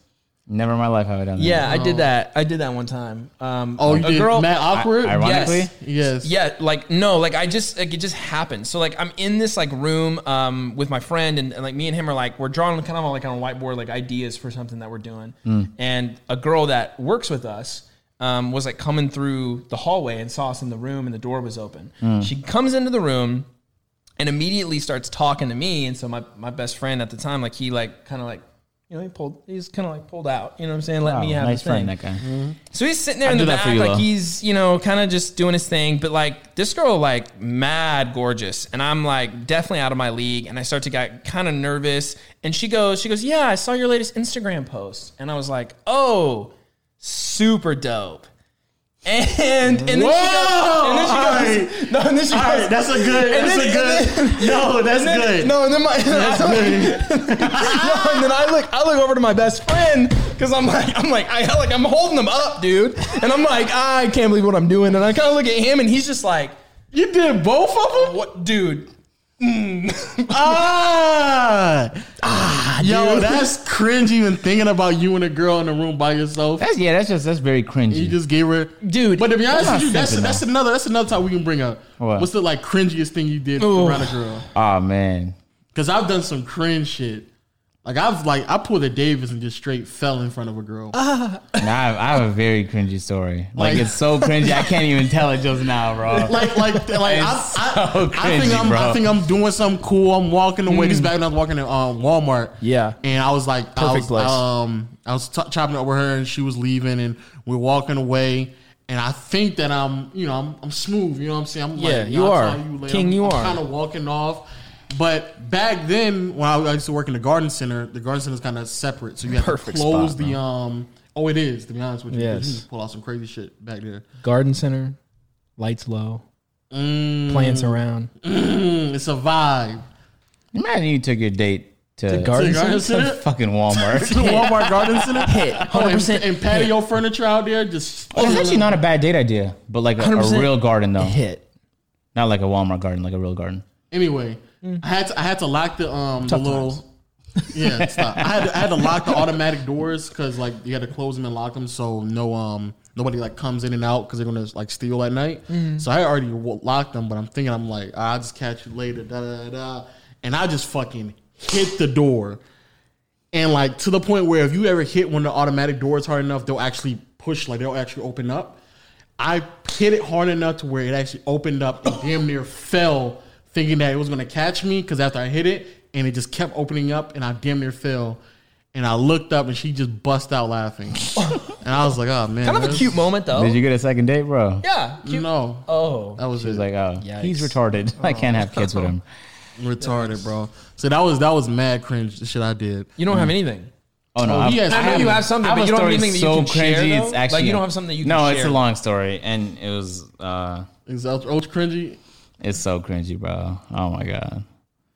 B: never in my life have I done that.
D: Yeah, I did that. I did that one time. Um,
C: Oh, you
D: a
C: did
D: girl.
C: Matt awkward.
B: Ironically,
D: Yes.
C: yes.
D: Yeah, like no, like I just like it just happened. So like I'm in this like room um with my friend and, and, like me and him are like we're drawing kind of like on a whiteboard like ideas for something that we're doing.
B: Hmm.
D: And a girl that works with us um was like coming through the hallway and saw us in the room and the door was open.
B: Hmm.
D: She comes into the room and immediately starts talking to me and so my my best friend at the time like he like kind of like you know he pulled he's kind of like pulled out, you know what I'm saying? Let
B: Wow,
D: me have
B: Oh, nice
D: the thing.
B: friend, that guy.
C: Mm-hmm.
D: So he's sitting there
B: I
D: in the
B: do that
D: back,
B: for you,
D: like
B: though.
D: he's you know kind of just doing his thing. But like this girl, like mad gorgeous, and I'm like definitely out of my league, and I start to get kind of nervous. And she goes, she goes, yeah, I saw your latest Instagram post, and I was like, oh, super dope. And and then she goes, and then she goes, no, and then she goes,
C: All right, that's a good.
D: And
C: That's
D: then-
C: a
D: and
C: good. No, that's
D: and then-
C: good.
D: No, and then my No, and then I look I look over to my best friend because I'm like I'm like I like I'm holding him up, dude, and I'm like I can't believe what I'm doing, and I kind of Mm. look at him and he's just like
C: You did both of them.
D: what, dude.
C: Ah, ah, yo, that's cringe. Even thinking about you and a girl in a room by yourself.
B: That's yeah. That's just that's very cringy.
C: You just gave her,
D: Dude,
C: But to be honest
B: that's
C: with you,
B: not
C: that's
B: simping,
C: that's another that's another time we can bring up.
B: What?
C: What's the like cringiest thing you did
D: Ooh.
C: around a girl?
B: oh man.
C: Because I've done some cringe shit. Like I've like I pulled a Davis and just straight fell in front of a girl.
B: Nah, I, have, I have a very cringy story. Like,
C: Like-
B: it's so cringy, I can't even tell it just now, bro.
C: like like like I,
B: It's
C: I,
B: so
C: I think
B: cringy,
C: I'm
B: bro.
C: I think I'm doing something cool. I'm walking away. This back when I was walking in um, Walmart.
D: Hmm. Yeah.
C: and I was like, I
D: Perfect
C: was,
D: place.
C: um, I was t- chopping up with her, and she was leaving, and we're walking away. And I think that I'm, you know, I'm, I'm smooth. You know what I'm saying? I'm
D: Yeah,
C: like,
D: you
C: nah,
D: are.
C: I'm telling like,
D: King,
C: I'm-
D: you
C: I'm
D: are.
C: Kind of walking off. But back then, when I, I used to work in the garden center, the garden center is kind of separate, so you have
D: Perfect
C: to close
D: spot,
C: the um. Oh, it is. To be honest with you, 'cause
D: Yes.
C: you just pull out some crazy shit back there.
D: Garden center, lights low,
C: Mm,
D: plants around.
C: it's a vibe.
B: Imagine you took your date to,
D: The garden
C: Cigar
D: center.
B: to
C: incident?
B: fucking Walmart.
C: the Walmart garden center. Hit, and,
D: 100%
C: and patio furniture out there. Just
B: It's actually not a bad date idea, but like a, a
D: 100%
B: real garden though,
D: Hit.
B: not like a Walmart garden, like a real garden.
C: anyway. I had to I had to lock the um
D: Tough
C: the little. Yeah, stop. I had to, I had to lock the automatic doors because like you had to close them and lock them so no um nobody like comes in and out because they're gonna like steal at night. So I already w- locked them, but I'm thinking I'm like "Ah, I'll just catch you later, da da da, da. and I just fucking hit the door. And like to the point where if you ever hit one of the automatic doors hard enough, they'll actually push, like they'll actually open up. I hit it hard enough to where it actually opened up and damn near fell, thinking that it was gonna catch me, because after I hit it and it just kept opening up and I damn near fell. And I looked up and she just bust out laughing. and I was like, oh man.
D: Kind of a
C: this-
D: cute moment though.
B: Did you get a second date, bro?
D: Oh. yeah. Cute.
C: No.
D: Oh.
C: That was
B: She was
C: it.
B: like, oh, he's
D: Yikes.
B: retarded. I can't have kids with him.
C: retarded, bro. So that was that was mad cringe the shit I did.
D: You don't have anything.
B: Oh no,
C: Oh,
B: I've-
C: yes,
D: I know you have something,
B: I
D: but
B: have
D: you
B: a
D: don't have
B: story
D: anything that
B: so
D: you can share.
B: cringy.
D: though?
B: It's actually
D: like you don't have something that you can
B: no,
D: share.
B: it's a long story, and it was uh,
C: Is that ultra cringy?
B: it's so cringy, bro. Oh my god,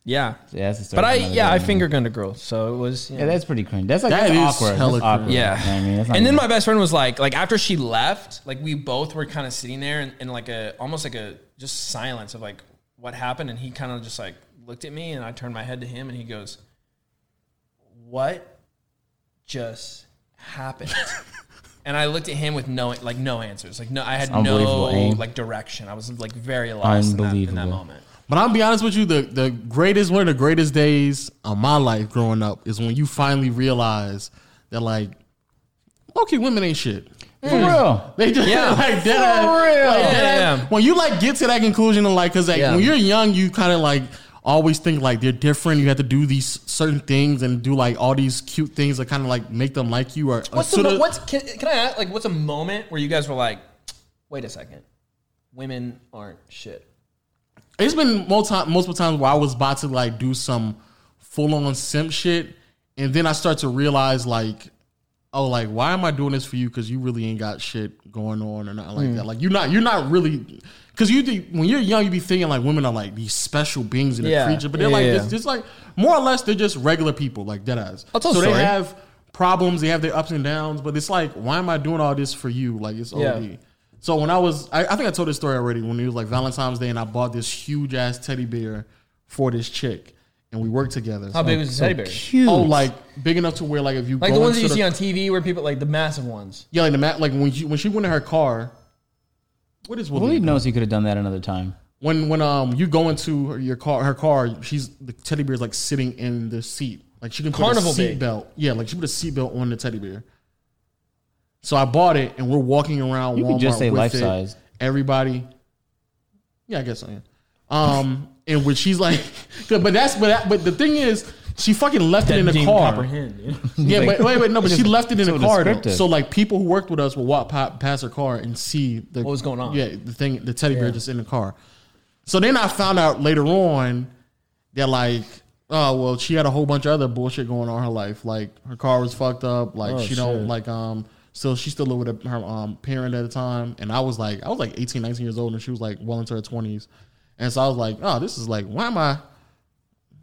D: Yeah.
B: yeah, that's a story.
D: But I
B: for another
D: yeah,
B: day,
D: I
B: man.
D: finger gunned a girl. So it was yeah.
B: Yeah, that's pretty cringe. That's like
C: That
B: that's
C: is
B: awkward.
C: hella
B: That's awkward.
C: cringe.
B: You know what I mean, That's not
D: and then
B: even-
D: my best friend was like, like after she left, like we both were kind of sitting there in, in like a almost like a just silence of like what happened, and he kind of just like looked at me, and I turned my head to him, and he goes, "What just happened?" and I looked at him with no like no answers, like no, I had no
B: unbelievable, eh?
D: like direction. I was like very lost in that, in that
B: Unbelievable.
D: moment.
C: But I'll be honest with you, the, the greatest one of the greatest days of my life growing up is when you finally realize that like okay, women ain't shit.
B: for real.
C: They just
D: Yeah.
C: like dead ass, like,
D: Yeah,
C: dead
D: yeah,
C: ass-
D: yeah.
C: When you like get to that conclusion of like, cause like
D: Yeah.
C: when you're young, you kind of like always think like they're different. You have to do these certain things and do like all these cute things that kind of like make them like you. Or
D: What's
C: or
D: the,
C: sorta-
D: mo- what's can, can I ask, like what's a moment where you guys were like, wait a second, women aren't shit.
C: It's been multi- multiple times where I was about to like do some full on simp shit, and then I start to realize like, oh, like why am I doing this for you? Because you really ain't got shit going on or nothing like
D: Mm.
C: that. Like you're not you're not really because you think when you're young you be thinking like women are like these special beings in
D: Yeah.
C: a creature, but they're
D: Yeah,
C: like
D: yeah,
C: just,
D: yeah.
C: just like more or less they're just regular people like deadass.
D: I'll tell a
C: so they
D: story.
C: have problems, they have their ups and downs, but it's like why am I doing all this for you? Like it's
D: Yeah.
C: OD. So when I was, I, I think I told this story already. When it was like Valentine's Day, and I bought this huge ass teddy bear for this chick, and we worked together.
D: How big was the teddy bear?
C: Oh, like big enough to where like if you
D: Like
C: go
D: the ones that
C: into
D: you
C: the-
D: see on TV where people like the massive ones.
C: yeah, like the mat, like when she when she went in her car. What is Willie?
B: Who knows he could have done that another time?
C: when when um you go into her, your car her car she's the teddy bear's like sitting in the seat like she can put
D: Carnival
C: a
D: bag.
C: seat belt yeah like she put a seat belt on the teddy bear so I bought it and we're walking around
B: You
C: Walmart
B: could just say
C: with
B: life
C: it.
B: size.
C: everybody yeah I guess I am um and when she's like but that's but that, but the thing is she fucking left it in the car
D: Comprehend, you know?
C: yeah,
B: Like-
C: but wait, wait, no, but she left it in
B: so
C: the car. though.
B: descriptive.
C: So like people who worked with us will walk pa- past her car and see the,
D: What was going on.
C: Yeah, the thing, the teddy bear just in the car. So then I found out later on that like, oh well, she had a whole bunch of other bullshit going on in her life. Like her car was fucked up. Like
D: Oh,
C: she don't like um. So she still lived with her um, parent at the time, and I was like, I was like 18, 19 years old, and she was like well into her twenties, and so I was like, oh, this is like, why am I?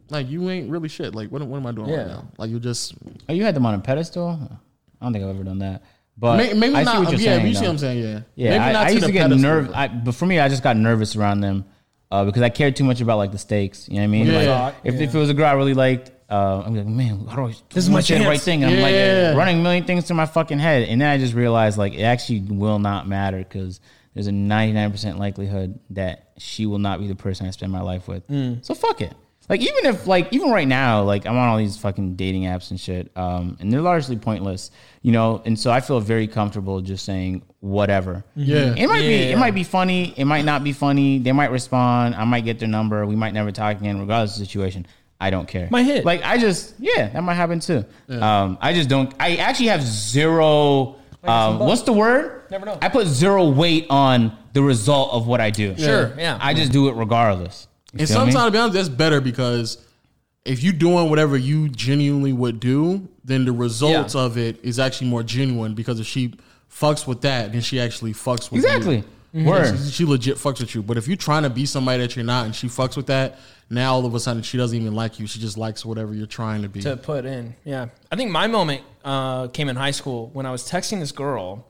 C: Like you ain't really shit. Like what, am- what am I doing
D: Yeah.
C: right now? Like you just
B: Oh, you had them on a pedestal. I don't think I've ever done that. But
C: May- Maybe
B: I see
C: not.
B: what you're
C: yeah,
B: saying.
C: you see
B: though.
C: what I'm saying. Yeah,
B: Yeah,
C: Maybe
B: I,
C: not
B: I used to,
C: the
B: get
C: pedestal,
B: nerve.
C: but-
B: I, but for me, I just got nervous around them. uh, because I cared too much about like the stakes. You know what I mean?
C: Yeah.
B: Like, if, if it was a girl I really liked, uh, I'm like, man, how do I this
D: is my
B: the right
D: chance.
B: thing? And I'm like
C: Yeah.
B: running a million things through my fucking head, and then I just realized like it actually will not matter because there's a 99 percent likelihood that she will not be the person I spend my life with.
D: Mm.
B: So fuck it. Like even if like even right now like I'm on all these fucking dating apps and shit, um, and they're largely pointless, you know. And so I feel very comfortable just saying whatever.
C: Yeah.
B: it might be
D: Mm-hmm. Yeah.
B: it might be funny, it might not be funny. They might respond. I might get their number. We might never talk again, regardless of the situation. I don't care.
D: Might hit.
B: Like I just yeah, that might happen too. Um, I just don't. I actually have zero. Um, what's the word?
D: Never know.
B: I put zero weight on the result of what I do.
D: Sure, yeah.
B: I just do it regardless. You
C: And
B: feel me?
C: sometimes, to be honest, that's better because if you're doing whatever you genuinely would do, then the results
D: Yeah.
C: of it is actually more genuine because if she fucks with that, then she actually fucks with
B: exactly.
C: you.
D: Mm-hmm.
B: Word.
C: She legit fucks with you. But if you're trying to be somebody that you're not and she fucks with that, now all of a sudden she doesn't even like you. She just likes whatever you're trying to be.
D: to put in. Yeah, I think my moment uh, came in high school when I was texting this girl,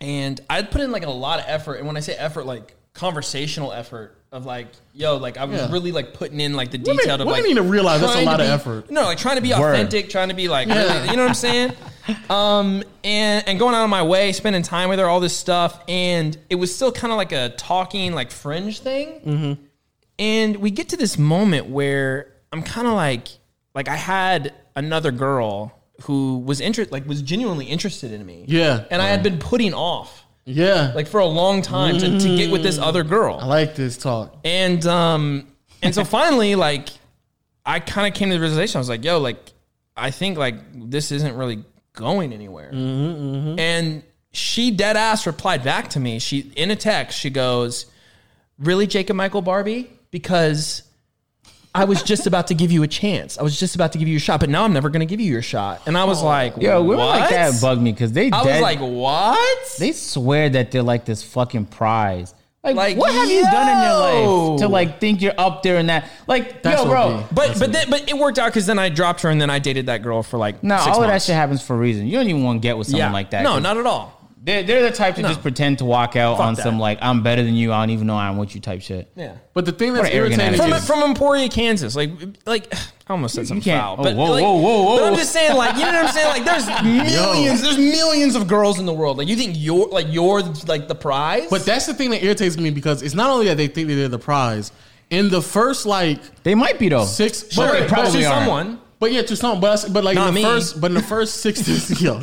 D: and I put in like a lot of effort. And when I say effort, like conversational effort of like, yo, like I was
C: Yeah.
D: really like putting in like the
C: Women-
D: detail of
C: women
D: like.
C: need to realize that's a
D: trying to
C: lot of
D: be-
C: effort.
D: No, like trying to be
B: Word.
D: authentic, trying to be like, really- you know what I'm saying? Um, and and going out of my way, spending time with her, all this stuff, and it was still kind of like a talking, like fringe thing. And we get to this moment where I'm kind of like, like I had another girl who was interested, like was genuinely interested in me.
C: Yeah.
D: and I had been putting off
C: yeah. Like,
D: like for a long time to, to get with this other girl
C: I like this talk.
D: and um and so finally like i kind of came to the realization i was like yo like i think like this isn't really going anywhere
B: Mm-hmm,
D: and she dead ass replied back to me she in a text she goes really jacob michael barbie because I was just about to give you a chance. I was just about to give you a shot, but now I'm never going to give you your shot. And I was like,
B: Oh. Yo, women
D: what?
B: like that bug me because they
D: I
B: dead,
D: was like, what?
B: they swear that they're like this fucking prize. Like,
D: Like,
B: what have you done in your
D: yo.
B: life to like think you're up there in that? Like,
C: That's
B: yo,
C: OP.
B: bro,
D: but but then, but it worked out because then I dropped her and then I dated that girl for like
B: No,
D: six
B: all of that
D: months.
B: shit happens for a reason. You don't even want to get with someone like that.
D: No, not at all.
B: They're, they're the type to
D: No.
B: just pretend to walk out on
D: that.
B: some like I'm better than you. I don't even know I'm with you type shit.
D: Yeah.
C: But the thing that's
B: an arrogant
C: irritating
B: attitude.
D: From,
C: is
D: from Emporia, Kansas, like, like I almost said something
B: can't-
D: foul,
B: oh,
D: but
B: whoa,
D: like,
B: whoa, whoa, whoa.
D: But I'm just saying, like, you know what I'm saying? Like, there's millions, there's millions of girls in the world. Like, you think you're like you're like the prize?
C: But that's the thing that irritates me because it's not only that they think that they're the prize. In the first like
B: They might be though.
C: six,
B: But
C: Sure,
B: they probably
D: she's
B: aren't.
D: someone.
C: But yeah, to some, but, I- but like
D: Not
C: in the
D: me.
C: first, but in the first six, yo,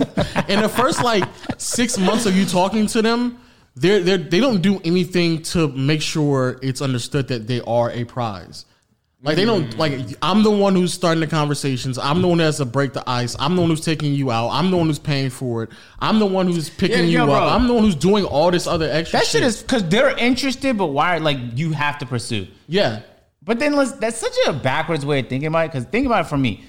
C: in the first like six months of you talking to them, they're they are they don't do anything to make sure it's understood that they are a prize. Like they don't like I'm the one who's starting the conversations. I'm the one that has to break the ice. I'm the one who's taking you out. I'm the one who's paying for it. I'm the one who's picking
B: Yeah,
C: you
B: yo,
C: up.
B: bro.
C: I'm the one who's doing all this other extra.
B: That shit is because they're interested, but why? Like you have to pursue.
C: yeah.
B: But then let's, that's such a backwards way of thinking about it. Because think about it for me.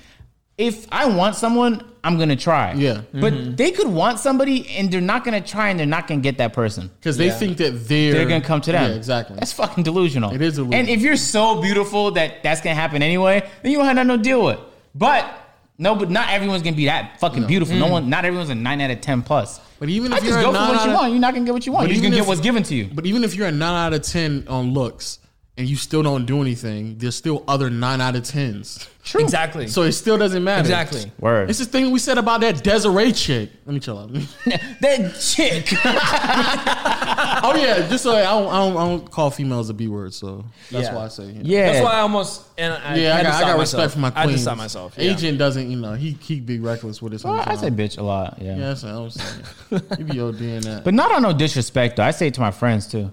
B: If I want someone, I'm gonna try.
C: Yeah.
B: But
D: Mm-hmm.
B: they could want somebody and they're not gonna try and they're not gonna get that person.
C: Because they think that they're
B: they're gonna come to them.
C: Yeah, exactly.
B: That's fucking delusional.
C: It is delusional.
B: And if you're so beautiful that that's gonna happen anyway, then you don't have nothing to deal with. But no, but not everyone's gonna be that fucking beautiful. No one, not everyone's a nine out of ten plus.
C: Mm. But even
B: I
C: if
B: just
C: you're a
B: go for
C: nine
B: what
C: out
B: you
C: of-
B: want. You're not gonna get what you want.
C: But
B: You're just
C: even
B: gonna
C: if-
B: get what's given to you.
C: But even if you're a nine out of ten on looks and you still don't do anything, there's still other nine out of tens.
B: True.
D: exactly.
C: So it still doesn't matter.
D: Exactly.
B: Word.
C: It's the thing we said about that Desiree chick. Let me chill out.
B: that chick.
C: oh yeah, just so I don't, I don't I don't call females a b word, so that's
D: Yeah.
C: why I say yeah.
B: yeah.
D: that's why I almost and I
C: Yeah, I got, I
D: had to stop
C: got
D: myself.
C: respect for my
D: I had
C: queen.
D: to stop myself. Yeah.
C: Agent doesn't, you know, he he be reckless with his.
B: Well,
C: own
B: I say
C: job.
B: bitch a lot. Yeah.
C: yeah, that's what I'm saying. you be ODing that.
B: But not on no disrespect though. I say it to my friends too.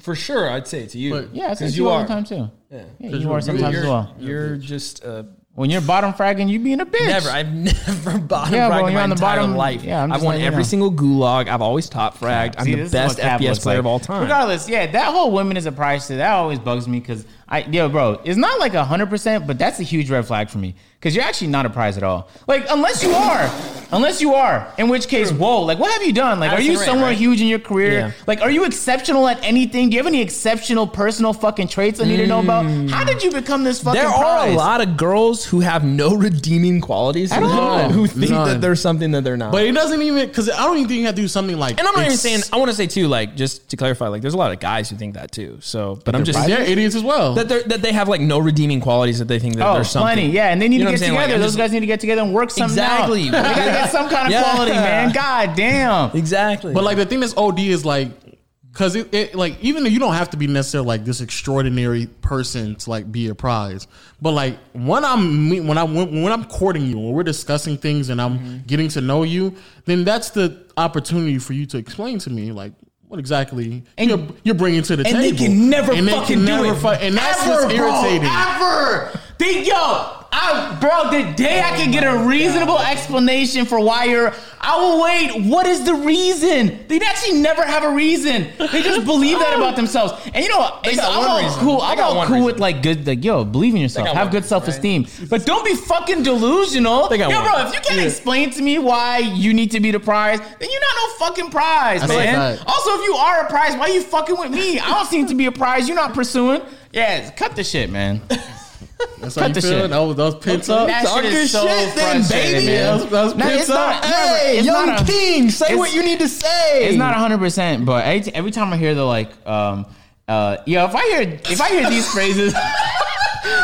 D: for sure, I'd say it to you.
C: But-
B: Yeah, I say it
D: 'Cause
B: to
D: you
B: you all
D: are.
B: the time too.
D: Yeah.
B: Yeah, you are
D: You're-
B: sometimes as
D: you're,
B: well.
D: You're just uh,
B: When you're bottom fragging, you being a bitch.
D: never. I've never bottom
B: Yeah,
D: fragged
B: bro,
D: in
B: you're
D: my
B: on the
D: entire
B: bottom-
D: life.
B: yeah, I'm
D: I've
B: just
D: won
B: letting you
D: every
B: know.
D: single gulag. I've always top fragged. I'm
B: See,
D: the
B: this is what
D: best
B: cap
D: FPS
B: looks
D: player
B: like.
D: of all time.
B: Regardless, yeah, that whole women is a prize to that always bugs me because I yo, bro, it's not like hundred percent, but that's a huge red flag for me because you're actually not a prize at all. Like unless you are, unless you are, in which case, whoa, like what have you done? Like, are you
D: Addison Rae,
B: somewhere
D: right?
B: huge in your career?
D: Yeah.
B: Like, are you exceptional at anything? Do you have any exceptional personal fucking traits I need to know about? How did you become this fucking?
D: Mm. There are a
B: prize?
D: lot of girls who have no redeeming qualities
B: At
D: who-
B: all.
D: who think
C: None.
D: that they're something that they're not.
C: But it doesn't even because I don't even think you have to do something like.
D: and I'm not even
C: ex-
D: saying. I want to say too, like just to clarify, like there's a lot of guys who think that too. So, but I'm just
C: they're idiots as well.
D: that they that they have like no redeeming qualities that they think that
B: Oh,
D: they're something.
B: plenty, yeah, and they need
D: You know
B: to
D: what
B: get
D: I'm saying? Like,
B: together.
D: I'm
B: Those
D: just-
B: guys need to get together and work something
D: Exactly.
B: out. They gotta get some kind of
D: Yeah.
B: quality, man. God damn.
D: Exactly.
C: But like the thing that's OD is like, cause it, it like even though you don't have to be necessarily like this extraordinary person to like be a prize, but like when I'm me- when I when, when I'm courting you or we're discussing things and I'm
B: Mm-hmm.
C: getting to know you, then that's the opportunity for you to explain to me like. What exactly you're, you're bringing to the
B: and
C: table?
B: they can never
C: And they
B: fucking
C: can
B: do
C: never
B: it.
C: fu- and that's
B: ever,
C: what's irritating.
B: Bro, ever. They, yo, I, bro, the day I can
D: Oh
B: get a reasonable explanation for why you're, I will wait. What is the reason? They actually never have a reason. They just believe that about themselves. And you know what? It's-
D: Oh. got
B: I'm
D: one
B: all
D: reason.
B: cool.
D: They
B: I'm
D: got
B: all
D: one
B: cool
D: reason.
B: with like good, like yo, believe in yourself,
D: got
B: have
D: one,
B: good self esteem, but don't be fucking delusional.
D: They got
B: yo,
D: one.
B: bro, if you can't explain to me why you need to be the prize, then you're not no fucking prize,
C: That's
B: man.
C: a fact.
B: Also, if you are a prize, why you fucking with me? I don't seem to be a prize. You're not pursuing. Yeah, cut the shit, man.
C: That's how
B: Cut
C: you
B: the
C: feel.
B: shit.
C: That was, that was pent up.
B: That shit is so frustrating, man.
C: That's, that's
B: No,
C: pent
B: it's
C: up.
B: not- Hey, it's not a- it's-
C: need to say.
B: It's not 100, percent but every, every time I hear the like, um, uh, yo, if I hear if I hear these phrases.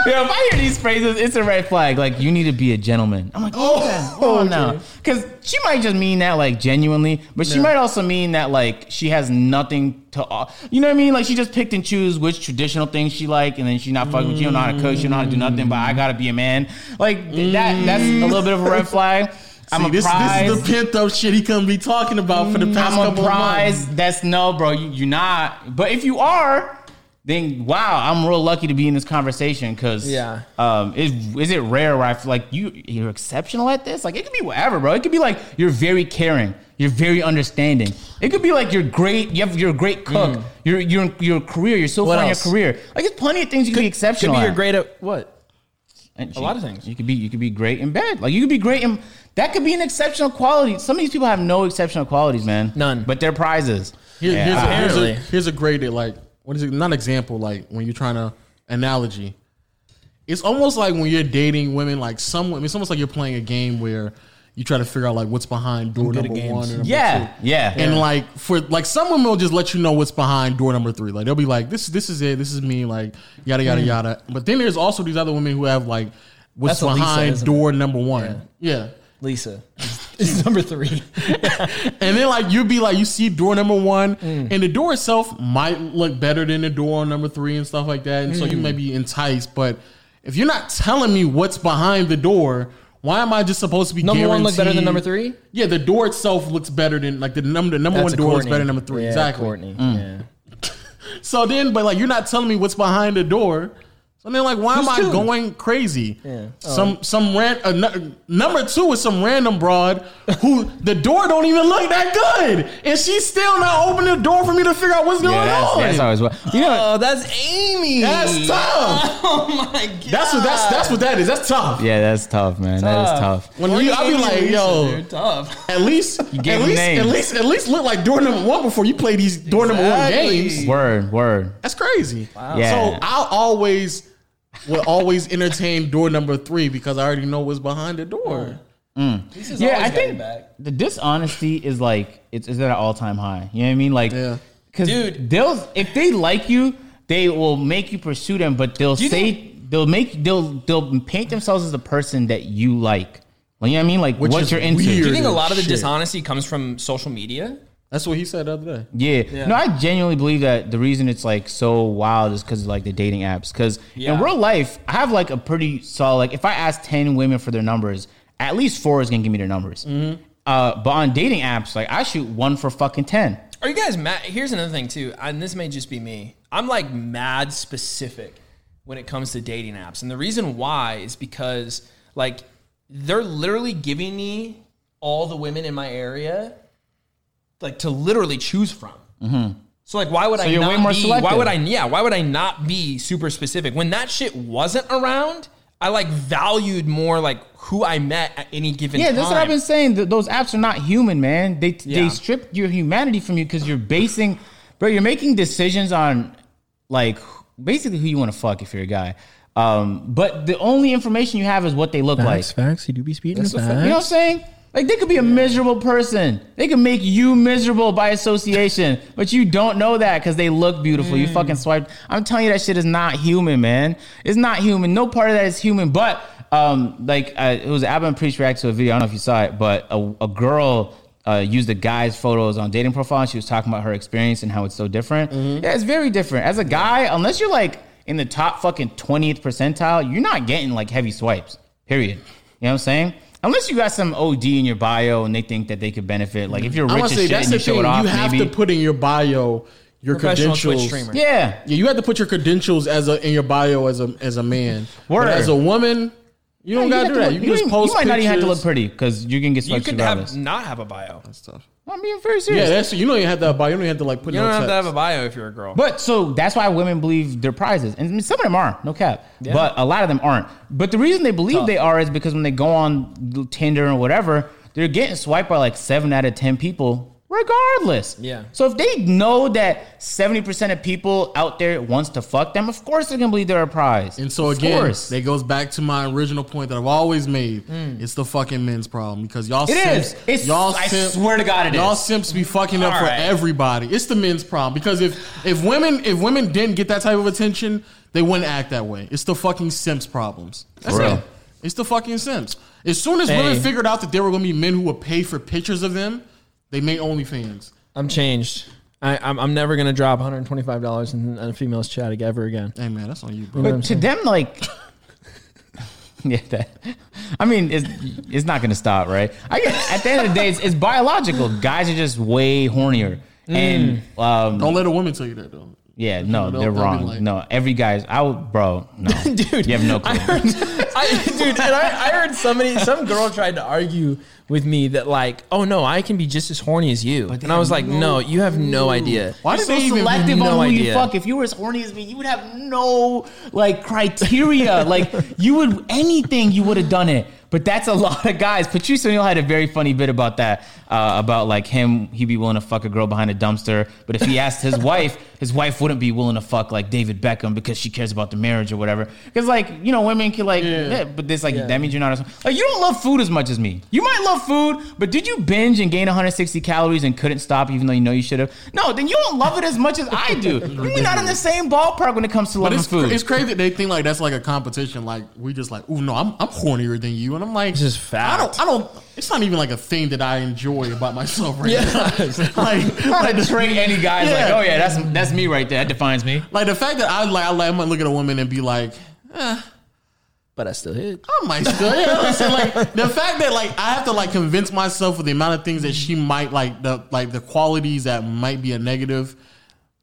B: Yeah, if I hear these phrases, it's a red flag. Like you need to be a gentleman. I'm like, oh, oh, no, because she might just mean that like genuinely, but she might also mean that like she has nothing to, o- you know what I mean? Like she just picked and choose which traditional things she like, and then she's not fucking with you. Don't know how to cook, she don't know how to do nothing. But I gotta be a man. Like th- that. That's a little bit of a red flag. I'm
C: See,
B: a
C: this,
B: prize.
C: this is the pent up shit he couldn't be talking about for the past
B: I'm a
C: couple of
B: prize.
C: months.
B: That's no, bro. You, you're not. But if you are, then wow, I'm real lucky to be in this conversation because
D: Yeah.
B: um, is is it rare where I feel like you you're exceptional at this? Like it could be whatever, bro. It could be like you're very caring, you're very understanding. It could be like you're great. You have you're a great cook. You're you're your career. You're so
D: Mm. What
B: far in your
D: else?
B: career. Like there's plenty of things you could, be
D: could
B: exceptional.
D: be
B: at.
D: you're great at what?
B: And
D: A lot of things.
B: You could be you could be great in bed. Like you could be great in that could be an exceptional quality. Some of these people have no exceptional qualities, man.
D: None.
B: But they're prizes.
C: Here-
B: Yeah,
C: here's, a, here's, a,
D: apparently.
C: here's a great like what is it? Not example like when you're trying to analogy. It's almost like when you're dating women, like some women. It's almost like you're playing a game where you try to figure out like what's behind door
D: good at
C: number
D: games.
C: one. Or number
B: Yeah.
C: two.
B: Yeah.
C: And like for like some women will just let you know what's behind door number three. Like they'll be like, this this is it, this is me, like yada yada yada. But then there's also these other women who have like what's
D: Hmm. That's what Lisa
C: behind
D: is, isn't
C: door number one. Yeah.
D: Lisa is number three.
C: And then like you'd be like you see door number one
D: Hmm.
C: and the door itself might look better than the door on number three and stuff like that. And so you
D: Hmm.
C: may be enticed, but if you're not telling me what's behind the door, why am I just supposed to be
D: Number one look better
C: guaranteed-
D: than number three?
C: Yeah, the door itself looks better than like the number the number
D: That's
C: one
D: a
C: door looks
D: Courtney.
C: better than number three.
D: Yeah,
C: exactly.
D: Courtney. Yeah.
C: So then, but like you're not telling me what's behind the door. So then, like, why am I
D: two? Oh.
C: going crazy? Some some ran uh, nu- number two is some random broad who the door don't even look that good, and she's still not opening the door for me to figure out what's
B: Yeah,
C: going
B: that's,
C: on.
B: that's always
C: That's,
B: what you know.
D: Oh, that's Amy.
C: tough.
D: Oh my god.
C: That's what that's that's what that is. That's
D: Oh.
C: tough.
B: Yeah, that's tough, man. That is tough.
C: When you, I'll be like, yo,
D: tough.
C: at least,
B: gave
C: at least,
B: names.
C: at least, at least look like door number one before you play these door number one
D: Exactly.
C: games.
B: Word, word.
C: That's crazy.
B: Yeah.
C: So I'll always will always entertain door number three because I already know what's behind the door.
B: Yeah, I think
D: back.
B: the dishonesty is like it's is at an all time high. You know what I mean? Like,
C: Yeah.
B: because
D: Dude.
B: they'll if they like you, they will make you pursue them, but they'll
D: you
B: say they'll make they'll they'll paint themselves as the person that you like. Like, you know what I mean? Like
C: Which
B: what
C: is
B: you're into.
C: weird.
D: Do you think a lot of the
C: Shit.
D: dishonesty comes from social media?
C: That's what he said the other day.
B: Yeah.
D: Yeah.
B: No, I genuinely believe that the reason it's like so wild is because like the dating apps. Because in
D: Yeah.
B: real life, I have like a pretty solid. Like if I ask ten women for their numbers, at least four is gonna give me their numbers.
D: Mm-hmm.
B: Uh, but on dating apps, like I shoot one for fucking ten.
D: Are you guys mad? Here's another thing too, and this may just be me. I'm like mad specific when it comes to dating apps, and the reason why is because like they're literally giving me all the women in my area, like to literally choose from. So like, why would I?
B: Mm-hmm. you're
D: not
B: way more
D: be, Why
B: selective.
D: would I? Yeah, why would I not be super specific when that shit wasn't around? I like valued more like who I met at any given
B: Yeah,
D: time.
B: that's what I've been saying. Th- those apps are not human, man. They
D: Yeah.
B: they strip your humanity from you because you're basing, bro. You're making decisions on like basically who you want to fuck if you're a guy. Um, but the only information you have is what they look like.
E: Facts, facts. You do be speeding
B: You know what I'm saying? Like they could be a miserable person. They could make you miserable by association, but you don't know that because they look beautiful. You fucking swipe. I'm telling you, that shit is not human, man. It's not human. No part of that is human. But um, like uh, it was Abba and Preach react to a video. I don't know if you saw it, but a, a girl. Uh, used a guy's photos on dating profile. She was talking about her experience and how it's so different.
C: Mm-hmm.
B: Yeah, it's very different. As a guy, unless you're like in the top fucking 20th percentile, you're not getting like heavy swipes. Period. You know what I'm saying? Unless you got some OD in your bio and they think that they could benefit. Like if you're
C: I'm
B: rich
C: gonna
B: as
C: say
B: shit
C: that's
B: and
C: the
B: you show
C: thing.
B: it
C: You
B: off,
C: have
B: maybe.
C: to put in your bio your
D: Professional Twitch
C: credentials.
D: streamer.
B: yeah.
C: Yeah, you had to put your credentials as a in your bio as a as a man.
B: Word.
C: But as a woman, you don't
B: You
C: gotta
B: have
C: do
B: to
C: that.
B: look-
C: You can just
B: don't-
C: post.
B: You might not even have to look
C: pictures.
B: pretty because you can get
D: You
B: swiped
D: could
B: regardless.
D: have not have a bio.
B: I'm being very
C: Yeah,
B: serious.
C: that's you don't even have to bio. You don't even have to like put
D: You
C: no
D: don't have to
C: text.
D: have a bio if you're a girl.
B: But so that's why women believe they're prizes, and I mean, some of them are, no cap. But a lot of them aren't. But the reason they believe they are is because when they go on Tinder or whatever, they're getting swiped by like seven out of ten people, regardless.
D: Yeah.
B: So if they know that seventy percent of people out there wants to fuck them, of course they're gonna believe they're a prize.
C: And so
B: Of
C: again,
B: course. Hmm.
C: that goes back to my original point that I've always made. It's the fucking men's problem because y'all
B: It
C: simps,
B: is. It's-
C: y'all
B: I
C: simp-
B: swear to God it
C: y'all
B: is.
C: simps be fucking up
B: All
C: for
B: right.
C: everybody. It's the men's problem because if if women if women didn't get that type of attention, they wouldn't act that way. It's the fucking simps problems. That's
B: For real.
C: it. It's the fucking simps. As soon as
D: Hey.
C: women figured out that there were going to be men who would pay for pictures of them, they made OnlyFans.
D: I'm changed. I, I'm, I'm never gonna drop 125 dollars in a female's chat ag- ever again.
C: Hey man, that's on you, bro.
B: But to them, like, yeah, that. I mean, it's it's not gonna stop, right? I guess at the end of the day, it's, it's biological. Guys are just way hornier,
D: Mm.
B: and um,
C: Don't let a woman tell you that though.
B: yeah, no,
C: Don't-
B: they're
C: don't be
B: wrong.
C: like-
B: no, every guy's. I would, bro, no,
D: Dude,
B: you have no
D: I
B: clue.
D: heard, I, dude, and I, I heard somebody, some girl tried to argue with me that like, oh no, I can be just as horny as you, and I was like, no, you have no idea.
C: Why
B: You're
C: did
B: so
C: they even?
B: selective
D: no
B: on who you
D: idea.
B: fuck. If you were as horny as me, you would have no like criteria. like you would anything, you would have done it. But that's a lot of guys. Patrice O'Neill had a very funny bit about that, uh, about like him, he'd be willing to fuck a girl behind a dumpster. But if he asked his wife, his wife wouldn't be willing to fuck like David Beckham because she cares about the marriage or whatever. Because like you know, women can like, yeah, but this like that means you're not as like you don't love food as much as me. You might love food, but did you binge and gain 160 calories and couldn't stop even though you know you should have? No, then you don't love it as much as I do. We're not in the same ballpark when it comes to
C: But
B: loving
C: it's,
B: food.
C: it's crazy that they think like that's like a competition. Like we just like, oh no, I'm I'm hornier than you, and I'm like,
D: is fact.
C: I don't, I don't. It's not even like a thing that I enjoy about myself right now. like,
B: not
C: like,
B: a trait any guy's like,
C: Yeah.
B: oh yeah, that's that's me right there. That defines me.
C: like the fact that I like I like I might look at a woman and be like,
D: But I still hit.
C: I might still. You know what I'm saying? Like the fact that like I have to like convince myself with the amount of things that she might like the like the qualities that might be a negative.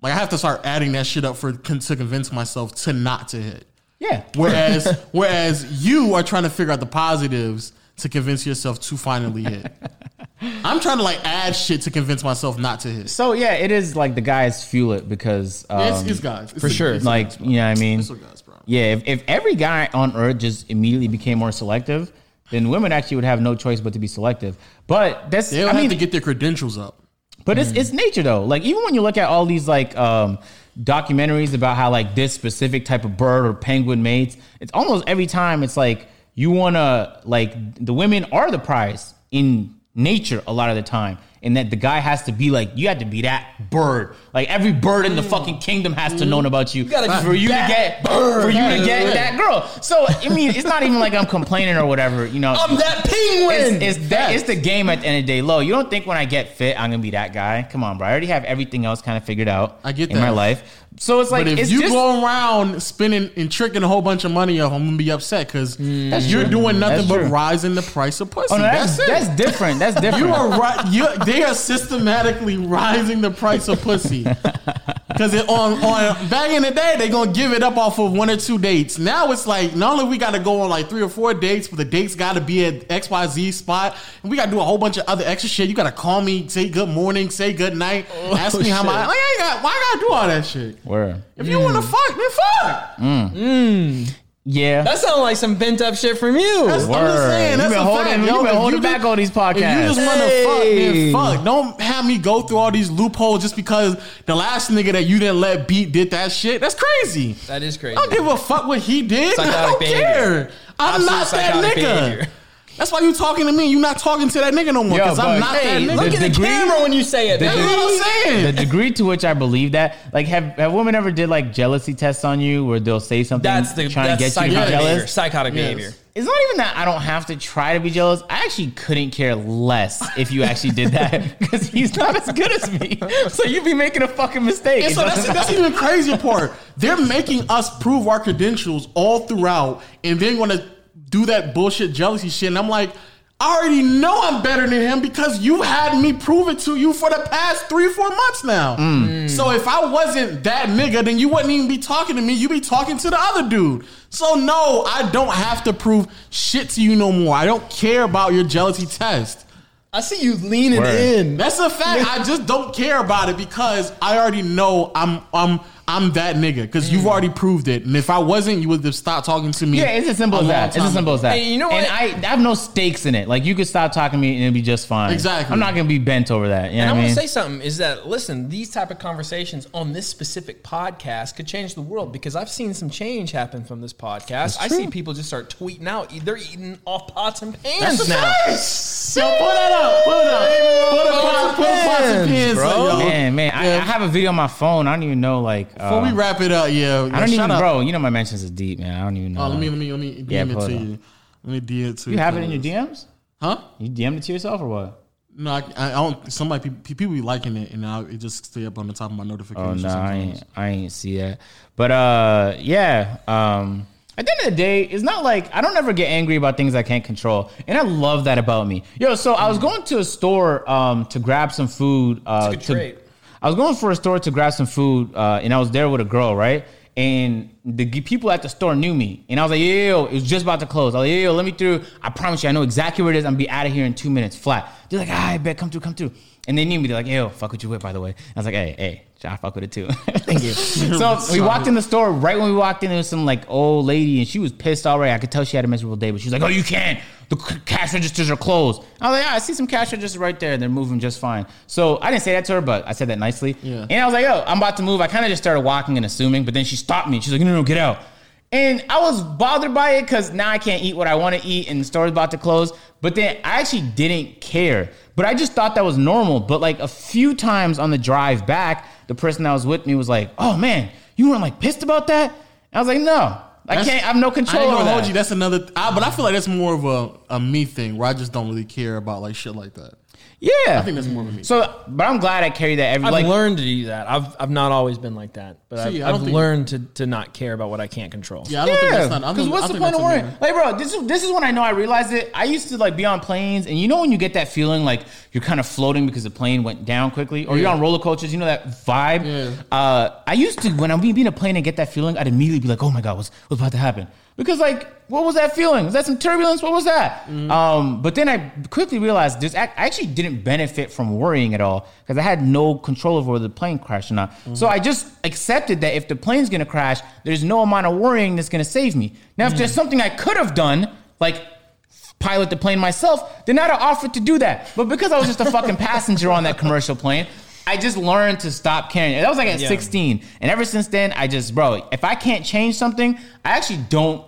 C: Like I have to start adding that shit up for to convince myself to not to hit.
B: Yeah.
C: Whereas whereas you are trying to figure out the positives to convince yourself to finally hit. I'm trying to like add shit to convince myself not to hit.
B: So yeah, it is like the guys fuel it because um,
C: it's, it's guys. It's
D: for
C: a-
D: sure.
C: It's like,
B: like you know what I mean.
C: it's a guys problem.
B: Yeah, if, if every guy on earth just immediately became more selective, then women actually would have no choice but to be selective. But that's
C: They don't
B: I
C: have
B: mean,
C: to get Mm-hmm. their credentials up.
B: but it's it's nature though. Like even when you look at all these like um documentaries about how like this specific type of bird or penguin mates, it's almost every time it's like you want to like the women are the prize in nature a lot of the time. And that the guy has to be like you have to be that bird. Like every bird
C: Mm.
B: in the fucking kingdom has to
C: Mm-hmm.
B: know about you,
D: gotta be
B: for you to
D: that
B: get for you to get that girl. So I mean, it's not even like I'm complaining or whatever. You know,
D: I'm that penguin.
B: it's, it's that. It's the game at the end of the day. Low, you don't think when I get fit, I'm gonna be that guy? Come on, bro. I already have everything else kind of figured out.
C: I get
B: in
C: that.
B: my life. So it's like
C: but if
B: it's
C: you
B: just
C: go around spending and tricking a whole bunch of money off, I'm gonna be upset because you're doing nothing
B: Mm. That's
C: but
B: true.
C: rising the price of pussy.
B: oh, no, that's,
C: that's, it.
B: that's different. That's different.
C: you are right. You, they are systematically rising the price of pussy. Because on on back in the day, they gonna give it up off of one or two dates. Now it's like not only we gotta go on like three or four dates, but the dates gotta be at X Y Z spot, and we gotta do a whole bunch of other extra shit. You gotta call me, say good morning, say good night, ask me how my like. I ain't got why I gotta do all that shit.
B: Where?
C: If you wanna fuck, then fuck.
B: Yeah.
D: That sounds like some bent up shit from you.
C: That's, I'm just
B: Word.
C: saying.
B: You
C: That's
B: been
C: a
B: holding-
C: fact,
B: you
C: yo.
B: been
C: If
B: holding
C: just-
B: back all these podcasts.
C: If you just want to
D: Hey.
C: fuck, then fuck. Don't have me go through all these loopholes just because the last nigga that you didn't let beat did that shit. That's crazy.
D: that is crazy.
C: I don't give a fuck what he did. I
D: Psychotic
C: don't
D: behavior.
C: care. I'm
D: Absolute
C: not that nigga.
D: psychotic behavior.
C: That's why you talking to me. You not talking to that nigga no more
B: Yo,
C: because I'm
B: but-
C: not
B: Hey,
C: that
B: The
D: Look
C: nigga.
D: at the
B: degree-
D: camera when you say it.
B: the
D: baby.
C: That's
B: degree-
C: what I'm saying.
B: the degree to which I believe that, like, have have women ever did like jealousy tests on you, where they'll say something
D: That's the
B: trying
D: that's
B: to get you
D: psychotic behavior.
B: jealous?
D: Psychotic behavior.
B: It's not even that I don't have to try to be jealous. I actually couldn't care less if you actually did that because he's not as good as me. So you'd be making a fucking mistake.
C: And
B: It
C: so that's,
B: doesn't
C: that's even the crazier part. They're making us prove our credentials all throughout, and then want to do that bullshit jealousy shit. And I'm like, I already know I'm better than him because you had me prove it to you for the past three, four months now. Mm. So if I wasn't that nigga, then you wouldn't even be talking to me. You'd be talking to the other dude. So no, I don't have to prove shit to you no more. I don't care about your jealousy test.
D: I see you leaning
B: Word.
D: in.
C: That's a fact. I just don't care about it because I already know I'm I'm I'm that nigga because you've already proved it. And if I wasn't, you would have stopped talking to me.
B: Mm. Yeah, it's as simple
C: a
B: as
C: long
B: that. It's
C: time
B: as simple as that.
D: Hey, you know
B: And
D: what?
B: I, I have no stakes in it. Like you could stop talking to me and it'd be just fine.
C: Exactly.
B: I'm not gonna be bent over that. You know
D: And I
B: what I
D: want
B: mean?
D: to say something is that listen, these type of conversations on this specific podcast could change the world because I've seen some change happen from this podcast. I see people just start tweeting out; e, they're eating off pots and pans
B: That's a
D: now.
C: Yo, pull that up. Pull it up. Pull the pots, pull the pots and
D: Pins,
C: pins,
D: bro.
C: up, yo.
B: Man, man, I, I have a video on my phone. I don't even know. Like,
C: Before
B: uh,
C: we wrap it up, yeah.
B: I don't even, bro. You know my mentions is deep, man. I don't even know.
C: let me let me let me DM
B: Yeah,
C: it
B: pull
C: to
B: it up.
C: you. Let me DM it to
B: you have it in your DMs?
C: Huh?
B: You DM'd it to yourself or what?
C: No, I, I don't. Somebody pe- people be liking it, and I, it just stay up on the top of my
B: Oh
C: notifications.
B: no, I
C: sometimes.
B: ain't, I ain't see that. But uh, yeah. Um, at the end of the day, it's not like I don't ever get angry about things I can't control, and I love that about me. Yo, so I was going to a store um to grab some food. Uh,
D: It's a good
B: to-
D: trait.
B: I was going for a store to grab some food, uh, and I was there with a girl, right? And the g- people at the store knew me, and I was like, "Yo, it was just about to close." I was like, "Yo, let me through. I promise you, I know exactly where it is. I'm gonna be out of here in two minutes flat." They're like, "I bet, come through, come through." And they knew me. They're like, "Yo, fuck with your whip, by the way." I was like, "Hey, hey, I fuck with it too." Thank you. so we walked in the store. Right when we walked in, there was some like old lady, and she was pissed already. I could tell she had a miserable day, but she was like, "Oh, you can't. The c- cash registers are closed." I was like, "Yeah, I see some cash registers right there. They're moving just fine." So I didn't say that to her, but I said that nicely.
C: Yeah.
B: And I was like, "Yo, I'm about to move." I kind of just started walking and assuming, but then she stopped me. She's like, "No, no, no, get out." And I was bothered by it because now I can't eat what I want to eat and the store's about to close. But then I actually didn't care. But I just thought that was normal. But like a few times on the drive back, the person that was with me was like, oh man, you weren't like pissed about that? And I was like, no, I
C: That's-
B: can't, I have no control
C: I ain't
B: over
C: gonna
B: that.
C: hold you. That's another. th- I, but I feel like that's more of a, a me thing where I just don't really care about like shit like that.
B: yeah.
C: I think that's more of a me.
B: so, but I'm glad I carry that every
D: I've
B: like.
D: learned to do that. I've I've not always been like that, but
C: See, I
D: I've,
C: don't
D: I've
C: think-
D: learned to, to not care about what I can't control.
C: Yeah, I don't think that's
B: Yeah,
C: not. I
B: because
C: don't- I
B: what's the
C: think
B: point of
C: that's a
B: worrying?
C: me.
B: Like, bro, this is this is when I know I realized it. I used to like be on planes, and you know when you get that feeling like you're kind of floating because the plane went down quickly, or you're on roller coasters. You know that vibe.
C: Yeah.
B: Uh, I used to when I'm being in a plane and get that feeling, I'd immediately be like, "Oh my god, what's what's about to happen?" Because like, what was that feeling? Was that some turbulence? What was that? Um, but then I quickly realized this. act- I actually didn't benefit from worrying at all because I had no control over whether the plane crashed or not. So I just accepted that if the plane's gonna crash, there's no amount of worrying that's gonna save me. Now, if there's something I could have done, like pilot the plane myself, then I'd have offered to do that. But because I was just a fucking passenger on that commercial plane, I just learned to stop caring. And That was like at 16. And ever since then, I just, bro, if I can't change something, I actually don't,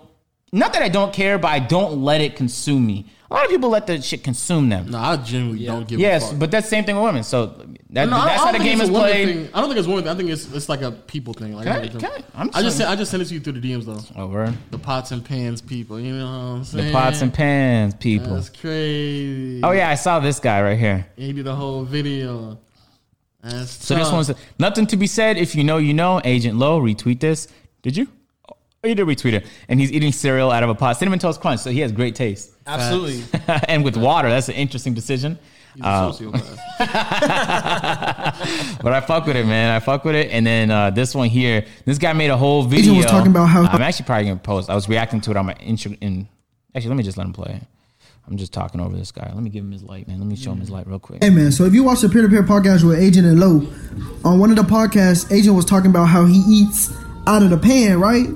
B: not that I don't care, but I don't let it consume me. A lot of people let the shit consume them.
C: No, I genuinely don't give. a
B: yes,
C: fuck.
B: but that's the same thing with women. So that,
C: No, I-
B: that's
C: I don't
B: how the
C: think
B: game is
C: it's a woman
B: played.
C: thing. I don't think it's one thing. I think it's it's like a people thing. Like,
B: Can I-
C: I, don't
B: can
C: think-
B: I- I'm
C: I just
B: saying-
C: sent, I just sent it to you through the DMs though.
B: Oh, word.
C: The pots and pans people. You know what I'm saying?
B: The pots and pans, people.
C: That's crazy.
B: oh, yeah, I saw this guy right here.
C: He did a whole video. That's
B: So this
C: tough.
B: one's nothing to be said. If you know, you know. Agent Lowe retweet this. Did you? Oh, you did retweet it. And he's eating cereal out of a pot, cinnamon toast crunch. So he has great taste.
D: Absolutely.
B: uh, and with water, that's an interesting decision.
C: He's a sociopath.
B: but I fuck with it, man. I fuck with it. And then uh, this one here, this guy made a whole video.
E: Agent was talking about how-
B: I'm actually probably gonna post. I was reacting to it on my intro. In actually, let me just let him play. it. I'm just talking over this guy. Let me give him his light, man. Let me show him his light real quick.
E: Hey man, so if you watch the peer to peer podcast with Agent and Low, on one of the podcasts, Agent was talking about how he eats out of the pan, right?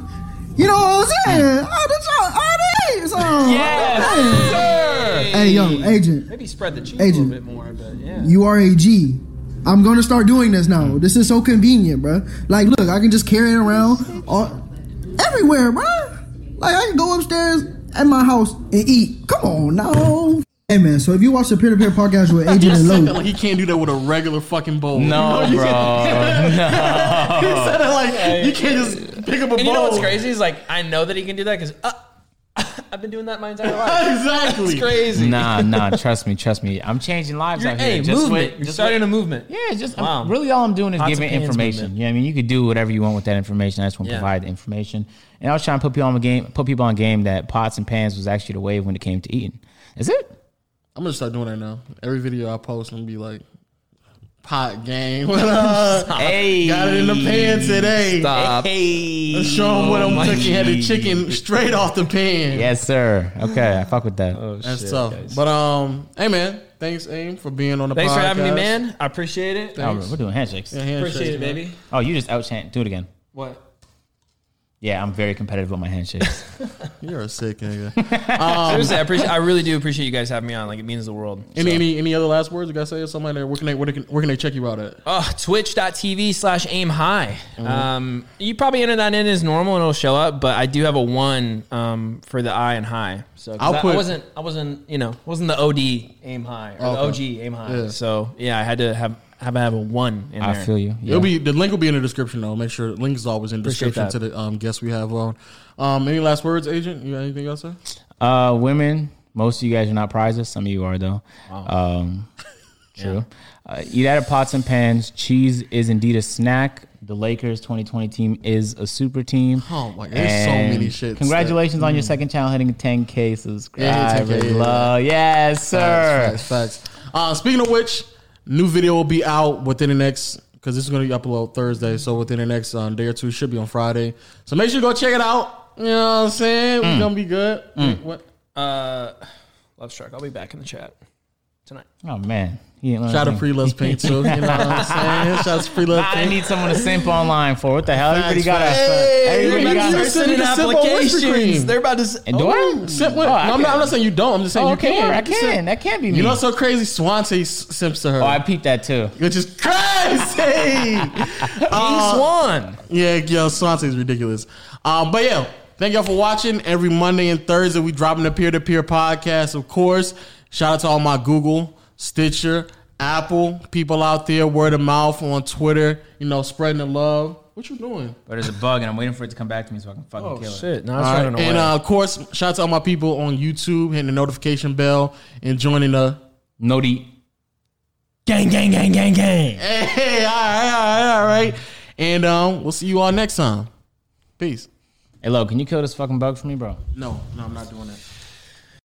E: You know what I'm saying? Out the job, out the so-
D: Yes, sir.
E: Hey yo, Agent,
D: Maybe spread the cheese
E: Agent.
D: a little bit more, but yeah.
E: you are a G. I'm gonna start doing this now. This is so convenient, bruh. Like, look, I can just carry it around all, everywhere, bruh. Like, I can go upstairs at my house and eat. Come on, no. Hey man, so if you watch the peer to peer podcast with Agent and Low,
C: Like, he can't do that with a regular fucking bowl.
B: No,
C: You know, you
B: bro.
C: can't- he said it like you can't just pick up a bowl.
D: And you know what's crazy is like I know that he can do that because uh, I've been doing that my entire life.
C: exactly.
D: It's crazy.
B: nah, nah. Trust me, trust me. I'm changing lives
D: You're,
B: out
D: hey,
B: here. Just
D: movement.
B: with-
D: You're
B: just
D: starting
B: with-
D: a movement.
B: Yeah, just I'm-
D: Wow.
B: really all I'm doing is
D: Pots
B: giving
D: and pans
B: information.
D: movement.
B: Yeah, I mean you could do whatever you want with that information. I just want to
D: Yeah.
B: provide the information. And I was trying to put people on a game, put people on game that pots and pans was actually the wave when it came to eating. Is it?
C: I'm gonna start doing that now. Every video I post, I'm gonna be like, "Pot game, what up?
B: Hey,
C: Got it in the pan today.
D: Stop.
B: Hey,
C: Show 'em what I'm
B: Oh,
C: cooking. Had the
B: my-
C: chicken straight off the pan.
B: Yes, sir. Okay, I fuck with that.
C: that's tough. But um, hey man, thanks Aim for being on the.
D: Thanks
C: podcast.
D: for having me, man. I appreciate it.
B: Oh, we're doing handshakes.
C: Yeah, handshakes,
D: Appreciate it,
C: man.
D: baby.
B: Oh, you just out Do it again.
D: What?
B: Yeah, I'm very competitive with my handshakes.
C: You're a sick nigga.
B: Um,
D: Seriously, I appreciate. I really do appreciate you guys having me on. Like it means the world.
C: any any any other last words you gotta say or something like that? Where can they where can, where can they check you out at?
D: Uh, twitch.tv slash aim high.
B: Mm-hmm.
D: Um, you probably enter that in as normal and it'll show up, but I do have a one um, for the I and high. So 'cause
C: I'll
D: I, I
C: put-
D: wasn't I wasn't you know wasn't the OD aim high or
C: Okay.
D: the OG aim high.
C: Yeah.
D: So yeah, I had to have have have a one in
B: I
D: there.
B: feel you. Yeah.
C: It'll be the link will be in the description though. Make sure link is always in the
D: Appreciate
C: description to the um guests we have on. Um, any last words, agent? You got anything else? Sir?
B: Uh, women, most of you guys are not prizes. Some of you are though. Um, true. Uh, eat out of pots and pans. Cheese is indeed a snack. The Lakers 2020 team is a super team.
C: Oh my God, there's so
B: And
C: many shits
B: Congratulations on your second channel hitting 10k subscribers.
C: 10K, yeah.
B: Love, yes, sir.
C: Facts, facts, facts. Uh, speaking of which, new video will be out within the next because this is going to be uploaded Thursday. So within the next um, day or two, should be on Friday. So make sure you go check it out. You know what I'm
B: Mm.
C: saying? We're gonna be good. Wait, what?
D: Uh, love struck. I'll be back in the chat tonight.
B: Oh man, he didn't learn
C: Shout out
B: anything.
C: Free Love's Paint too. You know what I'm saying? Shout out to Free Love
B: I
C: Paint.
B: need someone to simp online for. What the hell? Everybody
C: Facts,
B: got
C: facts,
B: a.
C: facts.
B: Everybody
C: Hey,
B: got
C: you
B: a.
C: said you can sip on Krispy Kreme.
D: They're about to. s-
B: And do I?
C: Simp what?
B: Oh,
C: No,
B: I
C: I'm,
B: can-
C: not, I'm not saying you don't. I'm just saying
B: Oh,
C: you
B: okay,
C: can.
B: I
C: You
B: can.
C: simp.
B: That can be me.
C: You know, what's so crazy. Swansea s- simps to her,
B: Hmm. oh, I peeped that too.
C: which is crazy. Um,
D: King Swan.
C: Yeah, yo, Swansea is ridiculous. Um, but yeah, thank y'all for watching. Every Monday and Thursday, we dropping the peer to peer podcast, of course. Shout out to all my Google, Stitcher, Apple people out there, word of mouth on Twitter, you know, spreading the love. What you doing?
B: But there's a bug, and I'm waiting for it to come back to me so I can fucking kill it.
D: Shit, now it's
C: All
D: running
C: right.
D: away.
C: And uh, of course, shout out to all my people on YouTube, hitting the notification bell and joining the.
B: No D.
D: gang, gang, gang, gang, gang.
C: Hey, hey, all right, all right, all right. And um, we'll see you all next time. Peace.
B: Hey, Lo, can you kill this fucking bug for me, bro?
C: No, no, I'm not doing that.